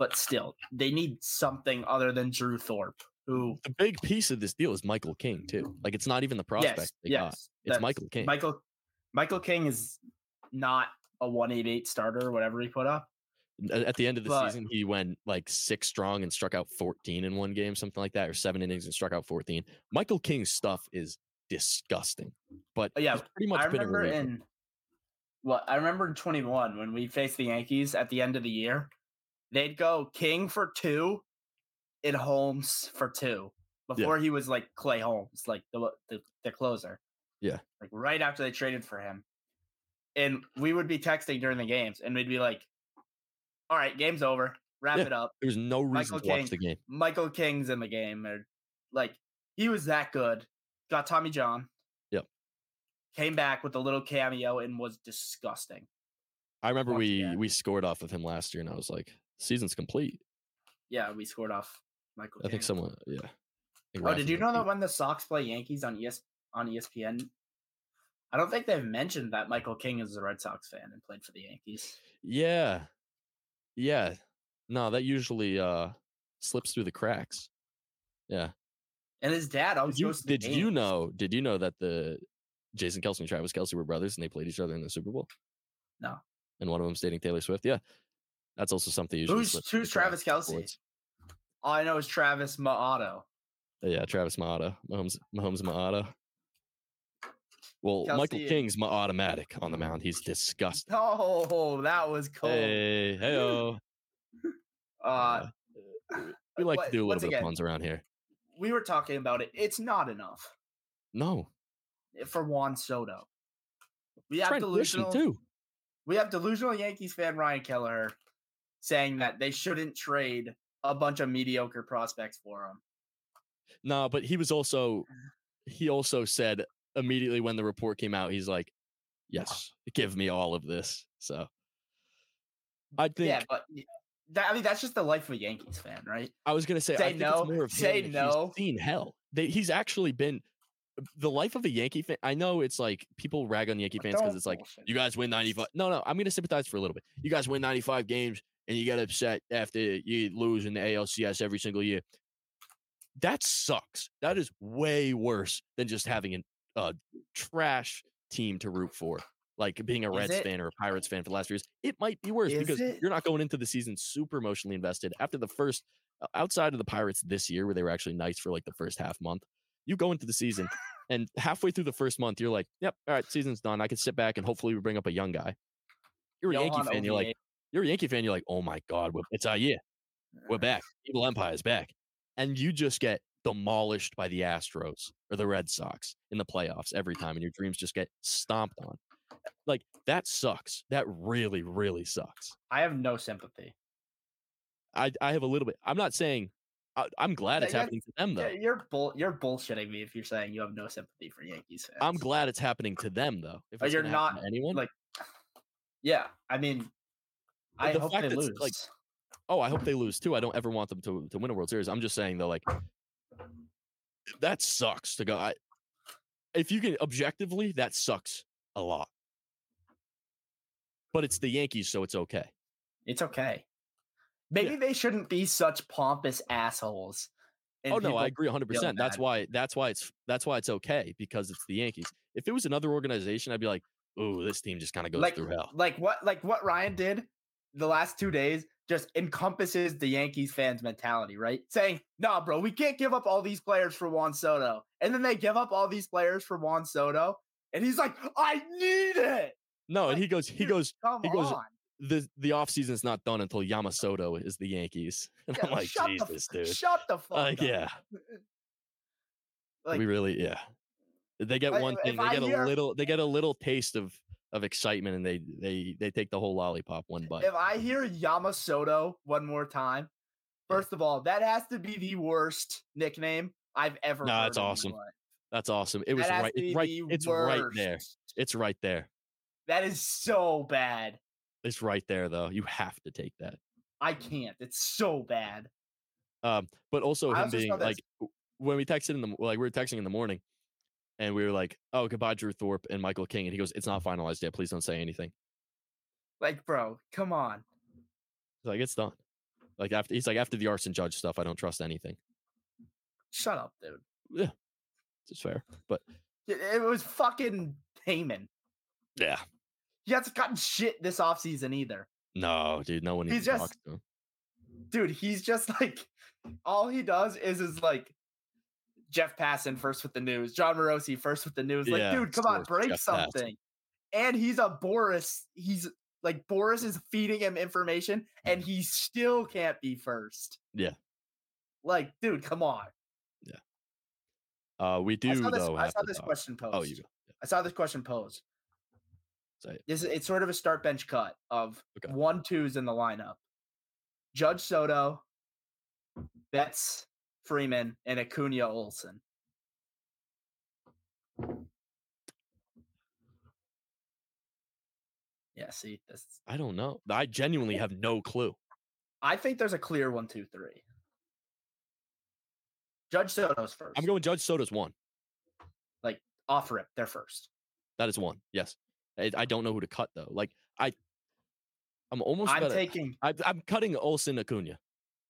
S2: But still, they need something other than Drew Thorpe, who
S1: the big piece of this deal is Michael King too. Like it's not even the prospect
S2: yes,
S1: they got.
S2: yes, that's-
S1: Michael King.
S2: Michael Michael King is not a one eight eight starter, whatever he put up.
S1: A- At the end of the
S2: But-
S1: season, he went like six strong and struck out 14 in one game, something like that, or seven innings and struck out 14. Michael King's stuff is disgusting. But
S2: Uh, yeah,
S1: he's pretty much
S2: I
S1: been a
S2: remember
S1: reliever.
S2: in well, I remember in 21 when we faced the Yankees at the end of the year, they'd go King for two and Holmes for two before he was like Clay Holmes, like the, the the closer.
S1: Yeah.
S2: Like right after they traded for him. And we would be texting during the games and we'd be like, All right, game's over. Wrap
S1: Yeah.
S2: it up.
S1: there was no reason
S2: Michael
S1: to watch
S2: King.
S1: the game.
S2: Michael King's in the game, or like he was that good. Got Tommy John.
S1: Yep.
S2: Came back with a little cameo and was disgusting.
S1: I remember
S2: Once
S1: we
S2: again.
S1: we scored off of him last year, and I was like, season's complete.
S2: Yeah, we scored off Michael.
S1: I think
S2: King.
S1: someone, yeah. I think
S2: Oh,
S1: Rafa
S2: did you
S1: might
S2: know
S1: be-
S2: that when the Sox play Yankees on ES on E ESPN, I don't think they've mentioned that Michael King is a Red Sox fan and played for the Yankees.
S1: Yeah. Yeah. No, that usually uh slips through the cracks. Yeah.
S2: And his dad always
S1: Did you,
S2: goes to the
S1: did you
S2: games.
S1: know did you know that the Jason Kelsey and Travis Kelsey were brothers and they played each other in the Super Bowl?
S2: No.
S1: And one of them's dating Taylor Swift. Yeah. That's also something usually
S2: Who's-
S1: slips through
S2: who's
S1: the cracks
S2: Travis Kelce?
S1: afterwards.
S2: All Oh, I know is Travis Maato.
S1: Uh, Yeah, Travis Maata. Mahomes Mahomes Maata. Well, Michael
S2: Kelce-
S1: King's my automatic on the mound. He's disgusting.
S2: Oh, that was cool.
S1: Hey, hey,
S2: uh,
S1: we like
S2: what-
S1: to do a little
S2: once
S1: bit
S2: again,
S1: of puns around here.
S2: We were talking about it. It's not enough.
S1: No,
S2: for Juan Soto. We have
S1: Trent Grisham
S2: delusional.
S1: too.
S2: We have delusional Yankees fan Ryan Kelleher saying that they shouldn't trade a bunch of mediocre prospects for him.
S1: No, but he was also
S2: Uh-huh.
S1: he also said immediately when the report came out, he's like, "Yes, give me all of this." So I think
S2: yeah, but y- that, I mean that's just the life of a Yankees fan, right?
S1: I was gonna say,
S2: say
S1: I think
S2: no,
S1: it's more of him
S2: say
S1: that
S2: no.
S1: He's seen hell. They, he's actually been the life of a Yankee fan. I know it's like people rag on Yankee
S2: But
S1: fans because
S2: don't
S1: it's like
S2: bullshit
S1: you guys win ninety five. No, no, I'm gonna sympathize for a little bit. You guys win ninety five games and you get upset after you lose in the ALCS every single year. That sucks. That is way worse than just having an uh, trash team to root for. Like being a
S2: Is
S1: Reds
S2: it?
S1: fan or a Pirates fan for the last few years, it might be worse
S2: Is
S1: because
S2: it?
S1: you're not going into the season super emotionally invested. After the first, o- outside of the Pirates this year, where they were actually nice for like the first half month, you go into the season and halfway through the first month, you're like, yep, all right, season's done. I can sit back and hopefully we bring up a young guy. You're a Yankee
S2: Johan
S1: fan. You're like,
S2: Oviedo.
S1: you're a Yankee fan. You're like, oh my God, we're- it's our year. We're back. Evil Empire is back. And you just get demolished by the Astros or the Red Sox in the playoffs every time, and your dreams just get stomped on. Like that sucks. That really, really sucks.
S2: I have no sympathy.
S1: I, I have a little bit. I'm not saying I, I'm glad
S2: Yeah,
S1: it's
S2: yeah,
S1: happening to them though.
S2: Yeah, you're bull, you're bullshitting me if you're saying you have no sympathy for Yankees fans.
S1: I'm glad it's happening to them though. If
S2: But
S1: it's
S2: you're
S1: gonna happen
S2: not,
S1: to anyone.
S2: like- Yeah, I mean,
S1: But
S2: I
S1: the
S2: hope
S1: fact
S2: they
S1: that
S2: lose.
S1: it's, like, oh, I hope they lose too. I don't ever want them to, to win a World Series. I'm just saying though, like that sucks to go. I, if you can objectively, that sucks a lot. But it's the Yankees, so it's okay.
S2: It's okay. Maybe they shouldn't be such pompous assholes. and
S1: oh no, I
S2: people-
S1: agree 100. percent That's
S2: bad.
S1: why. That's why it's that's why it's okay because it's the Yankees. If it was another organization, I'd be like, oh, this team just kind of goes
S2: like
S1: through hell.
S2: like what like what Ryan did the last two days just encompasses the Yankees fans mentality, right? Saying, "Nah, bro, we can't give up all these players for Juan Soto," and then they give up all these players for Juan Soto, and he's like, "I need it."
S1: No,
S2: like,
S1: and he goes, he
S2: dude,
S1: goes,
S2: Come
S1: He goes,
S2: on,
S1: the the offseason's not done until Yamasoto is the Yankees. And
S2: Yeah,
S1: I'm like,
S2: shut the
S1: Jesus,
S2: f-
S1: dude. Uh,
S2: shut the fuck
S1: Like,
S2: up.
S1: yeah.
S2: Like,
S1: we really, yeah. They get
S2: I-
S1: one
S2: if
S1: thing. They
S2: I
S1: get
S2: hear-
S1: a little. They get a little taste of of excitement, and they they they take the whole lollipop one bite.
S2: If I hear Yamasoto one more time, first of all, that has to be the worst nickname I've ever.
S1: Nah,
S2: heard
S1: it's
S2: in my
S1: awesome.
S2: life.
S1: That's awesome. It was
S2: that has
S1: right.
S2: to be
S1: It's right.
S2: the
S1: It's right there.
S2: worst.
S1: It's right there.
S2: That is so bad.
S1: It's right there, though. You have to take that.
S2: I
S1: Mm.
S2: can't. It's so bad.
S1: Um, but also
S2: I
S1: him
S2: also saw
S1: being
S2: that-
S1: like w- when we texted in the m- like we were texting in the morning, and we were like, "Oh, goodbye, Drew Thorpe and Michael King," and he goes, "It's not finalized yet. Please don't say anything."
S2: Like, bro, come on.
S1: He's like, "It's done." Like after he's like after the arson judge stuff, I don't trust anything.
S2: Shut up, dude.
S1: It's fair.
S2: It, it was fucking Heyman.
S1: Yeah.
S2: He hasn't gotten shit this offseason either.
S1: No, dude. No one
S2: He's
S1: even
S2: just-
S1: talks to him.
S2: Dude, he's just like all he does is is like Jeff Passan first with the news, John Morosi first with the news. Like,
S1: Yeah,
S2: dude,
S1: of
S2: come on,
S1: course,
S2: break
S1: Jeff Passan.
S2: something. And he's a Boris. He's like Boris is feeding him information and he still can't be first.
S1: Yeah.
S2: Like, dude, come on.
S1: Uh, we do
S2: I saw this,
S1: though.
S2: I
S1: have
S2: saw
S1: to
S2: this
S1: talk-
S2: question posed.
S1: Oh, you go.
S2: I saw this question posed.
S1: Say it.
S2: This is it's sort of a start bench cut of
S1: Okay.
S2: one twos in the lineup. Judge Soto, Betts, Freeman, and Acuna Olson. Yeah, see, this
S1: I don't know. I genuinely have no clue.
S2: I think there's a clear one, two, three. Judge Soto's 1st
S1: I'm going Judge Soto's one.
S2: off rip. They're first.
S1: That is one. Yes. I, I don't know who to cut though. Like I, I'm almost.
S2: I'm
S1: gonna-
S2: taking
S1: I, I'm cutting Olsen Acuna.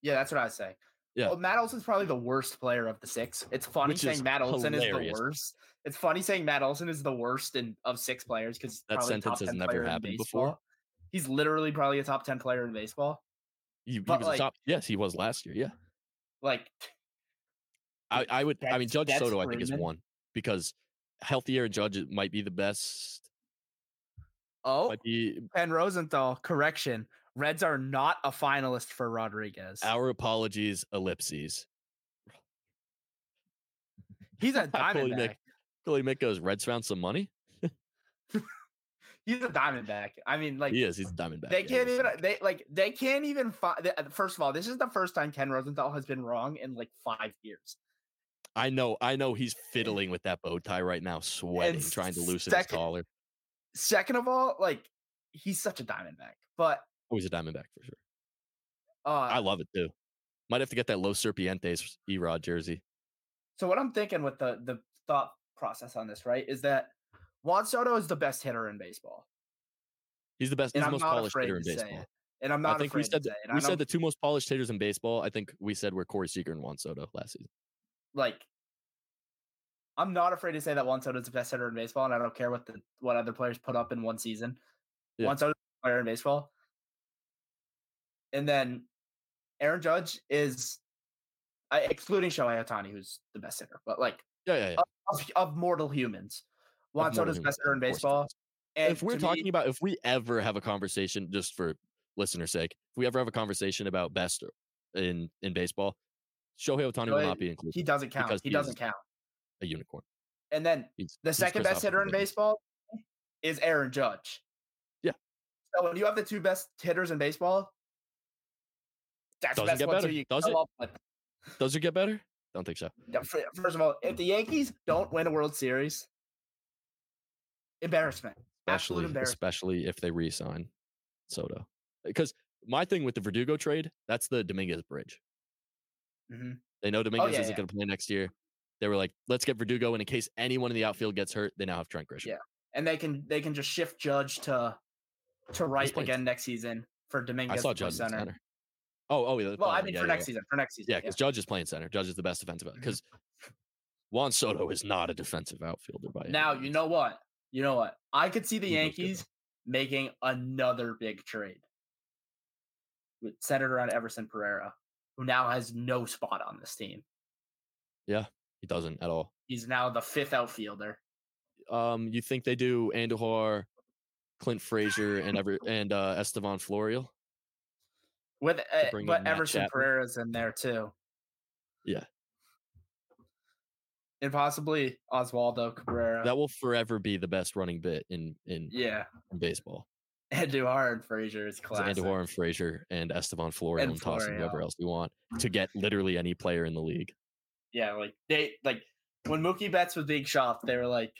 S2: Yeah, that's what I was saying.
S1: Yeah.
S2: Well, Matt Olson's probably the worst player of the six. It's funny
S1: Which is
S2: saying Matt Olson is the
S1: hilarious.
S2: worst. It's funny saying Matt Olson is the worst in, of six players because
S1: That sentence has never happened before.
S2: He's literally probably a top ten player in baseball.
S1: He, he
S2: But,
S1: was a
S2: like-
S1: top. Yes, he was last year. Yeah.
S2: Like,
S1: I, I would. I mean,
S2: That's-
S1: Judge
S2: that's
S1: Soto, I think, is
S2: Freeman.
S1: one because healthier Judge might be the best.
S2: oh,
S1: Might be
S2: Pen Rosenthal. Correction: Reds are not a finalist for Rodriguez.
S1: our apologies. Ellipses.
S2: He's a
S1: I fully
S2: Diamondback.
S1: Billy Mick goes. Reds found some money.
S2: He's a Diamondback. I mean, like
S1: he is. He's a Diamondback.
S2: they
S1: yeah,
S2: can't
S1: he is.
S2: even they like they can't even find first of all this is the first time ken rosenthal has been wrong in like five years
S1: I know. I know. He's fiddling with that bow tie right now, sweating, trying to loosen
S2: second-
S1: his collar.
S2: second of all like he's such a diamondback but
S1: Oh, he's a Diamondback for sure.
S2: uh
S1: I love it too. Might have to get that Los Serpientes Erod jersey.
S2: so what i'm thinking with the the thought process on this right is that juan soto is the best hitter in baseball
S1: He's the best.
S2: and
S1: He's the
S2: i'm
S1: most
S2: not
S1: polished
S2: afraid
S1: hitter
S2: to
S1: in
S2: say
S1: baseball.
S2: it and i'm
S1: I
S2: not
S1: think
S2: afraid
S1: we said that
S2: to say it. And
S1: we
S2: I
S1: said
S2: don't-
S1: the two most polished hitters in baseball. I think we said were Corey Seager and Juan Soto last season.
S2: like i'm not afraid to say that juan soto is the best hitter in baseball and i don't care what the what other players put up in one season
S1: Yeah.
S2: juan soto is the player in baseball and then aaron judge is I, excluding Shohei Otani, who's the best hitter, but like
S1: Yeah, yeah, yeah.
S2: of, of mortal humans. Juan
S1: Of mortal
S2: Soto's
S1: humans,
S2: best hitter in
S1: of course he
S2: baseball.
S1: is.
S2: And
S1: if we're
S2: to
S1: talking
S2: me,
S1: about if we ever have a conversation, just for listener sake, if we ever have a conversation about best in in baseball, Shohei Otani will
S2: Shohei-
S1: not be included.
S2: he doesn't count.
S1: because
S2: He
S1: he is
S2: doesn't count.
S1: a unicorn.
S2: And then
S1: He's,
S2: the
S1: he's
S2: second best
S1: Kristaps
S2: hitter in
S1: Porzingis.
S2: baseball is Aaron Judge.
S1: Yeah.
S2: So when you have the two best hitters in baseball, that's the
S1: Doesn't
S2: best
S1: get
S2: one
S1: better,
S2: too. You
S1: does
S2: come
S1: it?
S2: up with.
S1: Does it get better? Don't think so.
S2: Yeah, fir- First of all, if the Yankees don't win a World Series, embarrassment. Absolute
S1: Especially
S2: embarrassment.
S1: especially if they re-sign Soto. Because my thing with the Verdugo trade, that's the Dominguez bridge.
S2: Mhm.
S1: They know Dominguez
S2: yeah,
S1: isn't
S2: yeah.
S1: going to play next year. They were like, let's get Verdugo, and in case anyone in the outfield gets hurt, they now have Trent Grisham.
S2: Yeah. And they can they can just shift Judge to to right
S1: playing-
S2: again next season for Dominguez.
S1: I saw
S2: to play
S1: Judge in center. Oh, oh, yeah. the
S2: Well, I
S1: following,
S2: mean
S1: yeah,
S2: for
S1: yeah,
S2: next
S1: yeah.
S2: season. For next season.
S1: Yeah, because Judge is playing center. Judge is the best defensive
S2: Mhm.
S1: because Juan Soto is not a defensive outfielder by any
S2: Now
S1: means.
S2: you know what? You know what? I could see the
S1: Who knows, dude?
S2: Yankees making another big trade with centered around Everson Pereira, who now has no spot on this team.
S1: he doesn't at all.
S2: He's now the fifth outfielder.
S1: Um, you think they do Andujar, Clint Frazier, and ever and uh, Estevan Florial?
S2: With uh,
S1: bring
S2: but
S1: in Matt
S2: Everson
S1: Chapman.
S2: Pereira's in there too.
S1: Yeah.
S2: and possibly Oswaldo Cabrera.
S1: That will forever be the best running bit in in,
S2: yeah,
S1: in baseball.
S2: and Duhar and Frazier is
S1: It's
S2: classic.
S1: Andujar and Frazier and Estevan Florio
S2: And
S1: and, toss and whoever
S2: Florio.
S1: else we want to get literally any player in the league.
S2: Yeah, like they like when Mookie Betts was being shopped, they were like,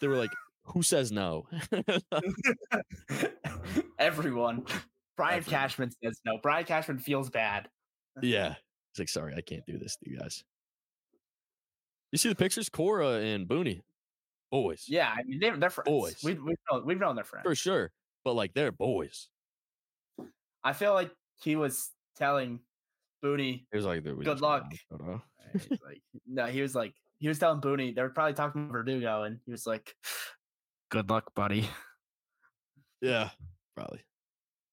S1: They were like, "Who says no?"
S2: everyone. Brian
S1: Everyone.
S2: Cashman says no. Brian Cashman feels bad.
S1: yeah, he's like, "Sorry, I can't do this to you guys." You see the pictures, Cora and Booney, boys,
S2: Yeah, I mean they're, they're friends.
S1: Boys.
S2: We've we've known, we've known they're friends.
S1: for sure. But like, they're boys.
S2: I feel like he was telling Booney,
S1: It was like, "Dude, we
S2: Good
S1: just gotta
S2: luck."
S1: knock it out."
S2: like, no, he was like, he was telling Booney, they were probably talking about Verdugo, and he was like, good luck, buddy.
S1: Yeah, probably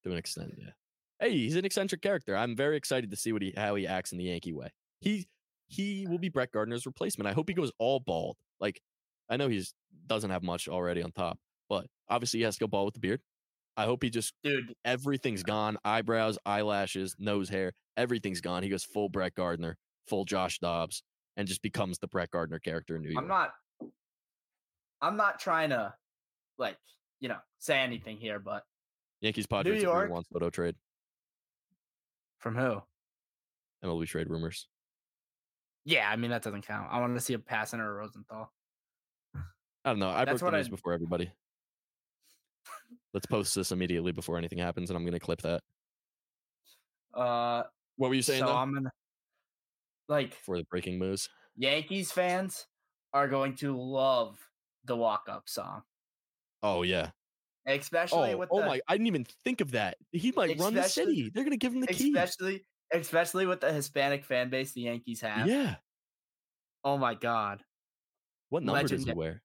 S1: to an extent. Yeah. Hey, he's an eccentric character. I'm very excited to see what he how he acts in the Yankee way. He he will be Brett Gardner's replacement. I hope he goes all bald. Like I know he's doesn't have much already on top, but obviously he has to go bald with the beard. I hope he just
S2: Dude,
S1: everything's gone. Eyebrows, eyelashes, nose hair, everything's gone. He goes full Brett Gardner, full Josh Dobbs, and just becomes the Brett Gardner character in New York.
S2: I'm not, I'm not trying to, like, you know, say anything here, but
S1: Yankees Padres
S2: York-
S1: Juan Soto trade,
S2: from who?
S1: MLB trade rumors.
S2: Yeah, I mean, that doesn't count. I wanted to see a Passan or a Rosenthal.
S1: I don't know. I broke
S2: That's
S1: the
S2: what I-
S1: news before everybody. Let's post this immediately before anything happens, and I'm going to clip that.
S2: Uh,
S1: What were you saying
S2: so
S1: though?
S2: I'm gonna, like,
S1: before the breaking news?
S2: Yankees fans are going to love the walk up song,
S1: Oh yeah.
S2: especially
S1: Oh,
S2: with
S1: oh
S2: the,
S1: my! I didn't even think of that. He might run the
S2: Especially-
S1: city. They're going to give him the key.
S2: especially especially with the Hispanic fan base the Yankees have.
S1: Yeah.
S2: Oh my God,
S1: What number does he
S2: Legendary.
S1: wear?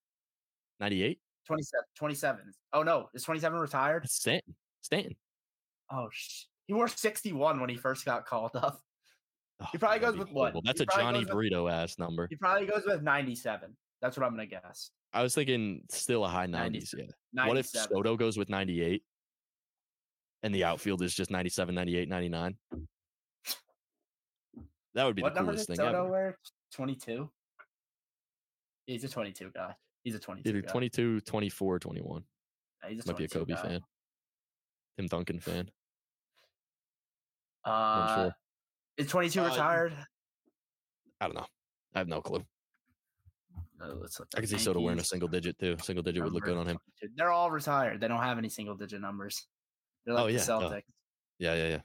S1: Ninety-eight.
S2: 27, 27. Oh no, is twenty seven retired?
S1: That's Stanton. Stanton.
S2: Oh sh- he wore sixty one when he first got called up.
S1: Oh,
S2: He probably
S1: that'd
S2: goes
S1: be
S2: with what?
S1: horrible. That's
S2: He
S1: a
S2: probably
S1: Johnny
S2: goes with-
S1: Burrito ass number.
S2: He probably goes with ninety seven. That's what I'm gonna guess.
S1: I was thinking still a high nineties. Yeah.
S2: 97.
S1: What if
S2: 97.
S1: Soto goes with ninety-eight, and the outfield is just 97, 98, 99? That would be
S2: What
S1: the
S2: number
S1: coolest
S2: did
S1: thing
S2: Soto
S1: ever.
S2: wear? Twenty two. He's a twenty two guy. He's a twenty two.
S1: Either 22, 24, 21.
S2: He's a
S1: Might be a
S2: 22
S1: Kobe
S2: guy.
S1: fan. Tim Duncan fan.
S2: Uh,
S1: sure.
S2: Is twenty two
S1: Uh,
S2: retired?
S1: I don't know. I have no clue.
S2: No, let's look
S1: I
S2: up
S1: could see Soto wearing a
S2: Yankees.
S1: single digit too. Single digit would look good
S2: numbers.
S1: on him.
S2: They're all retired. They don't have any single digit numbers. They're
S1: Oh,
S2: like
S1: yeah,
S2: the
S1: duh.
S2: Celtics.
S1: Yeah, yeah, yeah.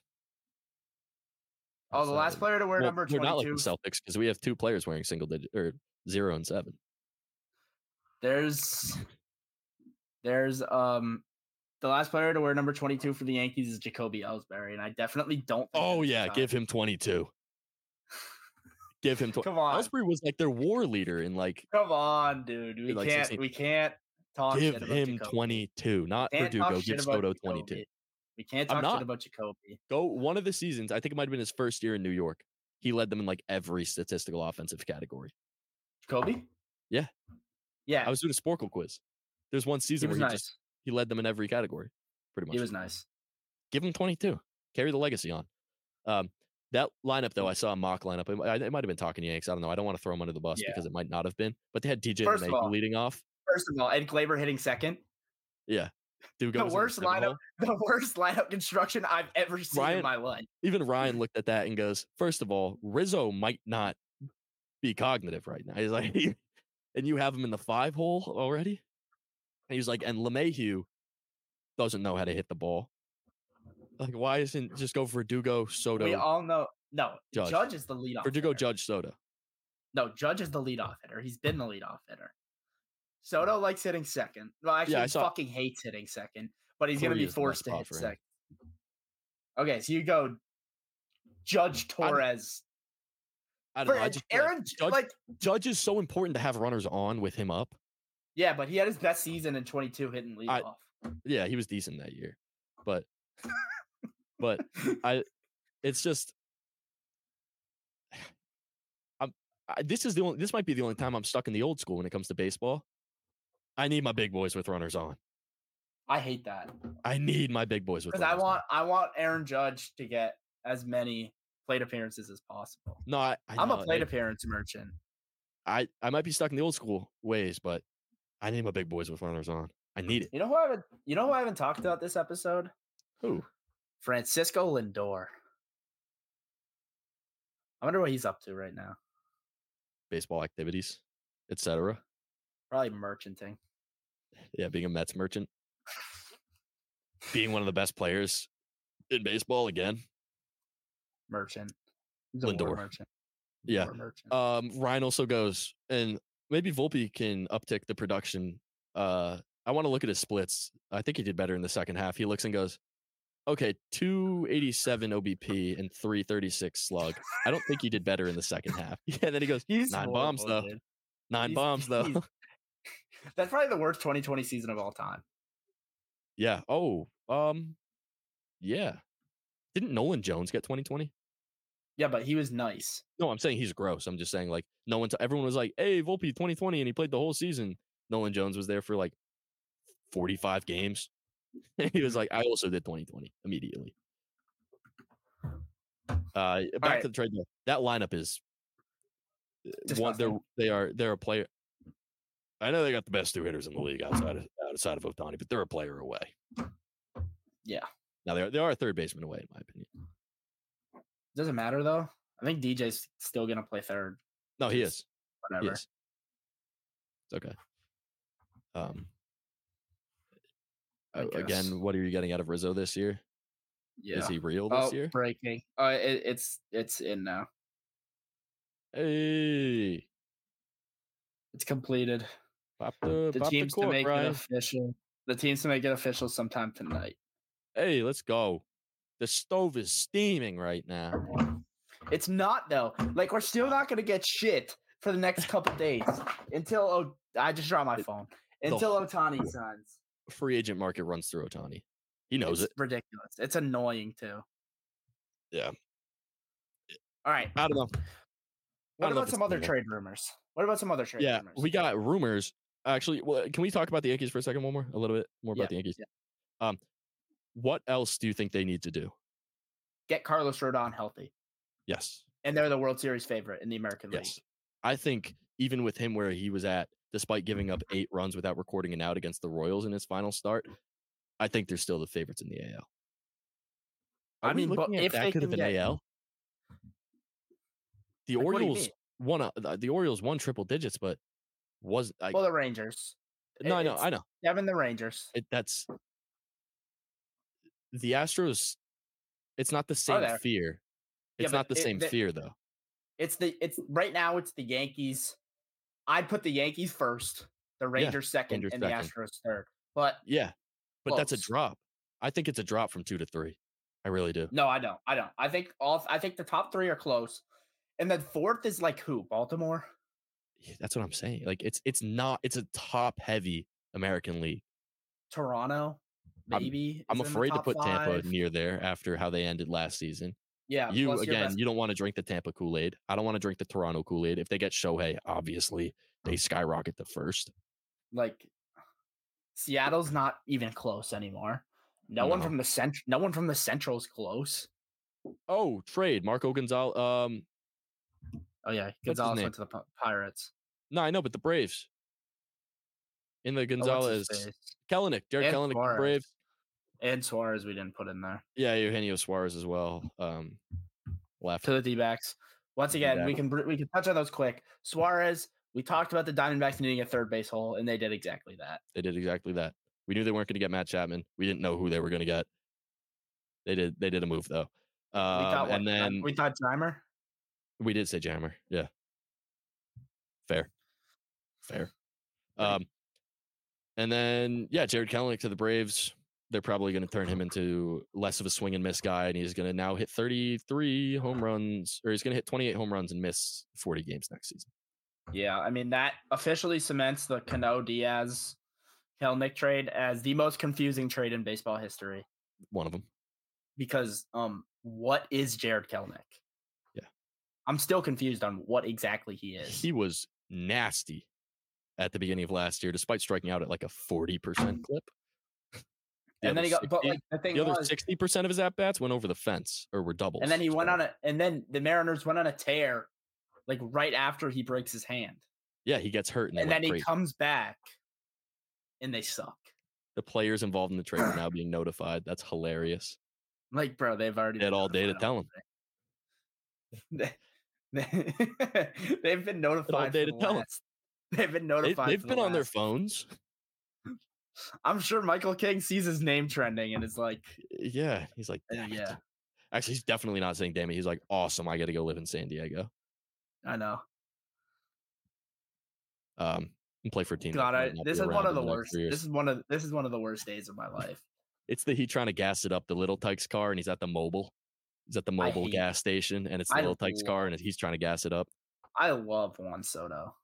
S2: Oh, the last
S1: Absolutely.
S2: player to wear
S1: Well,
S2: number
S1: We're not like the
S2: 22.
S1: Celtics because we have two players wearing single digit or zero and seven.
S2: there's there's um the last player to wear number 22 for the Yankees is Jacoby Ellsbury, and I definitely don't think
S1: Oh
S2: that's
S1: yeah,
S2: retired.
S1: give him twenty two. give him twenty.
S2: Come on.
S1: Ellsbury was like their war leader in like
S2: Come on, dude. We
S1: Dude, like
S2: can't
S1: 16.
S2: we can't talk
S1: give
S2: shit about
S1: him
S2: Jacoby.
S1: twenty two, not
S2: Can't talk
S1: Verdugo.
S2: shit
S1: Give
S2: about
S1: Soto twenty two.
S2: Jacoby. We can't
S1: I'm
S2: talk
S1: not.
S2: shit about Jacoby.
S1: Go one of the seasons. I think it might have been his first year in New York. He led them in like every statistical offensive category.
S2: Jacoby?
S1: Yeah.
S2: Yeah.
S1: I was doing a Sporkle quiz. There's one
S2: he
S1: season
S2: was
S1: where he
S2: nice.
S1: just he led them in every category, pretty much.
S2: he was nice.
S1: Give him 22. Carry the legacy on. Um, that lineup though, I saw a mock lineup. It, mi- I- it might have been talking Yanks. I don't know. I don't want to throw him under the bus
S2: Yeah.
S1: because it might not have been. But they had DJ
S2: First of
S1: LeMahieu
S2: all-
S1: leading off.
S2: First of all, Ed Glaber hitting second.
S1: Dude,
S2: the worst lineup, the worst lineup construction I've ever seen
S1: Ryan-
S2: in my life.
S1: Even
S2: Mm-hmm.
S1: Ryan looked at that and goes, first of all, Rizzo might not be cognitive right now. He's like, and you have him in the five hole already. And he's like, and LeMahieu doesn't know how to hit the ball. Like, why isn't just go for Dugo Soto?
S2: We all know. No,
S1: Judge.
S2: Judge, is the leadoff.
S1: Verdugo
S2: hitter.
S1: Judge Soda.
S2: No, Judge is the leadoff hitter. He's been the leadoff hitter. Soto likes hitting second. Well, actually,
S1: I
S2: he
S1: saw-
S2: fucking hates hitting second, but he's going to be
S1: Korea's the best
S2: forced to
S1: spot
S2: hit
S1: for him.
S2: second. Okay, so you go Judge Torres.
S1: I don't
S2: For-
S1: know. I just feel like
S2: Aaron, J-
S1: Judge-
S2: like,
S1: Judge is so important to have runners on with him up.
S2: yeah, but he had his best season in 22 hitting
S1: I-
S2: leadoff.
S1: Yeah, he was decent that year, but but I it's just I'm I, this is the only this might be the only time I'm stuck in the old school when it comes to baseball. I need my big boys with runners on.
S2: I hate that.
S1: I need my big boys with.
S2: because I
S1: runners on.
S2: want I want Aaron Judge to get as many plate appearances as possible.
S1: No, I, I
S2: I'm
S1: know,
S2: a plate
S1: like,
S2: appearance merchant.
S1: I I might be stuck in the old school ways, but I need my big boys with runners on. I need it.
S2: You know who I haven't you know who I haven't talked about this episode?
S1: Who?
S2: Francisco Lindor. I wonder what he's up to right now.
S1: Baseball activities, etc.
S2: Probably merchanting.
S1: Yeah, being a Mets merchant, being one of the best players in baseball again.
S2: Merchant. He's a war
S1: Lindor.
S2: merchant.
S1: Yeah.
S2: War merchant.
S1: Um, Ryan also goes, and maybe Volpe can uptick the production. Uh, I want to look at his splits. I think he did better in the second half. He looks and goes, okay, 287 OBP and 336 slug. I don't think he did better in the second half. and then he goes,
S2: he's
S1: nine bombs,
S2: horrible,
S1: though.
S2: dude.
S1: nine
S2: He's-
S1: bombs, though.
S2: he's- That's probably the worst 2020 season of all time.
S1: yeah. Oh, um, yeah. Didn't Nolan Jones get 2020?
S2: Yeah, but he was nice.
S1: No, I'm saying he's gross. I'm just saying like no one. T- everyone was like, "Hey, Volpe, 2020," and he played the whole season. Nolan Jones was there for like 45 games. And he was like, "I also did 2020 immediately." Uh, back
S2: right.
S1: to the trade. deal. That lineup is uh, one. They're
S2: Disgusting.
S1: they are they're a player. I know they got the best two hitters in the league outside of outside of Otani, but they're a player away.
S2: Yeah.
S1: Now they are they are a third baseman away, in my opinion.
S2: Doesn't matter though. I think DJ's still gonna play third.
S1: No, he
S2: It's-
S1: is.
S2: Whatever.
S1: Yes. It's okay. Um,
S2: I
S1: uh,
S2: guess.
S1: again, what are you getting out of Rizzo this year?
S2: Yeah.
S1: Is he real this
S2: oh,
S1: year?
S2: breaking. Uh, it, it's it's in now.
S1: Hey,
S2: It's completed.
S1: pop the,
S2: The
S1: pop the
S2: teams to
S1: cork,
S2: make it
S1: Ryan.
S2: official. The teams to make it official sometime tonight.
S1: Hey, let's go. The stove is steaming right now.
S2: It's not though. Like we're still not gonna get shit for the next couple days until oh, I just draw my
S1: It-
S2: phone
S1: the
S2: until
S1: whole-
S2: Otani signs.
S1: Free agent market runs through Otani. He knows
S2: it's
S1: it.
S2: ridiculous. It's annoying too.
S1: Yeah.
S2: All right.
S1: I don't know. I
S2: What
S1: don't know if
S2: about
S1: it's
S2: some other
S1: annoying.
S2: trade rumors? What about some other trade
S1: Yeah,
S2: rumors?
S1: we got rumors. Actually, well, can we talk about the Yankees for a second? One more, a little bit more about
S2: Yeah,
S1: the Yankees. Um, what else do you think they need to do?
S2: get Carlos Rodon healthy,
S1: Yes.
S2: and they're the World Series favorite in the American League.
S1: Yes. I think even with him where he was at, despite giving up eight runs without recording an out against the Royals in his final start, I think they're still the favorites in the AL.
S2: I
S1: Are we
S2: mean, but
S1: looking at
S2: if
S1: that
S2: they
S1: could have
S2: can
S1: been
S2: get-
S1: AL. The
S2: Like, what do you
S1: Orioles
S2: mean?
S1: won a, uh, the- the Orioles won triple digits, but was I,
S2: Well, the Rangers.
S1: no, I know,
S2: it's-
S1: I know.
S2: Devin the Rangers.
S1: It, that's the Astros. It's not the same
S2: there.
S1: fear.
S2: Oh, Yeah,
S1: It's not the
S2: but it-
S1: same
S2: the-
S1: fear though.
S2: It's the it's right now. It's the Yankees. I'd put the Yankees first, the Rangers second,
S1: Rangers
S2: and
S1: second.
S2: the Astros third. But
S1: Yeah, but that's a
S2: Close.
S1: drop. I think it's a drop from two to three. I really do.
S2: no, I don't. I don't. I think all. I think the top three are close, and then fourth is like who? Baltimore.
S1: Yeah, That's what I'm saying. Like it's it's not it's a top heavy American league.
S2: Toronto,
S1: I'm-
S2: maybe. is
S1: I'm
S2: in the
S1: afraid to
S2: top
S1: put
S2: five.
S1: Tampa near there after how they ended last season.
S2: Yeah,
S1: you
S2: plus your
S1: again,
S2: best-
S1: you don't want to drink the Tampa Kool Aid. I don't want to drink the Toronto Kool Aid. If they get Shohei, obviously
S2: Mm.
S1: they skyrocket the first.
S2: like Seattle's not even close anymore. No, one
S1: No.
S2: from the cent. No one from the Central's close.
S1: Oh, trade Marco Gonzalez. Um,
S2: Oh yeah,
S1: his
S2: Gonzalez
S1: name?
S2: went to the Pi- Pirates. Oh,
S1: no, I know, but the Braves in the
S2: Oh, what's his
S1: Gonzalez,
S2: face?
S1: Kellenick, Jared
S2: And
S1: Kellenick,
S2: Suarez.
S1: Braves.
S2: and Suarez we didn't put in there.
S1: Yeah, Eugenio Suarez as well. Um, left.
S2: to the D-backs. Once again, we
S1: D-backs.
S2: can br- we can touch on those quick. Suarez, we talked about the Diamondbacks needing a third base hole, and they did exactly that.
S1: They did exactly that. We knew they weren't going to get Matt Chapman. We didn't know who they were going to get. They did. They did a move though,
S2: we
S1: um,
S2: what,
S1: and
S2: Dim-
S1: then
S2: we
S1: we,
S2: thought Dimer.
S1: did say Jammer. Yeah, fair, fair.
S2: Right.
S1: Um, and then yeah, Jared Kelenic to the Braves. They're probably going to turn him into less of a swing and miss guy, and he's going to now hit 33 home runs, or he's going to hit 28 home runs and miss 40 games next season.
S2: Yeah, I mean that officially cements the Cano Diaz Kelnick trade as the most confusing trade in baseball history
S1: One of them.
S2: because um, what is Jared Kelnick?
S1: Yeah.
S2: I'm still confused on what exactly he is.
S1: He was nasty at the beginning of last year, despite striking out at like a 40% clip. The
S2: and then
S1: other
S2: he got, but
S1: 60
S2: like the thing
S1: the other
S2: was,
S1: 60% of his at bats went over the fence or were doubles.
S2: and then he
S1: is
S2: went
S1: what
S2: on a, and then the Mariners went on a tear, like right after he breaks his hand.
S1: Yeah, he gets hurt and,
S2: and then he
S1: comes.
S2: comes back, and they suck.
S1: the players involved in the trade are now being notified. That's hilarious.
S2: Like, bro, they've already
S1: They had
S2: been
S1: all day to
S2: notified
S1: tell him.
S2: They- they've been notified.
S1: day to
S2: for the
S1: tell 'em.
S2: last- They've been
S1: They,
S2: notified.
S1: they've
S2: for
S1: been on their
S2: last-
S1: phones.
S2: I'm sure Michael King sees his name trending and is like,
S1: Yeah, he's like,
S2: Uh,
S1: "Damn it."
S2: yeah.
S1: Actually, he's definitely not saying "damn it." He's like, "Awesome, I got to go live in San Diego
S2: I know.
S1: um, and play for a team." that
S2: God,
S1: might
S2: I,
S1: not be
S2: this is one
S1: around in
S2: of the
S1: next
S2: worst.
S1: three years."
S2: This is one of this is one of the worst days of my life.
S1: It's the he trying to gas it up the little Tyke's car, and he's at the mobile. He's at the
S2: I
S1: mobile
S2: hate-
S1: gas station, and it's the
S2: I
S1: little Tyke's car, and he's trying to gas it up.
S2: I love Juan Soto.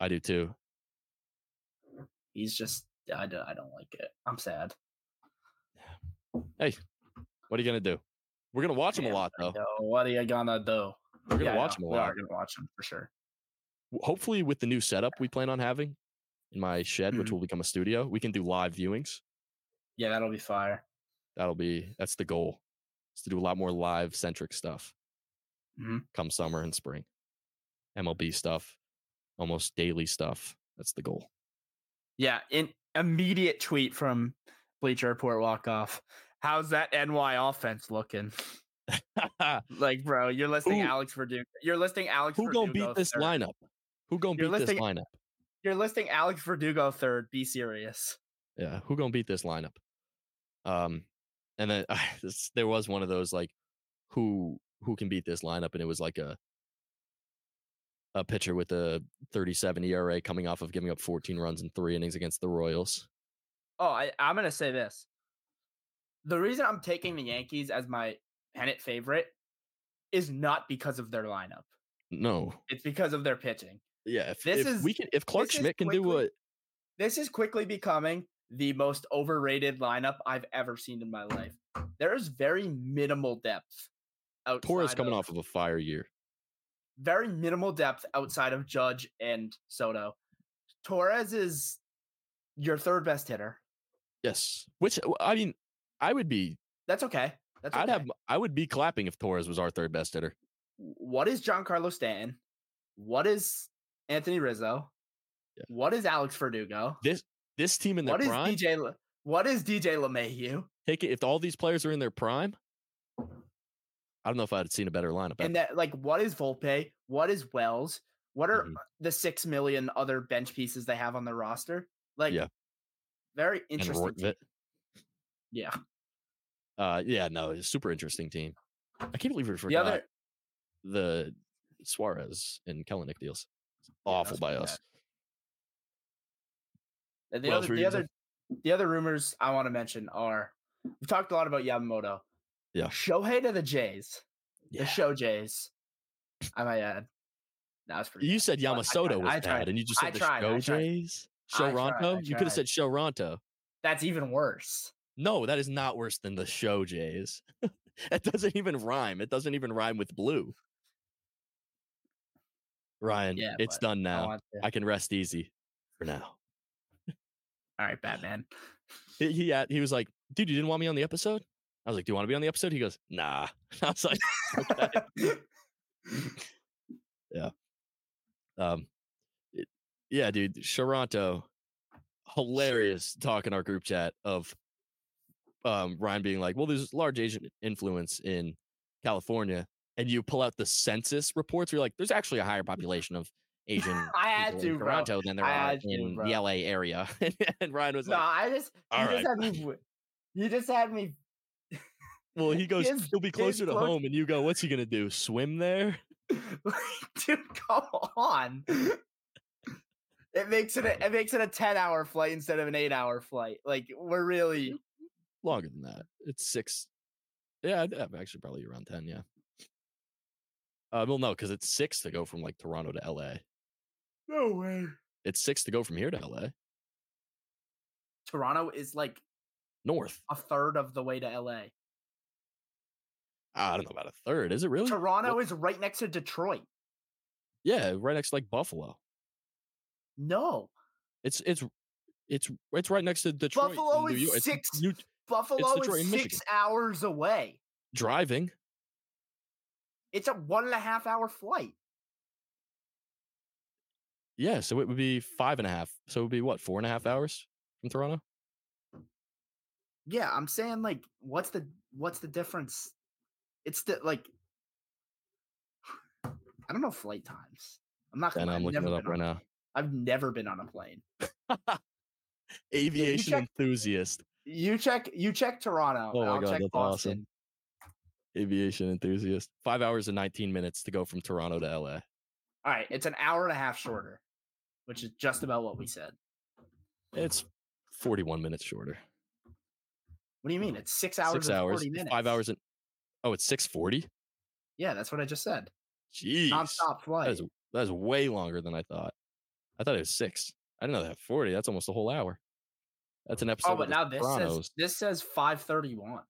S1: I do too.
S2: He's just I don't, I don't like it. I'm sad.
S1: What are you gonna do? We're gonna watch him a
S2: Damn,
S1: lot,
S2: I
S1: though.
S2: know. what are you gonna do?
S1: We're
S2: Yeah,
S1: gonna
S2: I
S1: watch
S2: know.
S1: him a
S2: We
S1: lot.
S2: are gonna watch him for sure.
S1: w- hopefully with the new setup we plan on having in my shed, which
S2: Mhm.
S1: will become a studio, we can do live viewings.
S2: Yeah, that'll be fire.
S1: That'll be that's the goal. Is to do a lot more live centric stuff
S2: Mhm.
S1: come summer and spring. MLB stuff, almost daily stuff. That's the goal.
S2: Yeah, in immediate tweet from Bleacher Report walk off. How's that NY offense looking? Like, bro, you're listing
S1: Who-
S2: Alex Verdugo. You're listing Alex.
S1: Who gonna
S2: Verdugo
S1: beat this
S2: third.
S1: lineup? Who gonna
S2: You're
S1: beat this
S2: listing-
S1: lineup?
S2: You're listing Alex Verdugo third. Be serious.
S1: Yeah, who gonna beat this lineup? Um, and then this, there was one of those like, who who can beat this lineup? And it was like a a pitcher with a 37 ERA coming off of giving up 14 runs in three innings against the Royals.
S2: Oh, I, I'm gonna say this. The reason I'm taking the Yankees as my pennant favorite is not because of their lineup.
S1: No,
S2: It's because of their pitching.
S1: yeah, if,
S2: This
S1: if we
S2: is-
S1: can, if Clark
S2: this is
S1: Schmidt can do
S2: quickly-
S1: what,
S2: This is quickly becoming the most overrated lineup I've ever seen in my life. There is very minimal depth. Outside
S1: Torres coming off of a fire year.
S2: very minimal depth outside of Judge and Soto. Torres is your third best hitter.
S1: Yes, which uh, I mean, I would be,
S2: That's okay. That's okay.
S1: I'd have, I would be clapping if Torres was our third best hitter.
S2: what is John Carlos Stanton? What is Anthony Rizzo?
S1: Yeah.
S2: What is Alex Verdugo?
S1: This team in their
S2: What is
S1: prime,
S2: DJ? Le- What is DJ LeMahieu?
S1: take it if all these players are in their prime. I don't know if I'd seen a better lineup.
S2: And that like what is Volpe? What is Wells? What are
S1: Mhm.
S2: the six million other bench pieces they have on the roster? Like
S1: Yeah.
S2: very
S1: and
S2: interesting.
S1: Roy-
S2: team. yeah.
S1: Uh, yeah, no, it's a super interesting team. I can't believe we
S2: The
S1: forgot the,
S2: other
S1: Suarez and Kellenick deals. Awful
S2: that's
S1: by
S2: pretty
S1: us. What
S2: And the
S1: else
S2: other
S1: were you
S2: the
S1: gonna say?
S2: other the other rumors I want to mention are we've talked a lot about Yamamoto.
S1: Yeah.
S2: Shohei to the Jays. The
S1: Yeah.
S2: show Jays. I might add. That was pretty
S1: You
S2: bad.
S1: said
S2: But I tried,
S1: Yamasoto was
S2: I tried,
S1: bad, and you just
S2: I
S1: said the
S2: tried, I
S1: Show
S2: tried.
S1: Jays.
S2: I tried, I
S1: Shoronto? You could have said
S2: tried.
S1: Shoronto.
S2: That's even worse.
S1: No, that is not worse than the Show Jays. it doesn't even rhyme. It doesn't even rhyme with blue. Ryan,
S2: Yeah,
S1: it's
S2: but
S1: done
S2: I
S1: now.
S2: want to-
S1: I can rest easy for now.
S2: All right, Batman.
S1: He, he, at- he was like, dude, you didn't want me on the episode? I was like, do you want to be on the episode? He goes, nah. I was like, Um, it- yeah, dude, Sharanto, hilarious talk in our group chat of um, Ryan being like, "Well, there's large Asian influence in California," and you pull out the census reports. You're like, "There's actually a higher population of Asian."
S2: I had
S1: people
S2: to,
S1: in
S2: bro.
S1: Toronto than there
S2: I
S1: are
S2: had to,
S1: in
S2: bro.
S1: the LA area, and Ryan was
S2: No,
S1: like,
S2: I just you
S1: All right.
S2: just had me. w- You just had me.
S1: "Well, he goes,
S2: his-
S1: he'll be closer to
S2: clo-
S1: home," and you go, "What's he gonna do? Swim there?"
S2: Dude, come on. It makes it a, it makes it a ten hour flight instead of an eight hour flight. Like we're really
S1: Longer than that. It's six. Yeah, I'd- I'm actually probably around ten. Yeah. Uh, well, no, because it's six to go from like Toronto to LA.
S2: no way.
S1: it's six to go from here to LA
S2: Toronto is like
S1: north.
S2: a third of the way to LA.
S1: I don't know about a third. Is it really?
S2: Toronto
S1: What-
S2: is right next to Detroit.
S1: yeah, right next to like Buffalo.
S2: No,
S1: It's it's it's it's right next to Detroit. and
S2: Buffalo
S1: New
S2: is
S1: York. It's
S2: six-
S1: New-
S2: Buffalo
S1: Detroit and
S2: is
S1: Michigan.
S2: six hours away.
S1: driving.
S2: It's a one and a half hour flight.
S1: Yeah, so it would be five and a half. So it would be what four and a half hours from Toronto.
S2: Yeah, I'm saying like, what's the what's the difference? It's the like, I don't know flight times. I'm not.
S1: And
S2: I've
S1: I'm looking
S2: never
S1: it up
S2: been on
S1: right
S2: a-
S1: now.
S2: I've never been on a plane.
S1: Aviation
S2: check-
S1: enthusiast.
S2: You check. You check Toronto.
S1: Oh
S2: and
S1: my
S2: I'll
S1: God,
S2: check
S1: that's awesome.
S2: Boston.
S1: Aviation enthusiast. Five hours and 19 minutes to go from Toronto to LA.
S2: All right, it's an hour and a half shorter, which is just about what we said.
S1: It's 41 minutes shorter.
S2: What do you mean? It's six hours.
S1: Six
S2: and
S1: hours.
S2: 40 minutes.
S1: Five hours and oh, it's 640.
S2: Yeah, that's what I just said.
S1: Jeez,
S2: Non-stop
S1: that
S2: flight.
S1: is that is way longer than I thought. I thought it was six. I didn't know that 40. That's almost a whole hour. That's an episode.
S2: oh,
S1: of
S2: but
S1: the
S2: now this
S1: Sopranos.
S2: says this says five thirty one.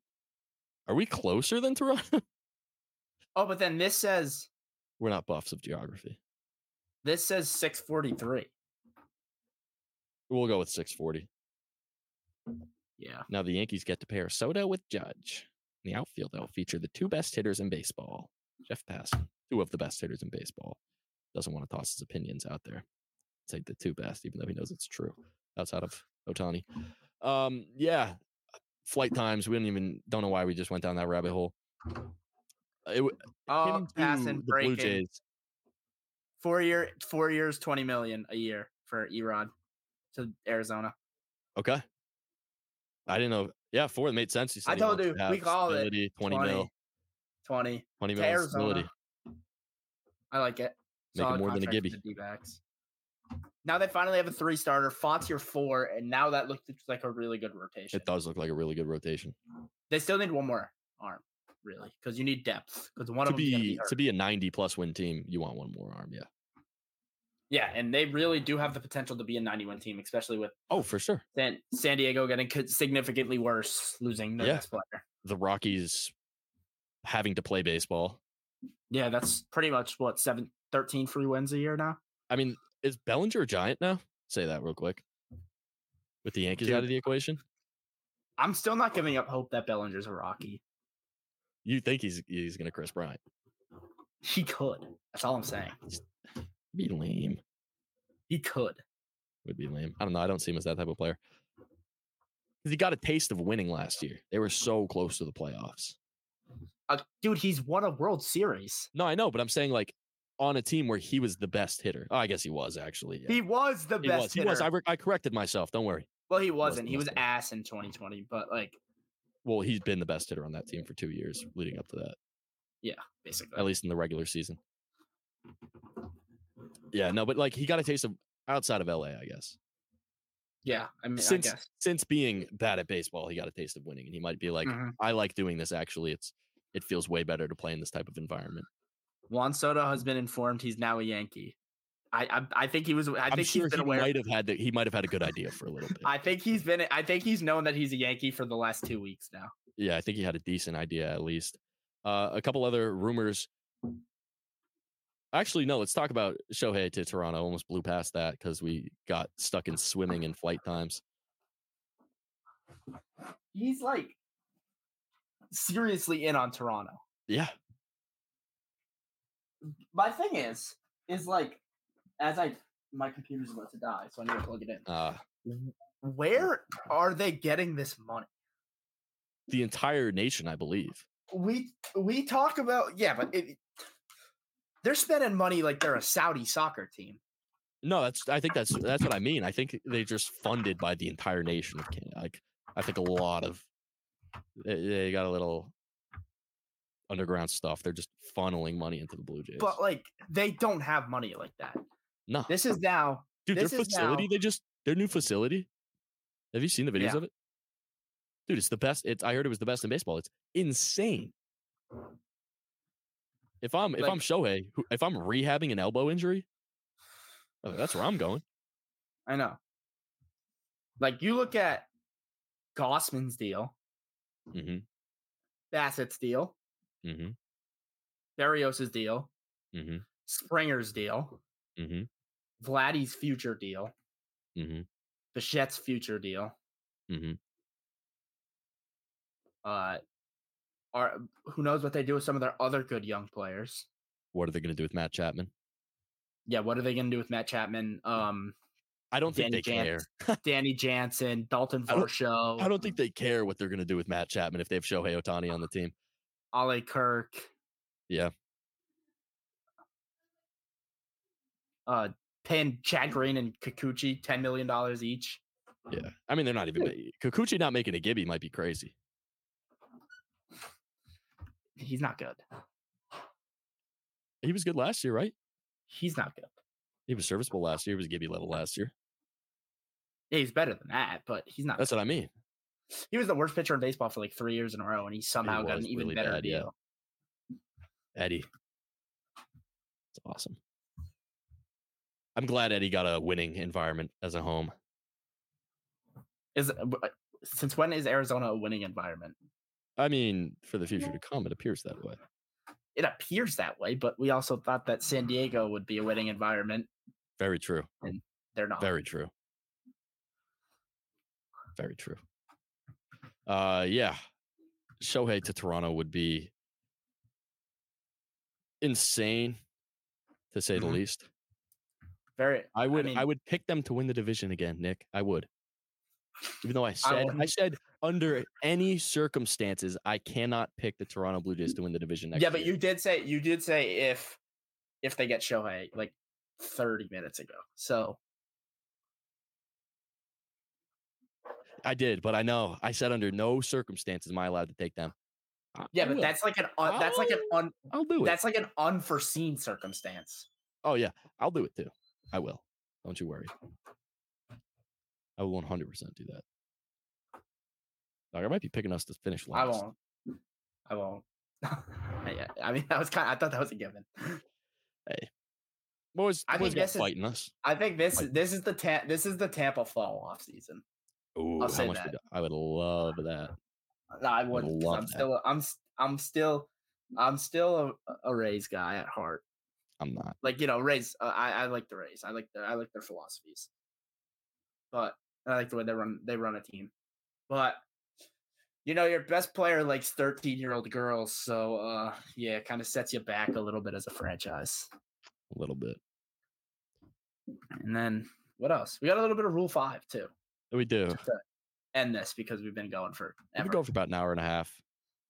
S1: are we closer than Toronto?
S2: Oh, but then this says
S1: We're not buffs of geography.
S2: this says six forty three.
S1: We'll go with 640.
S2: Yeah.
S1: Now the Yankees get to pair Soto with Judge. In the outfield, they'll feature the two best hitters in baseball. Jeff Passan, two of the best hitters in baseball. Doesn't want to toss his opinions out there. Say the two best, even though he knows it's true. Outside of Otani. Um, yeah. Flight times. We don't even don't know why we just went down that rabbit hole. It, w-
S2: Oh,
S1: him to
S2: passing
S1: the Blue
S2: breaking.
S1: Jays.
S2: Four year, four years, twenty million a year for Erod to Arizona.
S1: Okay. I didn't know. Yeah, four. It made sense. You said
S2: I
S1: he
S2: told
S1: wants to
S2: you, we
S1: have
S2: called it.
S1: stability, 20, mil.
S2: 20.
S1: 20
S2: to
S1: mil is
S2: Arizona.
S1: stability.
S2: I like
S1: Make
S2: it.
S1: it
S2: Solid
S1: more than a
S2: contract for
S1: Gibby.
S2: the D-backs. Now they finally have a three starter. Fontier four, and now that looks like a really good rotation.
S1: It does look like a really good rotation.
S2: They still need one more arm, really, because you need depth. Because one
S1: to
S2: of them
S1: be,
S2: be,
S1: to
S2: hurt.
S1: be a 90 plus win team, you want one more arm, yeah.
S2: yeah, and they really do have the potential to be a 91 team, especially with
S1: Oh, for sure.
S2: San, San Diego getting co- significantly worse, losing their
S1: Yeah.
S2: best player.
S1: The Rockies having to play baseball.
S2: Yeah, that's pretty much what seven, 13 free wins a year now.
S1: I mean, is Bellinger a giant now? Say that real quick. With the Yankees out
S2: Dude.
S1: of the equation,
S2: I'm still not giving up hope that Bellinger's a Rocky.
S1: you think he's he's gonna Chris Bryant?
S2: He could. That's all I'm saying.
S1: Be lame.
S2: He could.
S1: Would be lame. I don't know. I don't see him as that type of player. Because he got a taste of winning last year. They were so close to the playoffs.
S2: Uh, dude, he's won a World Series.
S1: No, I know, but I'm saying like on a team where he was the best hitter. Oh, I guess he was actually. yeah.
S2: He was the
S1: He
S2: best.
S1: was. He was.
S2: hitter.
S1: I, re- I corrected myself. Don't worry.
S2: well, he
S1: was
S2: wasn't.
S1: the
S2: He
S1: best
S2: was
S1: hitter.
S2: ass in 2020, but like
S1: well, he's been the best hitter on that team for two years leading up to that,
S2: basically,
S1: at least in the regular season. Yeah, no, but like he got a taste of outside of LA, I guess.
S2: yeah. I mean,
S1: Since
S2: I guess.
S1: since being bad at baseball, he got a taste of winning, and he might be like,
S2: Mhm.
S1: I like doing this. Actually, it's it feels way better to play in this type of environment.
S2: Juan Soto has been informed he's now a Yankee. I I, I think he was. I
S1: I am
S2: think
S1: sure
S2: he's been
S1: he
S2: aware.
S1: might have had the, he might have had a good idea for a little bit.
S2: I think he's been. I think he's known that he's a Yankee for the last two weeks now.
S1: yeah, I think he had a decent idea at least. Uh, a couple other rumors. Actually, no, let's talk about Shohei to Toronto. Almost blew past that because we got stuck in swimming and flight times.
S2: He's like seriously in on Toronto.
S1: Yeah.
S2: My thing is, is like, as I my computer's about to die, so I need to plug it in.
S1: Uh,
S2: Where are they getting this money?
S1: the entire nation, I believe.
S2: we we talk about yeah, but it, they're spending money like they're a Saudi soccer team.
S1: No, that's. I think that's that's what I mean. I think they just funded by the entire nation of Canada. Like, I think a lot of they, they got a little underground stuff. They're just funneling money into the Blue Jays.
S2: But like they don't have money like that.
S1: no,
S2: This is now
S1: dude, their
S2: this is
S1: facility.
S2: now-
S1: They just their new facility. Have you seen the videos
S2: Yeah.
S1: of it? Dude, it's the best. It's. I heard it was the best in baseball. It's insane. If I'm if
S2: Like-
S1: I'm Shohei, who- if I'm rehabbing an elbow injury, oh, that's where I'm going.
S2: I know. Like you look at Gossman's deal,
S1: hmm
S2: Bassett's deal,
S1: Mm-hmm.
S2: Barrios's deal,
S1: Mm-hmm.
S2: Springer's deal,
S1: Mm-hmm.
S2: Vladdy's future deal,
S1: Mm-hmm.
S2: Bichette's future deal.
S1: Mm-hmm.
S2: Uh are who knows what they do with some of their other good young players.
S1: What are they going to do with Matt Chapman?
S2: yeah, what are they going to do with Matt Chapman? Um,
S1: I don't think they
S2: Danny
S1: care.
S2: Jans- Danny Jansen, Dalton
S1: I don't-
S2: Varsho,
S1: I don't think they care what they're going to do with Matt Chapman if they have Shohei Otani on the team.
S2: Ollie Kirk.
S1: Yeah.
S2: Uh, paying Chad Green and Kikuchi ten million dollars each.
S1: Yeah. I mean, they're not even. Kikuchi not making a Gibby might be crazy.
S2: He's not good.
S1: He was good last year, right?
S2: He's not good.
S1: He was serviceable last year. He was Gibby level last year.
S2: Yeah, he's better than that, but he's not.
S1: That's what I mean.
S2: he was the worst pitcher in baseball for like three years in a row, and he somehow got
S1: was
S2: an even
S1: really
S2: better
S1: bad, yeah.
S2: deal.
S1: Eddie. It's awesome. I'm glad Eddie got a winning environment as a home.
S2: Is uh, since when is Arizona a winning environment?
S1: I mean, for the future to come, it appears that way.
S2: It appears that way, but we also thought that San Diego would be a winning environment.
S1: Very true.
S2: They're not.
S1: Very true. Very true. Uh yeah. Shohei to Toronto would be insane to say
S2: Mhm.
S1: the least.
S2: Very.
S1: I would I,
S2: mean-
S1: would pick them to win the division again, Nick. I would. Even though I said I,
S2: wouldn't.
S1: said under any circumstances I cannot pick the Toronto Blue Jays to win the division next
S2: yeah, but
S1: year.
S2: you did say you did say if if they get Shohei like 30 minutes ago. So
S1: I did, but I know. I said under no circumstances am I allowed to take them. I-
S2: yeah,
S1: I
S2: but
S1: will.
S2: that's like an un, that's like an un,
S1: I'll do it.
S2: that's like an unforeseen circumstance.
S1: Oh yeah, I'll do it too. I will. Don't you worry. I will 100% do that. Dog, I might be picking us to finish last.
S2: I won't. I won't. yeah, I mean that was kind. Of, I thought that was a given.
S1: Boys,
S2: I
S1: I boys
S2: think
S1: got
S2: this is-
S1: fighting us.
S2: I think this
S1: Like-
S2: this is the ta- this is the Tampa fall off season.
S1: Ooh,
S2: say that.
S1: would, I would love that.
S2: No, I wouldn't. 'cause
S1: love
S2: I'm
S1: that.
S2: still I'm s- I'm still I'm still a, a Rays guy at heart.
S1: I'm not.
S2: Like you know, Rays. Uh, I I like the Rays. I like their I like their philosophies. But and I like the way they run they run a team. But you know, your best player likes 13 year old girls, so uh yeah, it kind of sets you back a little bit as a franchise.
S1: A little bit.
S2: And then what else? We got a little bit of Rule Five too.
S1: We do.
S2: Just to end this because we've been going for
S1: We've been going for about an hour and a half.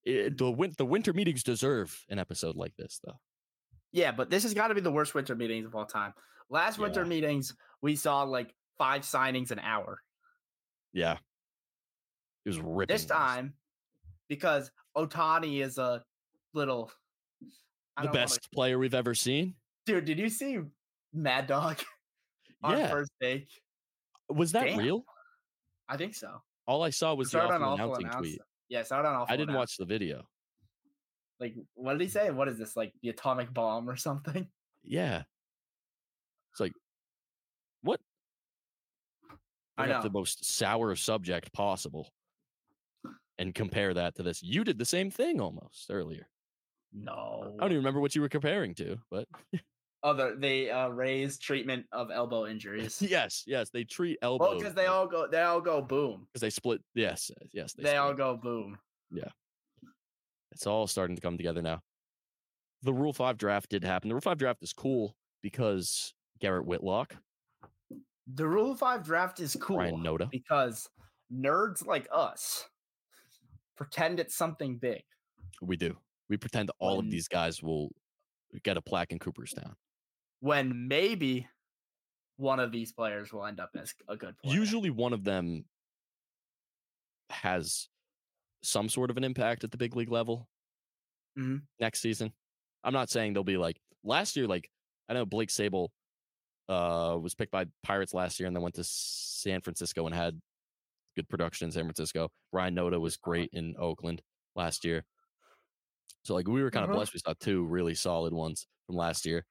S1: It, the, win- the winter meetings deserve an episode like this, though.
S2: Yeah, but this has got to be the worst winter meetings of all time. Last winter
S1: Yeah.
S2: meetings, we saw like five signings an hour.
S1: Yeah. It was ripping.
S2: This
S1: last-
S2: time, because Otani is a little I
S1: the
S2: don't wanna-
S1: best player we've ever seen.
S2: dude. Did you see Mad Dog on
S1: Yeah.
S2: first take?
S1: Was that
S2: Damn.
S1: real?
S2: I think so.
S1: All I saw was the
S2: Started
S1: awful
S2: on awful
S1: announcing
S2: announcement.
S1: tweet.
S2: Yeah, started on awful.
S1: I didn't
S2: Announce-
S1: watch the video.
S2: Like, what did he say? What is this? Like the atomic bomb or something?
S1: Yeah. It's like, what?
S2: I
S1: Bring up The
S2: know.
S1: most sour subject possible. And compare that to this. You did the same thing almost earlier.
S2: No.
S1: I don't even remember what you were comparing to, but
S2: Other the uh, Rays treatment of elbow injuries.
S1: yes, yes, they treat elbow.
S2: Well, because Oh, they all go, they all go boom.
S1: because they split. Yes, yes,
S2: They all
S1: split.
S2: go boom.
S1: It's all starting to come together now. The Rule Five draft did happen. The Rule Five draft is cool because Garrett Whitlock,
S2: The Rule of Five draft is cool
S1: Ryan Noda,
S2: because nerds like us pretend it's something big.
S1: we do. We pretend all
S2: When-
S1: of these guys will get a plaque in Cooperstown.
S2: when maybe one of these players will end up as a good player.
S1: usually one of them has some sort of an impact at the big league level
S2: Mhm.
S1: next season. I'm not saying they'll be like last year, like I know Blake Sable uh was picked by Pirates last year and then went to San Francisco and had good production in San Francisco. Ryan Noda was great in Oakland last year. So like we were kind of
S2: Mhm.
S1: blessed. We saw two really solid ones from last year.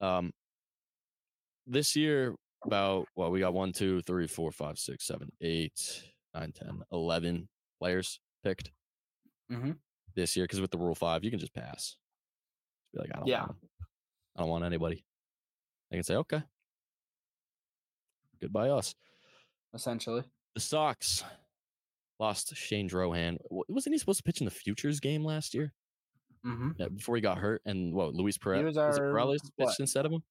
S1: Um this year about well, we got one, two, three, four, five, six, seven, eight, nine, ten, eleven players picked
S2: Mhm.
S1: this year because with the rule five, you can just pass. Just be like, I don't,
S2: Yeah.
S1: want 'em. I don't want anybody. I can say, okay, goodbye us.
S2: essentially.
S1: The Sox lost Shane Drohan. W- Wasn't he supposed to pitch in the futures game last year?
S2: Mm-hmm.
S1: yeah, uh, before he got hurt, and what Luis Perez
S2: He was
S1: is it
S2: our-
S1: Perales pitched
S2: what?
S1: instead of him.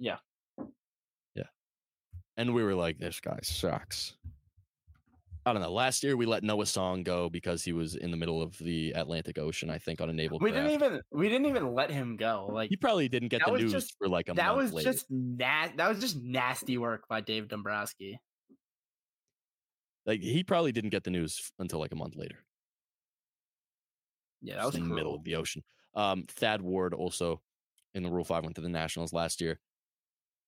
S2: Yeah.
S1: yeah, and we were like, this guy sucks. I don't know. Last year we let Noah Song go because he was in the middle of the Atlantic Ocean, I think, on a naval
S2: We
S1: craft.
S2: didn't even we didn't even let him go. Like
S1: he probably didn't get
S2: That
S1: the
S2: was
S1: news
S2: just-
S1: for like a
S2: that
S1: month
S2: was
S1: later.
S2: just na- that was just nasty work by Dave Dombrowski.
S1: Like he probably didn't get the news f- until like a month later.
S2: Yeah, that was
S1: just in the middle
S2: cruel.
S1: of the ocean. Um, Thad Ward also in the Rule Five went to the Nationals last year.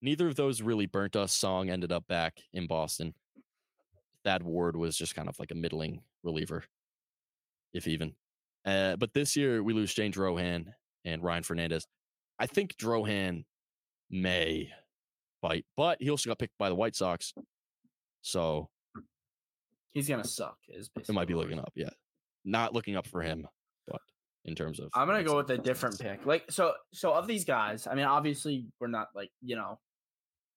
S1: Neither of those really burnt us. Song ended up back in Boston. Thad Ward was just kind of like a middling reliever, if even. Uh, but this year we lose Shane Drohan and Ryan Fernandez. I think Drohan may fight, but he also got picked by the White Sox, so
S2: He's gonna suck. Is
S1: it
S2: basically
S1: might be
S2: what we're
S1: looking up. Yeah, not looking up for him, but in terms of
S2: I'm gonna
S1: White
S2: go
S1: Sox
S2: with a different
S1: prospects.
S2: pick. Like so, so of these guys, I mean, obviously we're not like you know,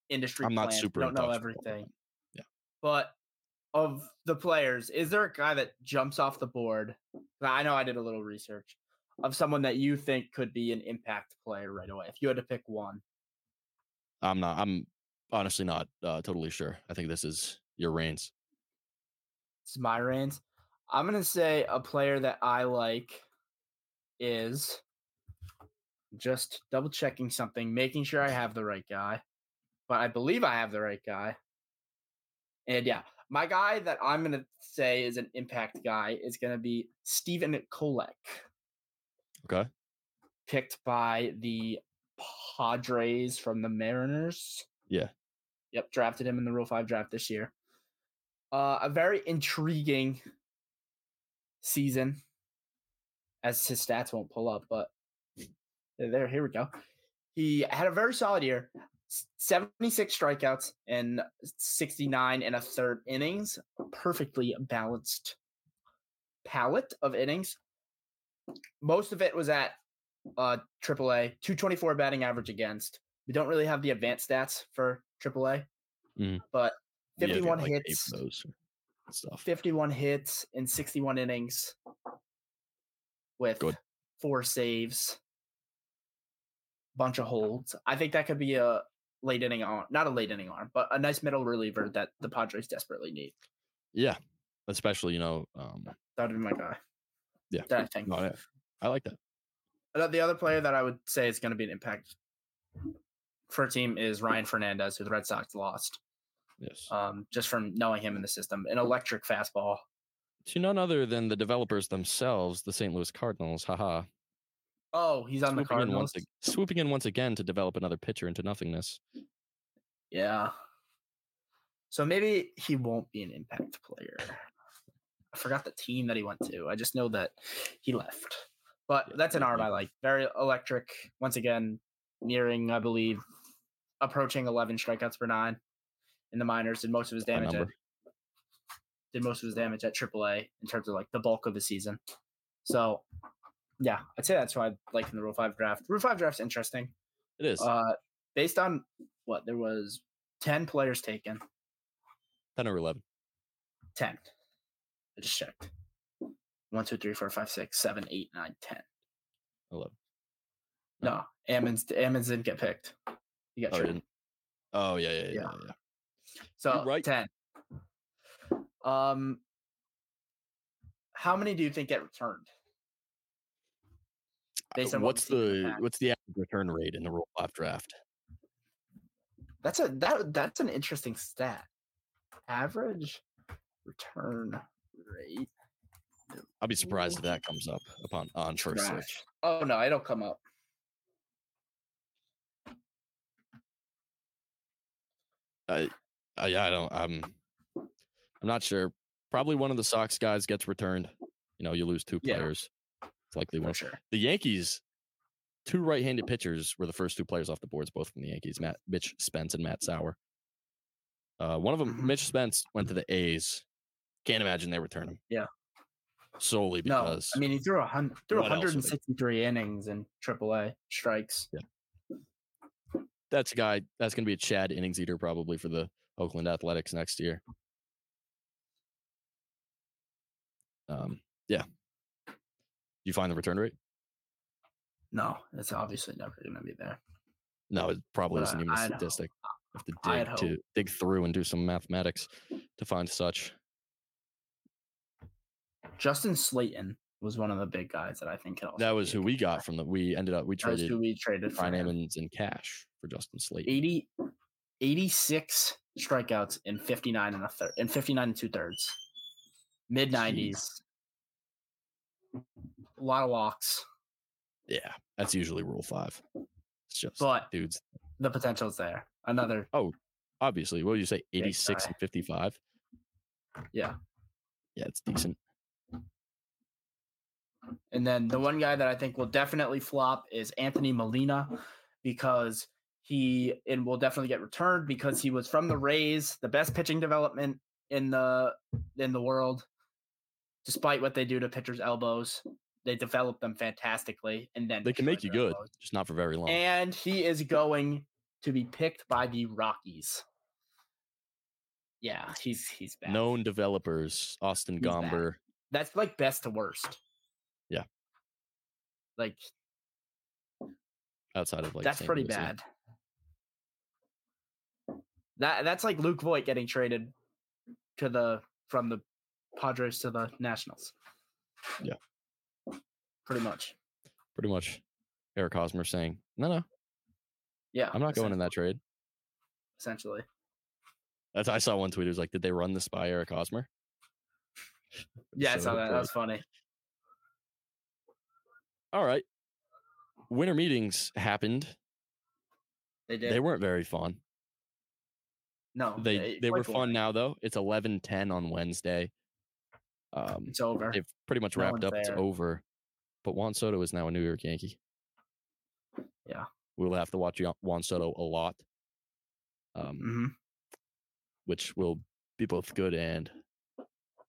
S2: industry.
S1: I'm not
S2: plants, we
S1: super
S2: Don't know
S1: in touch with all
S2: everything.
S1: Yeah.
S2: But of the players, is there a guy that jumps off the board? I know I did a little research of someone that you think could be an impact player right away. If you had to pick one,
S1: I'm not. I'm honestly not uh, totally sure. I think this is your reigns.
S2: it's my reins. I'm gonna say a player that I like is just double checking something, making sure I have the right guy. But I believe I have the right guy. And yeah, my guy that I'm gonna say is an impact guy is gonna be Steven Kolek.
S1: Okay.
S2: Picked by the Padres from the Mariners.
S1: Yeah.
S2: Yep, drafted him in the Rule 5 draft this year. Uh, a very intriguing season, as his stats won't pull up, but there, there, here we go. He had a very solid year s- 76 strikeouts and 69 and a third innings. Perfectly balanced palette of innings. Most of it was at uh AAA, 224 batting average against. We don't really have the advanced stats for AAA,
S1: Mhm.
S2: but
S1: Yeah, if you
S2: 51
S1: have, eight of
S2: hits.
S1: those or stuff.
S2: 51 hits in 61 innings with
S1: Good.
S2: four saves, bunch of holds. I think that could be a late inning arm, not a late inning arm, but a nice middle reliever that the Padres desperately need.
S1: Yeah, especially you know. Um,
S2: That would be my guy.
S1: Yeah.
S2: That I think.
S1: no, I, I like that.
S2: Uh, The other player that I would say is going to be an impact for a team is Ryan Fernandez, who the Red Sox lost.
S1: Yes.
S2: Um, just from knowing him in the system, an electric fastball.
S1: to none other than the developers themselves, the St. Louis Cardinals. Haha.
S2: Oh, he's on the
S1: In
S2: Cardinals.
S1: once, ag- swooping in once again to develop another pitcher into nothingness.
S2: Yeah. So maybe he won't be an impact player. I forgot the team that he went to. I just know that he left. But
S1: Yeah,
S2: that's an arm
S1: yeah.
S2: I like. Very electric. Once again, nearing, I believe, approaching 11 strikeouts per nine in the minors. Did most of his
S1: High
S2: damage. At,
S1: number.
S2: did most of his damage at AAA in terms of like the bulk of the season. So, yeah, I'd say that's who I like in the Rule Five draft. Rule Five draft's interesting.
S1: It is
S2: Uh, based on what there was, ten players taken.
S1: ten or eleven.
S2: Ten. I just checked. One, two, three, four, five, six, seven, eight, nine, ten.
S1: 11.
S2: No, Ammons. Ammons didn't get picked. He got
S1: Oh, I
S2: traded.
S1: didn't- oh yeah, yeah, yeah, yeah.
S2: Yeah.
S1: yeah.
S2: So
S1: right.
S2: ten. Um, how many do you think get returned? Based on
S1: Uh,
S2: what
S1: what's
S2: we've seen in
S1: the
S2: past.
S1: what's the average return rate in the Rule Five draft?
S2: That's a that that's an interesting stat. Average return rate.
S1: I'll be surprised if that comes up upon on first
S2: Trash.
S1: search.
S2: Oh no, it'll come up.
S1: Uh, yeah, I don't. I'm. I'm not sure. Probably one of the Sox guys gets returned. You know, you lose two
S2: Yeah.
S1: players. It's likely
S2: For
S1: one.
S2: sure.
S1: The Yankees, two right-handed pitchers were the first two players off the boards, both from the Yankees. Matt Mitch Spence and Matt Sauer. Uh, one of them,
S2: Mhm.
S1: Mitch Spence, went to the A's. Can't imagine they return him.
S2: Yeah.
S1: Solely
S2: No,
S1: because
S2: I mean he threw a hundred threw
S1: What else would they-
S2: 163 innings in AAA strikes.
S1: that's a guy that's going to be a Chad innings eater probably for the Oakland Athletics next year. Um, yeah. You find the return rate?
S2: No, it's obviously never going to be there.
S1: No, it probably
S2: Well,
S1: isn't even a
S2: I'd hope-
S1: statistic. I have to dig
S2: I'd
S1: to dig through and do some mathematics to find such.
S2: Justin Slayton was one of the big guys that I think could also.
S1: That was
S2: be a
S1: who we
S2: good
S1: got
S2: back.
S1: from the. We ended up we
S2: That was
S1: traded
S2: who we traded E for.
S1: Brian
S2: him.
S1: Ammons in cash for Justin Slate.
S2: 80, 86 strikeouts in 59 and a third in 59 and two thirds. Mid 90s. A lot of walks,
S1: Yeah, that's usually rule five. It's just
S2: But-
S1: dudes.
S2: the potential's there. Another
S1: Obviously, what would you say? Eighty six
S2: guy.
S1: and fifty five.
S2: Yeah.
S1: Yeah, it's decent.
S2: and then the one guy that I think will definitely flop is Anthony Molina because he and will definitely get returned because he was from the Rays, the best pitching development in the in the world. Despite what they do to pitchers' elbows, they develop them fantastically, and then
S1: They can
S2: destroy
S1: make you
S2: their
S1: good,
S2: elbows.
S1: just not for very long.
S2: And he is going to be picked by the Rockies. Yeah, he's he's back.
S1: Known developers: Austin
S2: He's back.
S1: Gomber,
S2: that's like best to worst.
S1: Yeah.
S2: Like
S1: outside of like
S2: that's
S1: St.
S2: pretty
S1: Louis, yeah.
S2: bad. That that's like Luke Voigt getting traded to the from the Padres to the Nationals.
S1: Yeah.
S2: Pretty much.
S1: Pretty much, Eric Hosmer saying, "No, no,
S2: Yeah.
S1: I'm not going in
S2: essen-
S1: that trade."
S2: essentially.
S1: That's I saw one tweet. It was like, "Did they run this by Eric Hosmer?"
S2: Yeah, I
S1: So
S2: saw that. That
S1: great.
S2: was funny.
S1: All right. Winter meetings happened.
S2: They did.
S1: They weren't very fun.
S2: no,
S1: They they were
S2: played
S1: fun now though. It's 11:10 on Wednesday. Um
S2: It's over.
S1: they've pretty much
S2: No
S1: wrapped
S2: one's
S1: up. It's
S2: there.
S1: over. But Juan Soto is now a New York Yankee.
S2: Yeah.
S1: We'll have to watch Yo- Juan Soto a lot. Um
S2: Mhm.
S1: which will be both good and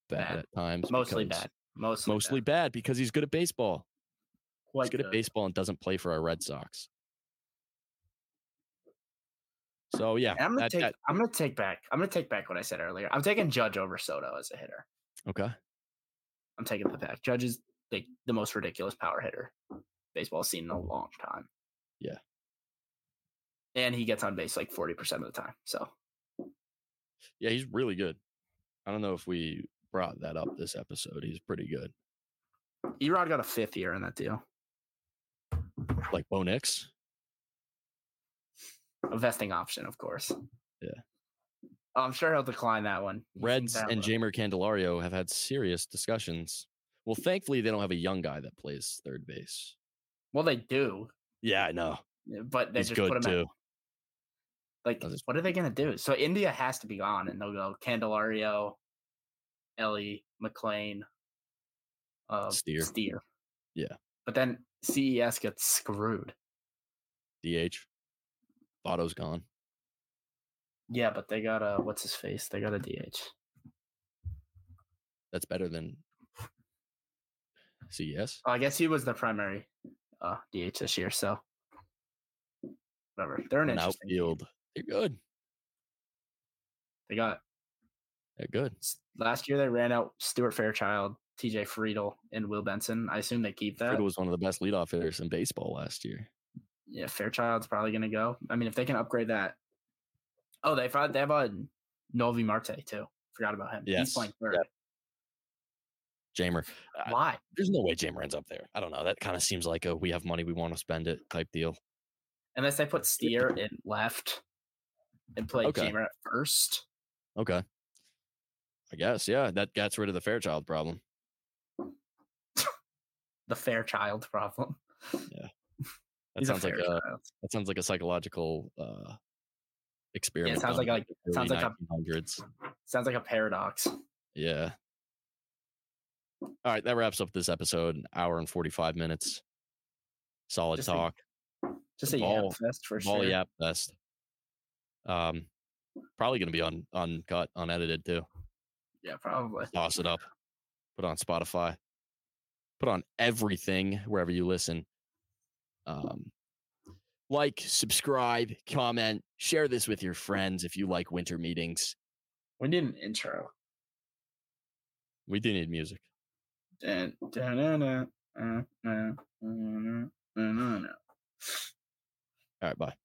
S1: bad,
S2: Bad.
S1: at times.
S2: Mostly
S1: because-
S2: bad. Mostly.
S1: Mostly bad because he's good at baseball.
S2: Quite
S1: he's good at baseball and doesn't play for our Red Sox. So yeah,
S2: And I'm gonna
S1: that-
S2: take.
S1: that-
S2: I'm gonna take back. I'm gonna take back what I said earlier. I'm taking Judge over Soto as a hitter.
S1: okay.
S2: I'm taking the back. Judge is the, the most ridiculous power hitter baseball's seen in a long time.
S1: Mm. Yeah.
S2: And he gets on base like 40% of the time. So
S1: Yeah, he's really good. I don't know if we brought that up this episode. He's pretty good.
S2: Erod got a fifth year in that deal,
S1: Like Bo Nix.
S2: a vesting option, of course.
S1: Yeah.
S2: I'm sure he'll decline that one. He seems
S1: Reds
S2: to have
S1: and
S2: a-
S1: Jamer Candelario have had serious discussions. Well, thankfully they don't have a young guy that plays third base.
S2: Well, they do,
S1: Yeah, I know.
S2: but they
S1: he's
S2: just put
S1: good
S2: him
S1: too.
S2: at like,
S1: That's-
S2: what are they going to do? So India has to be gone, and they'll go Candelario, Ellie, McLean, uh,
S1: Steer.
S2: Steer.
S1: Yeah.
S2: But then CES gets screwed.
S1: DH. Votto's gone.
S2: Yeah, but they got a what's his face? They got a DH.
S1: That's better than E CES.
S2: Oh, I guess he was the primary uh, DH this year. So whatever. They're an
S1: An
S2: interesting. team.
S1: outfield. They're good.
S2: They got
S1: They're good.
S2: last year. They ran out Stuart Fairchild, T.J. Friedel, and Will Benson. I assume they keep that.
S1: Friedel was one of the best leadoff hitters in baseball last year.
S2: yeah, Fairchild's probably going to go. I mean, if they can upgrade that. Oh, they probably they have a Novi Marte too. Forgot about him.
S1: Yes.
S2: He's playing third.
S1: Jamer, I-
S2: Why?
S1: there's no way Jamer ends up there. I don't know. That kind of seems like a we have money, we want to spend it type deal.
S2: Unless they put Steer in left and play
S1: Okay.
S2: Jamer at first.
S1: Okay. I guess, yeah. That gets rid of the Fairchild problem.
S2: The Fairchild problem.
S1: That
S2: He's
S1: sounds like a
S2: Fairchild.
S1: that sounds like a psychological uh experiment.
S2: sounds
S1: done
S2: like
S1: in
S2: a-
S1: the
S2: sounds
S1: early
S2: like a-
S1: 1900s.
S2: Sounds like a paradox.
S1: Yeah. All right, that wraps up this episode. An hour and 45 minutes. Solid
S2: Just a
S1: talk.
S2: Just a
S1: Ball-
S2: yap fest for
S1: Ball
S2: sure.
S1: Yap Fest. Um probably gonna be on uncut, unedited too.
S2: Yeah, probably.
S1: Toss it up. Put on Spotify. Put on everything wherever you listen. Um, like, subscribe, comment, share this with your friends if you like winter meetings.
S2: We need an intro.
S1: We do need music.
S2: Dun, dun, dun, dun, dun, dun, dun, dun.
S3: No, no, no.
S2: All right, bye.